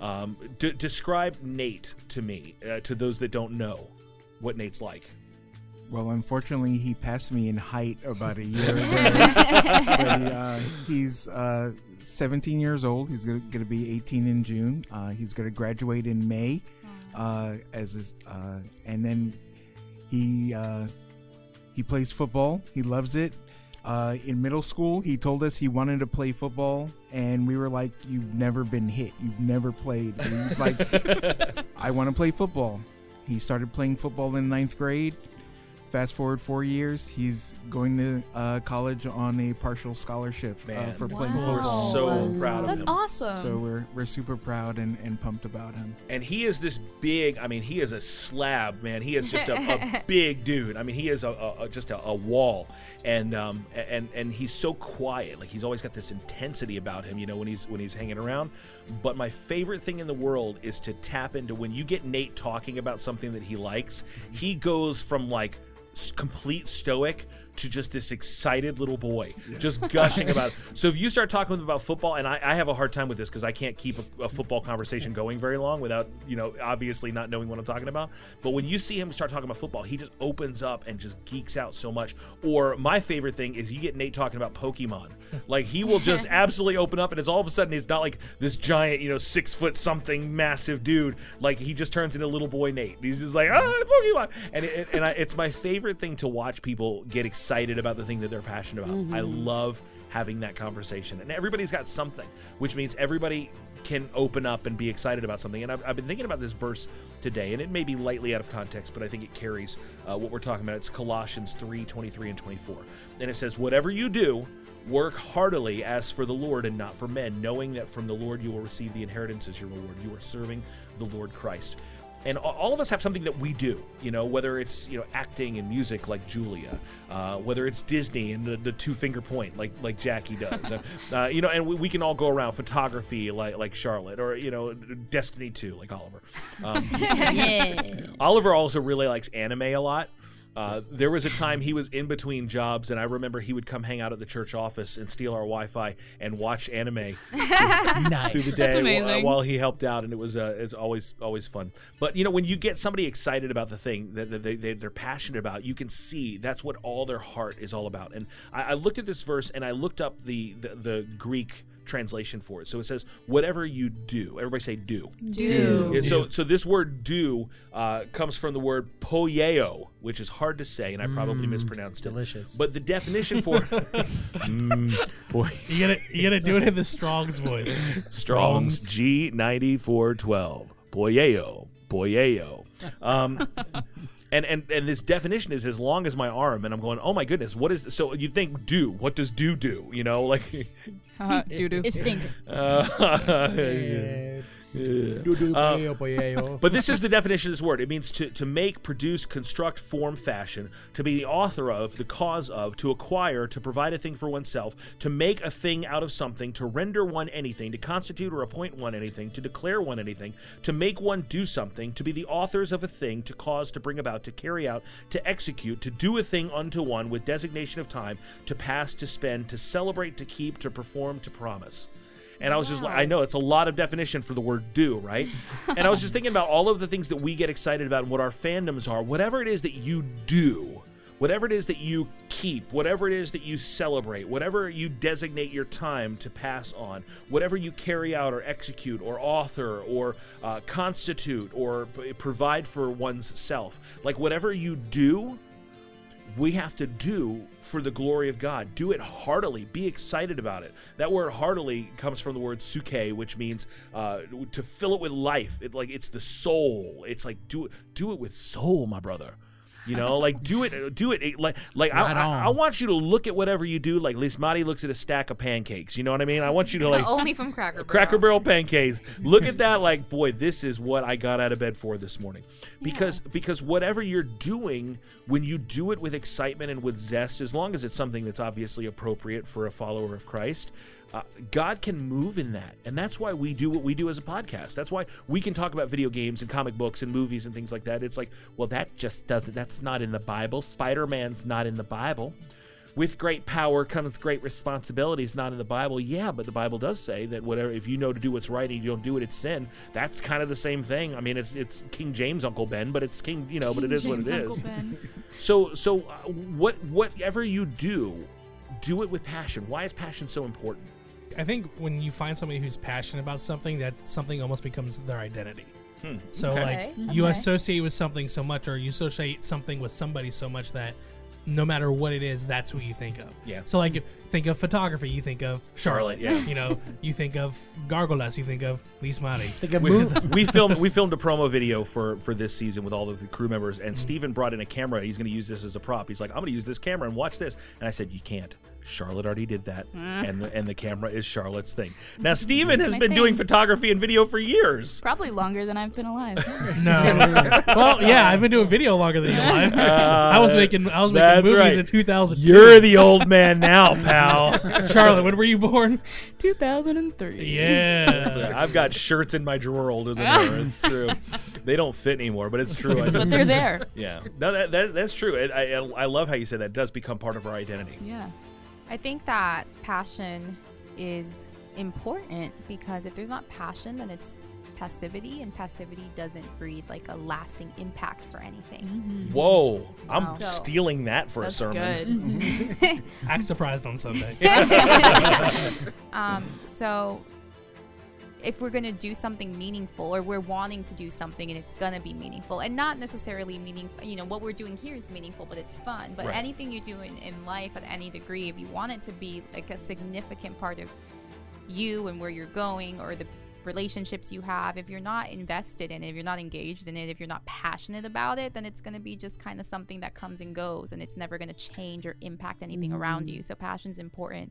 Speaker 3: Um, d- describe Nate to me, uh, to those that don't know what Nate's like.
Speaker 10: Well, unfortunately, he passed me in height about
Speaker 6: <laughs>
Speaker 10: a year ago. but he, uh, he's uh, 17 years old. He's going to be 18 in June. Uh, he's going to graduate in May, uh, as is, uh, and then he uh, he plays football. He loves it. Uh, in middle school, he told us he wanted to play football, and we were like, "You've never been hit. You've never played." And he's like, "I want to play football." He started playing football in ninth grade. Fast forward four years, he's going to uh, college on a partial scholarship uh,
Speaker 3: Man,
Speaker 10: for
Speaker 3: that's
Speaker 10: playing
Speaker 3: cool. We're
Speaker 10: football.
Speaker 3: so proud of That's him. awesome.
Speaker 10: So we're we're super proud and, and pumped about him.
Speaker 3: And he is this big. I mean, he is a slab, man. He is just a, a big dude. I mean, he is a, a, a- just a, a wall. And um a- and and he's so quiet. Like he's always got this intensity about him. You know, when he's when he's hanging around. But my favorite thing in the world is to tap into when you get Nate talking about something that he likes. He goes from like s- complete stoic to just this excited little boy just gushing about it. so if you start talking with him about football and i, I have a hard time with this because i can't keep a, a football conversation going very long without you know obviously not knowing what i'm talking about but when you see him start talking about football he just opens up and just geeks out so much or my favorite thing is you get nate talking about pokemon like he will just absolutely open up and it's all of a sudden he's not like this giant you know six foot something massive dude like he just turns into little boy nate he's just like ah pokemon and, it, and I, it's my favorite thing to watch people get excited about the thing that they're passionate about i
Speaker 18: Mhm.
Speaker 3: love having that conversation and everybody's got something which means everybody can open up and be excited about something and i've, I've been thinking about this verse today and it may be lightly out of context but i think it carries uh, what we're talking about it's colossians 3 23 and 24 and it says whatever you do Work heartily as for the Lord and not for men, knowing that from the Lord you will receive the inheritance as your reward. You are serving the Lord Christ. And a- all of us have something that we do, you know, whether it's, you know, acting and music like Julia, uh, whether it's Disney and the, the two finger point like like Jackie does, uh, uh, you know, and we, we can all go around photography like like Charlotte or, you know, Destiny 2 like Oliver.
Speaker 11: <laughs>
Speaker 3: Um, Oliver also really likes anime a lot. Uh, There was a time he was in between jobs, and I remember he would come hang out at the church office and steal our Wi-Fi and watch anime
Speaker 11: <laughs>
Speaker 5: <laughs>
Speaker 18: nice.
Speaker 3: through the day wh- uh, While, he helped out, and it was uh, it's always always fun. But you know, when you get somebody excited about the thing that, that they, they they're passionate about, you can see that's what all their heart is all about. And I, I looked at this verse and I looked up the the, the Greek translation for it. So it says, whatever you do. Everybody say do.
Speaker 18: Do.
Speaker 3: Yeah, so, so this word do uh, comes from the word poyeo, which is hard to say, and I probably
Speaker 15: Mm,
Speaker 3: mispronounced
Speaker 15: delicious.
Speaker 3: it. But the
Speaker 15: <laughs>
Speaker 3: definition for <laughs> Mm.
Speaker 11: You gotta, you gotta do it in the
Speaker 3: <laughs>
Speaker 11: Strong's voice.
Speaker 3: Strong's G ninety four twelve. Boyeo, boyeo. Um, and and and this definition is as long as my arm, and I'm going. Oh my goodness, what is? So you think do? What does do do? You know, like
Speaker 6: Haha, doo-doo.
Speaker 12: It
Speaker 3: <laughs>
Speaker 12: stinks.
Speaker 3: Uh,
Speaker 15: Yeah.
Speaker 3: yeah.
Speaker 15: Do-do,
Speaker 3: Uh,
Speaker 15: boyeo, boyeo.
Speaker 3: <laughs> but this is the definition of this word. It means to, to make, produce, construct, form, fashion, to be the author of, the cause of, to acquire, to provide a thing for oneself, to make a thing out of something, to render one anything, to constitute or appoint one anything, to declare one anything, to make one do something, to be the authors of a thing, to cause, to bring about, to carry out, to execute, to do a thing unto one with designation of time, to pass, to spend, to celebrate, to keep, to perform, to promise. And I was just like, I know it's a lot of definition for the word do, right? and I was just thinking about all of the things that we get excited about and what our fandoms are. Whatever it is that you do, whatever it is that you keep, whatever it is that you celebrate, whatever you designate your time to pass on, whatever you carry out or execute or author or uh, constitute or p- provide for one's self, like whatever you do, we have to do for the glory of God. Do it heartily. Be excited about it. That word heartily comes from the word suke, which means uh, to fill it with life. It, like it's the soul. It's like do it, do it with soul, my brother. You know, like do it, do it. it- Like, like
Speaker 15: Right
Speaker 3: I,
Speaker 15: on.
Speaker 3: I, I want you to look at whatever you do, like Lismati looks at a stack of pancakes. You know what I mean? I want you
Speaker 15: <laughs> Oh,
Speaker 3: to like
Speaker 9: only from Cracker Barrel.
Speaker 3: Cracker Barrel pancakes. Look at that, like boy, this is what I got out of bed for this morning, because because whatever you're doing, when you do it with excitement and with zest, as long as it's something that's obviously appropriate for a follower of Christ. Uh, God can move in that. And that's why we do what we do as a podcast. That's why we can talk about video games and comic books and movies and things like that. It's like, well, that just doesn't, that's not in the Bible. Spider Man's not in the Bible with great power comes great responsibility is not in the bible yeah but the bible does say that whatever if you know to do what's right and you don't do it it's sin that's kind of the same thing i mean it's it's king james uncle ben but it's king you know but it is what it is so so uh, what whatever you do do it with passion why is passion so important
Speaker 11: I think when you find somebody who's passionate about something, that something almost becomes their identity.
Speaker 3: Hmm.
Speaker 11: So
Speaker 3: Okay.
Speaker 11: like
Speaker 3: Okay.
Speaker 11: you
Speaker 3: Okay.
Speaker 11: associate with something so much, or you associate something with somebody so much that no matter what it is, that's who you think of.
Speaker 3: Yeah.
Speaker 11: So like if- think of photography, you think of
Speaker 3: Charlotte,
Speaker 11: Charlotte.
Speaker 3: yeah.
Speaker 11: You know, you think of Gargoyles, you think of Lee Smiley. Think
Speaker 3: we, <laughs> we filmed we filmed a promo video for for this season with all of the crew members and Steven brought in a camera he's going to use this as a prop he's like I'm going to use this camera and watch this and I said you can't Charlotte already did that
Speaker 9: Mm.
Speaker 3: and the, and the camera is Charlotte's
Speaker 6: <laughs>
Speaker 3: thing now Steven
Speaker 6: It's
Speaker 3: has
Speaker 6: my
Speaker 3: been doing
Speaker 6: thing.
Speaker 3: photography and video
Speaker 6: <laughs>
Speaker 3: for years
Speaker 6: Probably longer than I've been alive.
Speaker 3: <laughs>
Speaker 6: Oh,
Speaker 11: No. <laughs> well, Oh, yeah, I've been doing video longer than you. Live. I was making I was making
Speaker 3: Uh, that's
Speaker 11: movies
Speaker 3: right.
Speaker 11: in 2000.
Speaker 3: You're the old man now, pal.
Speaker 11: <laughs> Charlotte, when were you born?
Speaker 6: 2003.
Speaker 3: That's right. <laughs> I've got shirts in my drawer older than her.
Speaker 6: <laughs>
Speaker 3: It's true. They don't fit anymore, but it's true. I-
Speaker 6: But they're there.
Speaker 3: <laughs> Yeah, no, that, that, that's true. It, I, I love how you said that. It does become part of our identity.
Speaker 9: Yeah. I think that passion is important because if there's not passion, then it's passivity, and passivity doesn't breed like a lasting impact for anything.
Speaker 3: Whoa, I'm
Speaker 9: Wow. Mm-hmm. So-
Speaker 3: stealing that for
Speaker 9: That's
Speaker 3: a sermon.
Speaker 9: <laughs> good.
Speaker 11: Act surprised on Sunday.
Speaker 9: um, so if we're going to do something meaningful or we're wanting to do something and it's going to be meaningful and not necessarily meaningful you know what we're doing here is meaningful but it's fun but
Speaker 6: Right.
Speaker 9: anything you do in, in life at any degree if you want it to be like a significant part of you and where you're going or the relationships you have if you're not invested in it if you're not engaged in it if you're not passionate about it then it's going to be just kind of something that comes and goes and it's never going to change or impact anything around
Speaker 5: Mhm.
Speaker 9: you so passion's important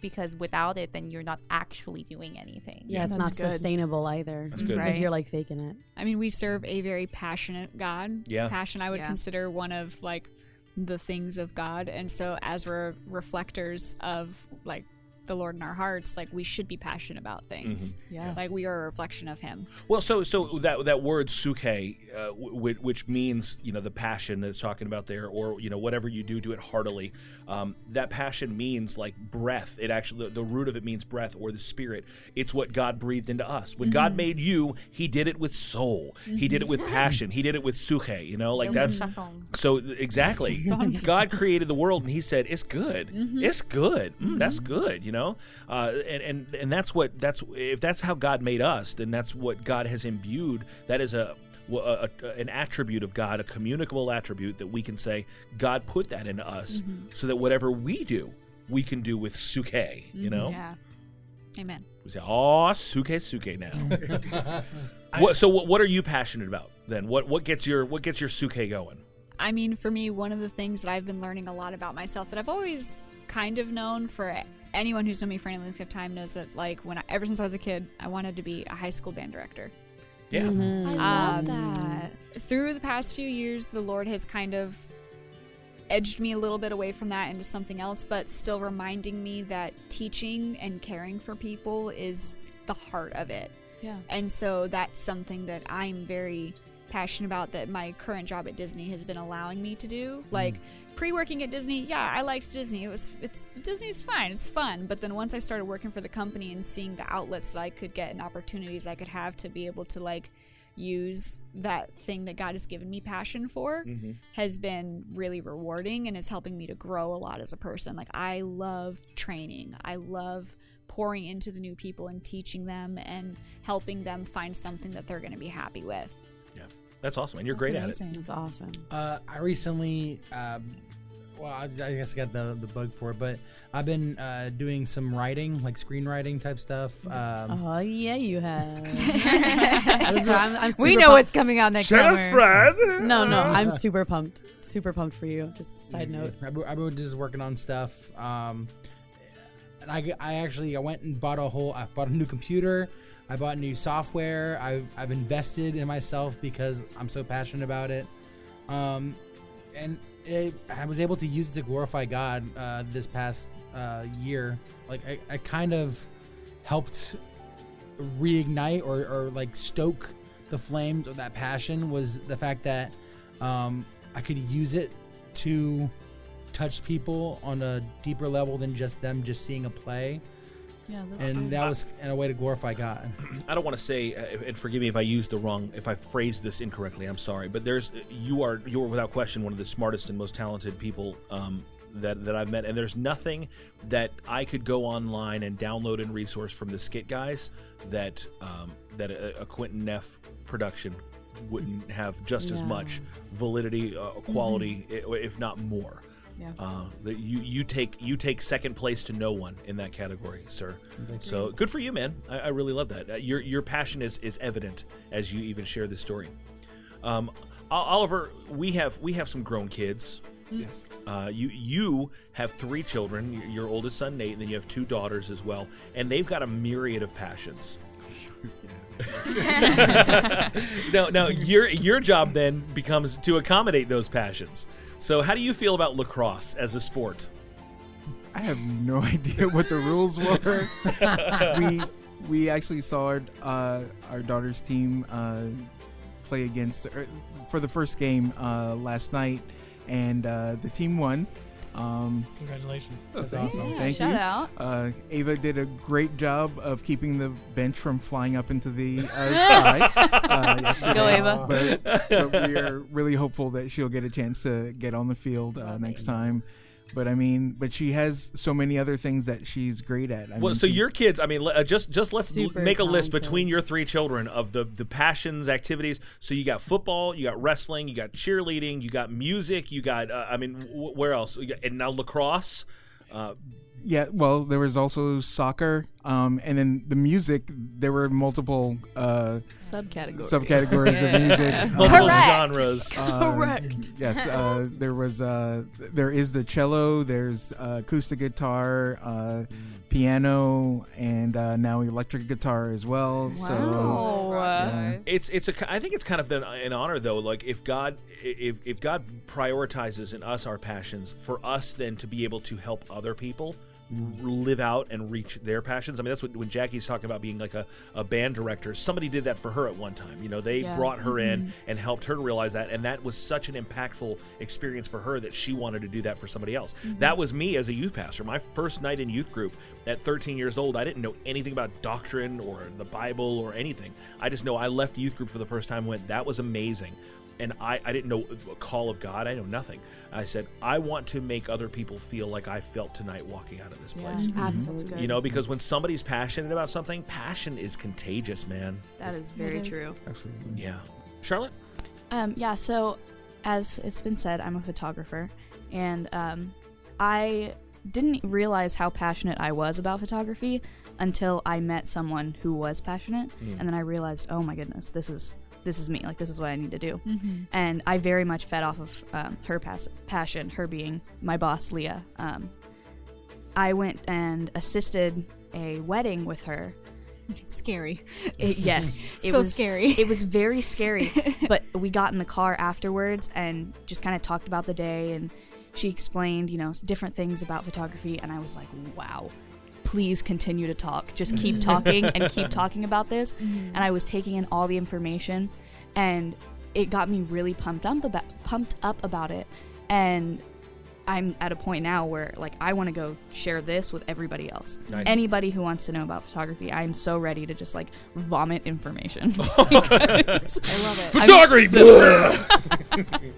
Speaker 9: because without it then you're not actually doing anything
Speaker 5: Yeah, it's not sustainable either.
Speaker 9: That's good.
Speaker 5: If you're like faking it.
Speaker 14: I mean, we serve a very passionate God.
Speaker 5: Yeah.
Speaker 14: Passion, I would
Speaker 5: Yeah.
Speaker 14: consider one of like the things of God. And so, as we're reflectors of like the Lord in our hearts, like we should be passionate about things.
Speaker 3: Mhm. Yeah.
Speaker 14: Like we are a reflection of Him.
Speaker 3: Well, so so that that word suke, uh, which, which means you know the passion that it's talking about there, or you know whatever you do, do it heartily. Um, that passion means like breath. It actually the, the root of it means breath or the spirit. It's what God breathed into us. When God
Speaker 15: Mhm.
Speaker 3: made you, He did it with soul. He did it with
Speaker 15: Mhm.
Speaker 3: passion. He did it with suke. You know, <laughs> like
Speaker 15: Mhm.
Speaker 3: that's
Speaker 15: Sazon.
Speaker 3: so th- exactly.
Speaker 15: Sazon.
Speaker 3: <laughs> God created the world, and He said it's good.
Speaker 15: Mhm.
Speaker 3: It's good. Mm, That's good. You know, uh, and and and that's what that's if that's how God made us, then that's what God has imbued. That is a w- a- a- an attribute of God, a communicable attribute that we can say, God put that in us,
Speaker 12: Mhm.
Speaker 3: so that whatever we do, we can do with suke.
Speaker 12: Mm-hmm.
Speaker 3: You know,
Speaker 12: Amen.
Speaker 3: we say, "Oh, suke, suke." Now, what, so what, what are you passionate about then? What what gets your what gets your suke going?
Speaker 12: I mean, for me, one of the things that I've been learning a lot about myself that I've always kind of known for anyone who's known me for any length of time knows that, like, when I, ever since I was a kid, I wanted to be a high school band director.
Speaker 3: Yeah.
Speaker 6: I love
Speaker 12: Um,
Speaker 6: that.
Speaker 12: Through the past few years, the Lord has kind of edged me a little bit away from that into something else, but still reminding me that teaching and caring for people is the heart of it.
Speaker 6: Yeah.
Speaker 12: And so that's something that I'm very passionate about that my current job at Disney has been allowing me to do. Like pre-working at Disney, yeah, I liked Disney. It was it's Disney's fine, it's fun, but then once I started working for the company and seeing the outlets that I could get and opportunities I could have to be able to like use that thing that God has given me passion for
Speaker 5: Mm-hmm.
Speaker 6: Mhm.
Speaker 12: has been really rewarding and is helping me to grow a lot as a person. Like I love training. I love pouring into the new people and teaching them and helping them find something that they're going to be happy with.
Speaker 3: That's awesome, and you're great at it.
Speaker 5: That's awesome.
Speaker 4: Uh, I recently, um, well, I, I guess I got the, the bug for it, but I've been uh, doing some writing, like screenwriting type stuff. Um,
Speaker 5: Oh yeah,
Speaker 4: <laughs>
Speaker 5: you have.
Speaker 4: don't
Speaker 5: so
Speaker 4: know.
Speaker 5: I'm, I'm super
Speaker 4: We know
Speaker 5: pumped.
Speaker 4: what's coming out next Jennifer! summer.
Speaker 5: No, no, I'm super pumped. Super pumped for you. Just side note.
Speaker 4: Mm-hmm. I've been- I've been just working on stuff. Um, and I, I actually I went and bought a whole I bought a new computer. I bought new software. I've, I've invested in myself because I'm so passionate about it. Um, and it, I was able to use it to glorify God uh, this past uh, year. Like I, I kind of helped reignite or, or like stoke the flames of that passion was the fact that um, I could use it to touch people on a deeper level than just them just seeing a play.
Speaker 6: Yeah, that's
Speaker 4: and
Speaker 6: cool.
Speaker 4: that was and a way to glorify God. <laughs>
Speaker 3: I don't want to say, uh, and forgive me if I used the wrong, if I phrased this incorrectly. I'm sorry, but there's you are you are without question one of the smartest and most talented people um, that that I've met, and there's nothing that I could go online and download and resource from the Skit guys that um, that a, a Quentin Neff production wouldn't have just as
Speaker 11: No.
Speaker 3: much validity, uh, quality, i if not more.
Speaker 11: Yeah.
Speaker 3: Uh, that you you take you take second place to no one in that category, sir. So good for you, man. I, I really love that. Uh, your your passion is is evident as you even share this story. Um, O- Oliver, we have we have some grown kids.
Speaker 10: Yes.
Speaker 3: Uh, you you have three children. Your, your oldest son Nate, and then you have two daughters as well, and they've got a myriad of passions. <laughs> no, no. Your your job then becomes to accommodate those passions. So, how do you feel about lacrosse as a sport?
Speaker 10: I have no <laughs> idea what the rules
Speaker 6: <laughs>
Speaker 10: were. we we actually saw our uh, our daughter's team uh, play against er, for the first game uh, last night, and uh, the team won. Um,
Speaker 19: Congratulations.
Speaker 10: That's awesome. Thank you. Uh, Ava did a great job of keeping the bench from flying up into the
Speaker 6: <laughs>
Speaker 10: uh, sky uh, yesterday.
Speaker 6: Go, Ava.
Speaker 10: But, but we are really hopeful that she'll get a chance to get on the field uh, next time. But I mean, but she has so many other things that she's great at. I
Speaker 3: well,
Speaker 10: mean,
Speaker 3: so
Speaker 10: she-
Speaker 3: your kids. I mean, le- uh, just just let's l-
Speaker 10: Super
Speaker 3: make a list
Speaker 10: talented.
Speaker 3: between your three children of the the passions, activities. So you got football, you got wrestling, you got cheerleading, you got music, you got. Uh, I mean, wh- where else? You got- And now lacrosse. Uh,
Speaker 10: yeah. Well, there was also soccer, um, and then the music. There were multiple uh,
Speaker 6: Subcategories.
Speaker 10: subcategories
Speaker 6: Yeah.
Speaker 10: of music. Um,
Speaker 6: Multiple Correct. genres.
Speaker 10: Uh,
Speaker 6: Correct.
Speaker 10: Yes. Uh, there was. Uh, there is the cello. There's uh, acoustic guitar, uh, piano, and uh, now electric guitar as well. So Oh, yeah.
Speaker 3: It's it's a ki- I think it's kind of an, an honor though. Like if God if if God prioritizes in us our passions for us then to be able to help other people live out and reach their passions. I mean that's what when Jackie's talking about being like a, a band director. Somebody did that for her at one time. You know, they
Speaker 11: Yeah.
Speaker 3: brought her in
Speaker 11: Mhm.
Speaker 9: Mm-hmm.
Speaker 3: and helped her realize that and that was such an impactful experience for her that she wanted to do that for somebody else.
Speaker 9: Mm-hmm.
Speaker 11: Mhm.
Speaker 3: That was me as a youth pastor. My first night in youth group at 13 years old, I didn't know anything about doctrine or the Bible or anything. I just know I left youth group for the first time and went, that was amazing. and I, I didn't know a call of God. I know nothing. I said, I want to make other people feel like I felt tonight walking out of this
Speaker 9: Yeah, Mm-hmm.
Speaker 3: place.
Speaker 9: absolutely. That's good.
Speaker 3: You know, because when somebody's passionate about something, passion is contagious, man.
Speaker 9: That is very
Speaker 6: is.
Speaker 9: true.
Speaker 10: Absolutely.
Speaker 3: Yeah. Charlotte?
Speaker 6: Um, yeah, so as it's been said, I'm a photographer, and um, I didn't realize how passionate I was about photography until I met someone who was passionate,
Speaker 18: Mm.
Speaker 6: and then I realized, oh my goodness, this is this is me. Like this is what I need to do,
Speaker 18: Mhm.
Speaker 6: and I very much fed off of um, her pas- passion, her being my boss, Leah. Um, I went and assisted a wedding with her.
Speaker 12: Scary.
Speaker 6: It-
Speaker 12: <laughs>
Speaker 6: yes. It
Speaker 12: So
Speaker 6: was,
Speaker 12: scary.
Speaker 6: It was very
Speaker 12: <laughs>
Speaker 6: scary. but we got in the car afterwards and just kind of talked about the day. And she explained, you know, s- different things about photography. And I was like, wow, please continue to talk. Just keep
Speaker 18: Mhm.
Speaker 12: Mm-hmm.
Speaker 6: talking
Speaker 12: <laughs>
Speaker 6: and keep talking about this.
Speaker 18: Mhm.
Speaker 6: And I was taking in all the information. And it got me really pumped up about, pumped up about it. And I'm at a point now where like I want to go share this with everybody else.
Speaker 18: Nice.
Speaker 6: Anybody who wants to know about photography, I'm so ready to just like vomit information. <laughs>
Speaker 18: I love it.
Speaker 6: Photography.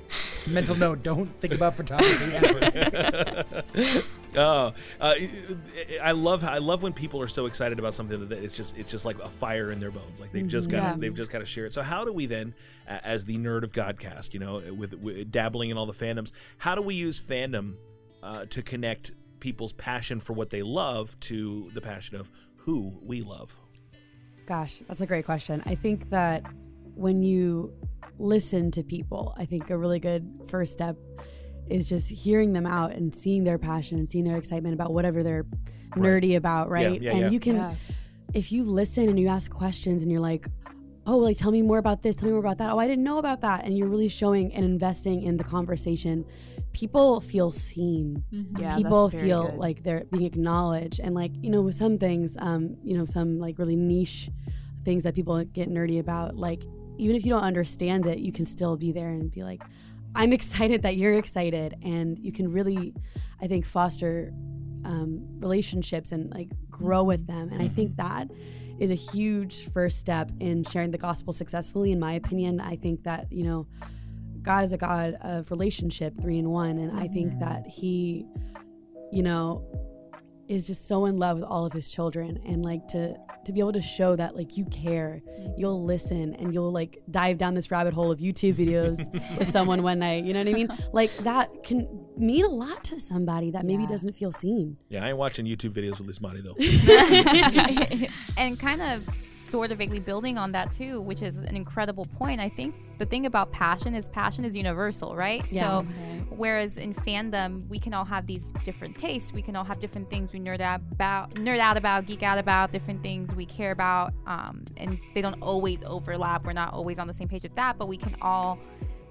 Speaker 15: Mental note: Don't think about photography ever.
Speaker 3: <laughs> Oh, uh, I love I love when people are so excited about something that it's just it's just like a fire in their bones. Like they've just
Speaker 7: Mhm.
Speaker 3: got
Speaker 7: Yeah.
Speaker 3: to they've just got to share it. So how do we then, a- as the nerd of Godcast, you know, with, with dabbling in all the fandoms, how do we use fandom uh, to connect people's passion for what they love to the passion of who we love?
Speaker 5: Gosh, that's a great question. I think that when you listen to people, I think a really good first step is just hearing them out and seeing their passion and seeing their excitement about whatever they're
Speaker 18: Right.
Speaker 5: nerdy about,
Speaker 18: Yeah,
Speaker 5: right?
Speaker 18: yeah,
Speaker 5: and
Speaker 18: yeah.
Speaker 5: you can,
Speaker 18: Yeah.
Speaker 5: if you listen and you ask questions and you're like, oh, like tell me more about this, tell me more about that. Oh, I didn't know about that. And you're really showing and investing in the conversation. People feel seen.
Speaker 18: Mhm. Yeah, that's
Speaker 5: People
Speaker 18: very
Speaker 5: feel
Speaker 18: good.
Speaker 5: like like they're being acknowledged and like you know with some things um you know some like really niche things that people get nerdy about like even if you don't understand it you can still be there and be like i'm <laughs> excited that you're excited and you can really i think foster um, relationships and like grow with them and i think that is a huge first step in sharing the gospel successfully in my opinion i think that you know god is a god of relationship three in one and i think that he you know is just so in love with all of his children and like to to be able to show that like you care you'll listen and you'll like dive down this rabbit hole of youtube videos with someone one night you know what i mean like that can mean a lot to somebody that maybe doesn't feel seen
Speaker 3: Yeah, I ain't watching YouTube videos with Ismati though.
Speaker 9: <laughs>
Speaker 3: <laughs>
Speaker 9: and kind of sort of vaguely building on that too, which is an incredible point. I think the thing about passion is passion is universal, right?
Speaker 18: Yeah.
Speaker 9: So whereas in fandom we can all have these different tastes, we can all have different things we nerd out about nerd out about, geek out about, different things we care about. Um, and they don't always overlap. We're not always on the same page with that, but we can all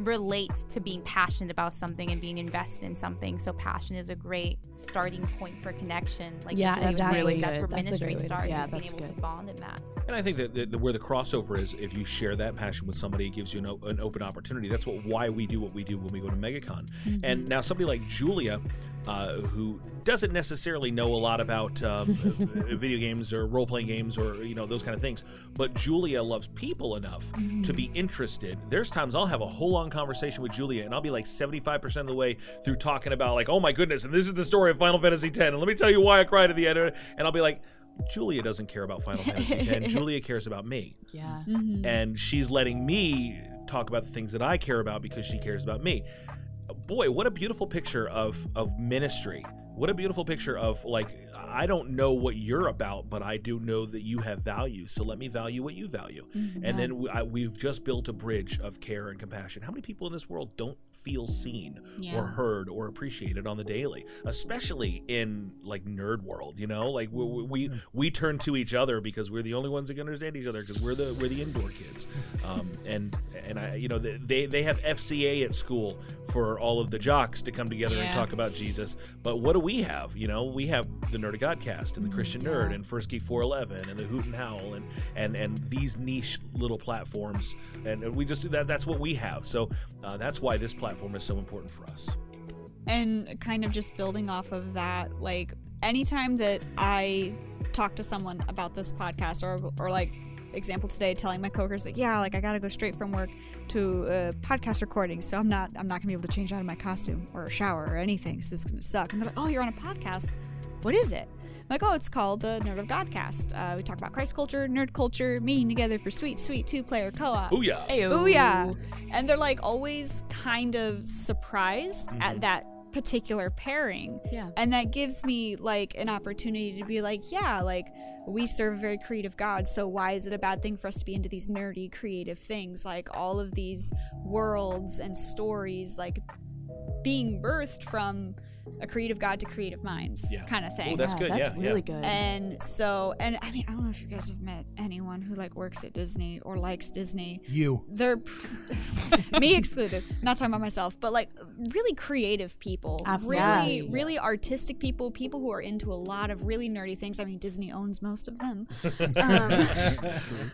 Speaker 9: relate to being passionate about something and being invested in something. So passion is a great starting point for connection. Like
Speaker 5: Yeah,
Speaker 9: that's
Speaker 5: exactly.
Speaker 9: really
Speaker 5: That's the
Speaker 9: That's where ministry
Speaker 5: great way to-
Speaker 9: starts.
Speaker 5: yeah,
Speaker 9: is being
Speaker 5: that's
Speaker 9: able to
Speaker 5: good.
Speaker 9: bond in that.
Speaker 3: And I think that the, the, where the crossover is, if you share that passion with somebody, it gives you an, o- an open opportunity. That's what why we do what we do when we go to MegaCon.
Speaker 7: Mhm.
Speaker 3: And now somebody like Julia, uh, who doesn't necessarily know a lot about um, <laughs> uh, video games or role playing games or you know those kind of things, but Julia loves people enough
Speaker 7: Mhm.
Speaker 3: to be interested. There's times I'll have a whole long conversation with Julia, and I'll be like 75% of the way through talking about like, oh my goodness, and this is the story of Final Fantasy X, and let me tell you why I cried at the end, and I'll be like. Julia doesn't care about Final
Speaker 7: <laughs>
Speaker 3: Fantasy X. Julia cares about me.
Speaker 6: yeah.
Speaker 7: Mm-hmm.
Speaker 3: And she's letting me talk about the things that I care about because she cares about me. Boy, what a beautiful picture of of ministry. What a beautiful picture of like I don't know what you're about, but I do know that you have value. So let me value what you value.
Speaker 7: Mhm.
Speaker 3: And
Speaker 7: Yeah.
Speaker 3: then we, I, we've just built a bridge of care and compassion. How many people in this world don't feel seen
Speaker 7: Yeah.
Speaker 3: or heard or appreciated on the daily, especially in like nerd world. You know, like we we,
Speaker 7: Mm-hmm.
Speaker 3: we turn to each other because we're the only ones that can understand each other because we're the we're the indoor kids, um, and and I you know they- they they have FCA at school for all of the jocks to come together and
Speaker 7: Yeah.
Speaker 3: talk about Jesus. But what do we have? You know, we have the Nerd of Godcast and the Christian Nerd
Speaker 7: Yeah.
Speaker 3: and First Geek 411 and the Hoot and Howl and and and these niche little platforms, and, and we just that that's what we have. So uh, that's why this platform is so important for us.
Speaker 14: and kind of just building off of that like anytime that i talk to someone about this podcast or or like
Speaker 12: example today, telling my coworkers like, yeah, like I gotta go straight from work to uh, a podcast recording, so I'm not I'm not gonna be able to change out of my costume or shower or anything. So this is gonna suck. And they're like, oh, you're on a podcast. What is it? I'm like, oh, it's called the Nerd of Godcast. Uh, we talk about Christ culture, nerd culture, meeting together for sweet, sweet two-player co-op.
Speaker 3: Booyah. Ayo.
Speaker 12: Booyah! And they're like always kind of surprised at that particular pairing.
Speaker 5: Yeah.
Speaker 12: And that gives me like an opportunity to be like, yeah, like we serve a very creative God, so why is it a bad thing for us to be into these nerdy creative things? Like all of these worlds and stories like being birthed from a creative God to creative minds
Speaker 14: Yeah.
Speaker 12: kind of thing.
Speaker 14: Ooh, that's Yeah, good, that's yeah, yeah. really good.
Speaker 12: And so and I mean, I don't know if you guys have met anyone who like works at Disney or likes Disney
Speaker 4: You.
Speaker 12: they're <laughs> me excluded not talking about myself but like really creative people
Speaker 5: Absolutely.
Speaker 12: really really artistic people people who are into a lot of really nerdy things i mean disney owns most of them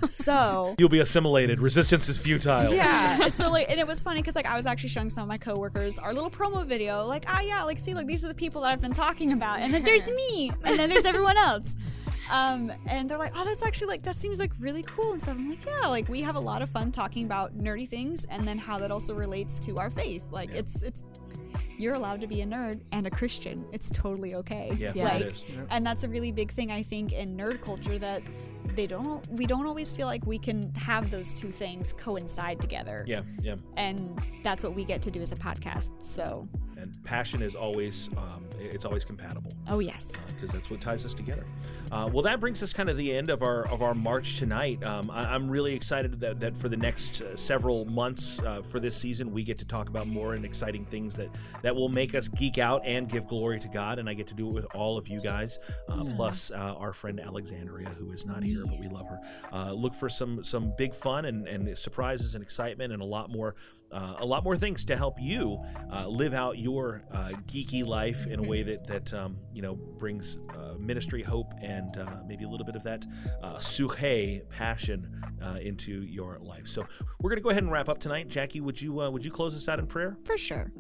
Speaker 12: so
Speaker 3: You'll be assimilated. Resistance is
Speaker 14: <laughs>
Speaker 3: futile.
Speaker 12: yeah so like and it was funny because like i was actually showing some of my coworkers our little promo video like ah yeah like see like these are the people that i've been talking about and
Speaker 14: <laughs>
Speaker 12: then there's me and then there's everyone else um, and they're like, oh, that's actually like that seems like really cool and stuff. I'm like, yeah, like we have a lot of fun talking about nerdy things and then how that also relates to our faith. Like it's it's you're allowed to be a nerd and a Christian. It's totally okay.
Speaker 14: Yeah,
Speaker 12: like,
Speaker 14: Yeah. it is. Yeah.
Speaker 12: and that's a really big thing I think in nerd culture that they don't we don't always feel like we can have those two things coincide together.
Speaker 3: Yeah, yeah.
Speaker 12: And that's what we get to do as a podcast. So
Speaker 3: And passion is always, um, it's always compatible.
Speaker 12: oh yes.
Speaker 3: because that's what ties us together. Uh, well, that brings us kind of the end of our of our march tonight. Um, I, I'm really excited that, that for the next uh, several months uh, for this season, we get to talk about more and exciting things that that will make us geek out and give glory to God. And I get to do it with all of you guys, uh,
Speaker 20: Yeah.
Speaker 3: plus uh, our friend Alexandria, who is not here, but we love her. Uh, look for some some big fun and, and surprises and excitement and a lot more uh, a lot more things to help you uh, live out your uh, geeky life in a way that that um, you know brings uh, ministry, hope, and uh, maybe a little bit of that uh, suhe passion uh, into your life. So we're gonna go ahead and wrap up tonight. Jackie, would you uh, would you close us out in prayer?
Speaker 12: For sure.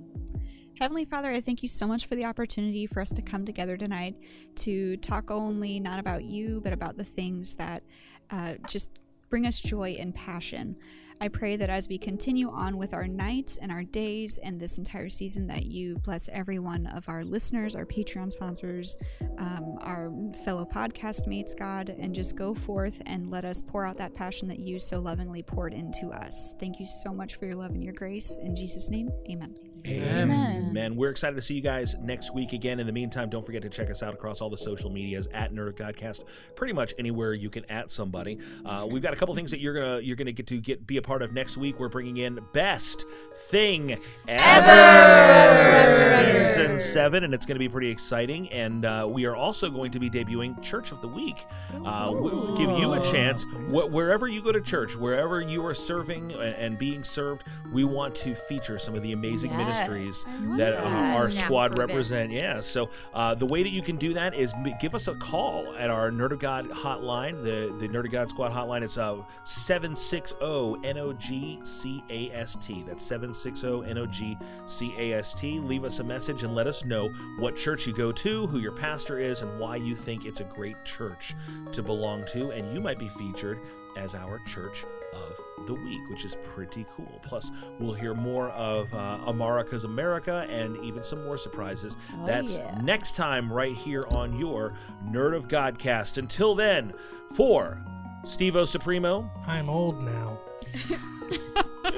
Speaker 12: Heavenly Father, I thank you so much for the opportunity for us to come together tonight to talk only not about you, but about the things that uh, just bring us joy and passion. I pray that as we continue on with our nights and our days and this entire season, that you bless every one of our listeners, our Patreon sponsors, um, our fellow podcast mates, God, and just go forth and let us pour out that passion that you so lovingly poured into us. Thank you so much for your love and your grace. In Jesus' name, amen.
Speaker 3: Amen. We're excited to see you guys next week again. In the meantime, don't forget to check us out across all the social medias at Nerd Godcast. Pretty much anywhere you can at somebody. Uh, we've got a couple things that you're gonna you're gonna get to get be a part of next week. We're bringing in best thing ever, season seven, and it's gonna be pretty exciting. And uh, we are also going to be debuting Church of the Week. Uh, we- give you a chance wh- wherever you go to church, wherever you are serving and, and being served. We want to feature some of the amazing
Speaker 20: Yes.
Speaker 3: ministries
Speaker 20: I love
Speaker 3: that
Speaker 20: that.
Speaker 3: uh, our
Speaker 20: Snap
Speaker 3: squad
Speaker 20: for bits.
Speaker 3: represents. And yeah, so uh, the way that you can do that is m- give us a call at our Nerd of God hotline, the, the Nerd of God Squad hotline. It's uh, 760 NOGCAST. That's 760 NOGCAST. Leave us a message and let us know what church you go to, who your pastor is, and why you think it's a great church to belong to. And you might be featured as our church of the week, which is pretty cool. Plus, we'll hear more of uh, America's America and even some more surprises.
Speaker 20: Oh,
Speaker 3: That's
Speaker 20: yeah.
Speaker 3: next time right here on your Nerd of Godcast. Until then, for Steve O Supremo, <laughs>
Speaker 11: I'm old now.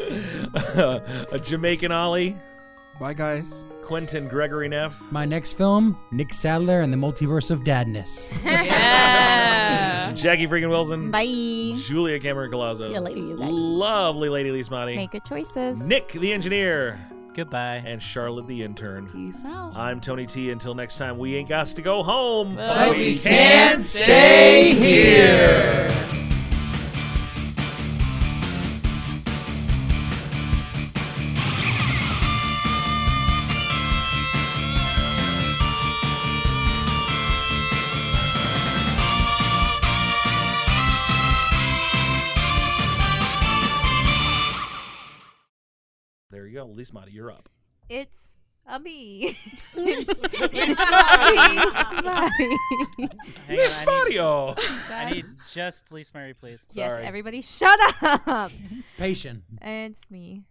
Speaker 3: a Jamaican Ollie. Bye, guys. Quentin Gregory Neff.
Speaker 4: My next film, Nick Sadler and the Multiverse of Dadness.
Speaker 3: Jackie freaking Wilson.
Speaker 12: Bye.
Speaker 3: Julia Cameron Colazzo.
Speaker 11: See you later, you guys.
Speaker 3: Lovely lady Lismani.
Speaker 9: Make good choices.
Speaker 3: Nick the engineer. Goodbye. And Charlotte the intern.
Speaker 9: Peace out.
Speaker 3: I'm Tony T. Until next time, we ain't got to go home,
Speaker 20: But we can stay here.
Speaker 3: There you go, Lismati, you're up.
Speaker 9: It's a
Speaker 13: <laughs>
Speaker 9: me.
Speaker 13: It's
Speaker 9: Smarty.
Speaker 13: Hang on, I need-
Speaker 3: Mario.
Speaker 13: I need just Lee Murray, please.
Speaker 9: Yes, everybody shut up.
Speaker 15: Patient.
Speaker 9: It's me.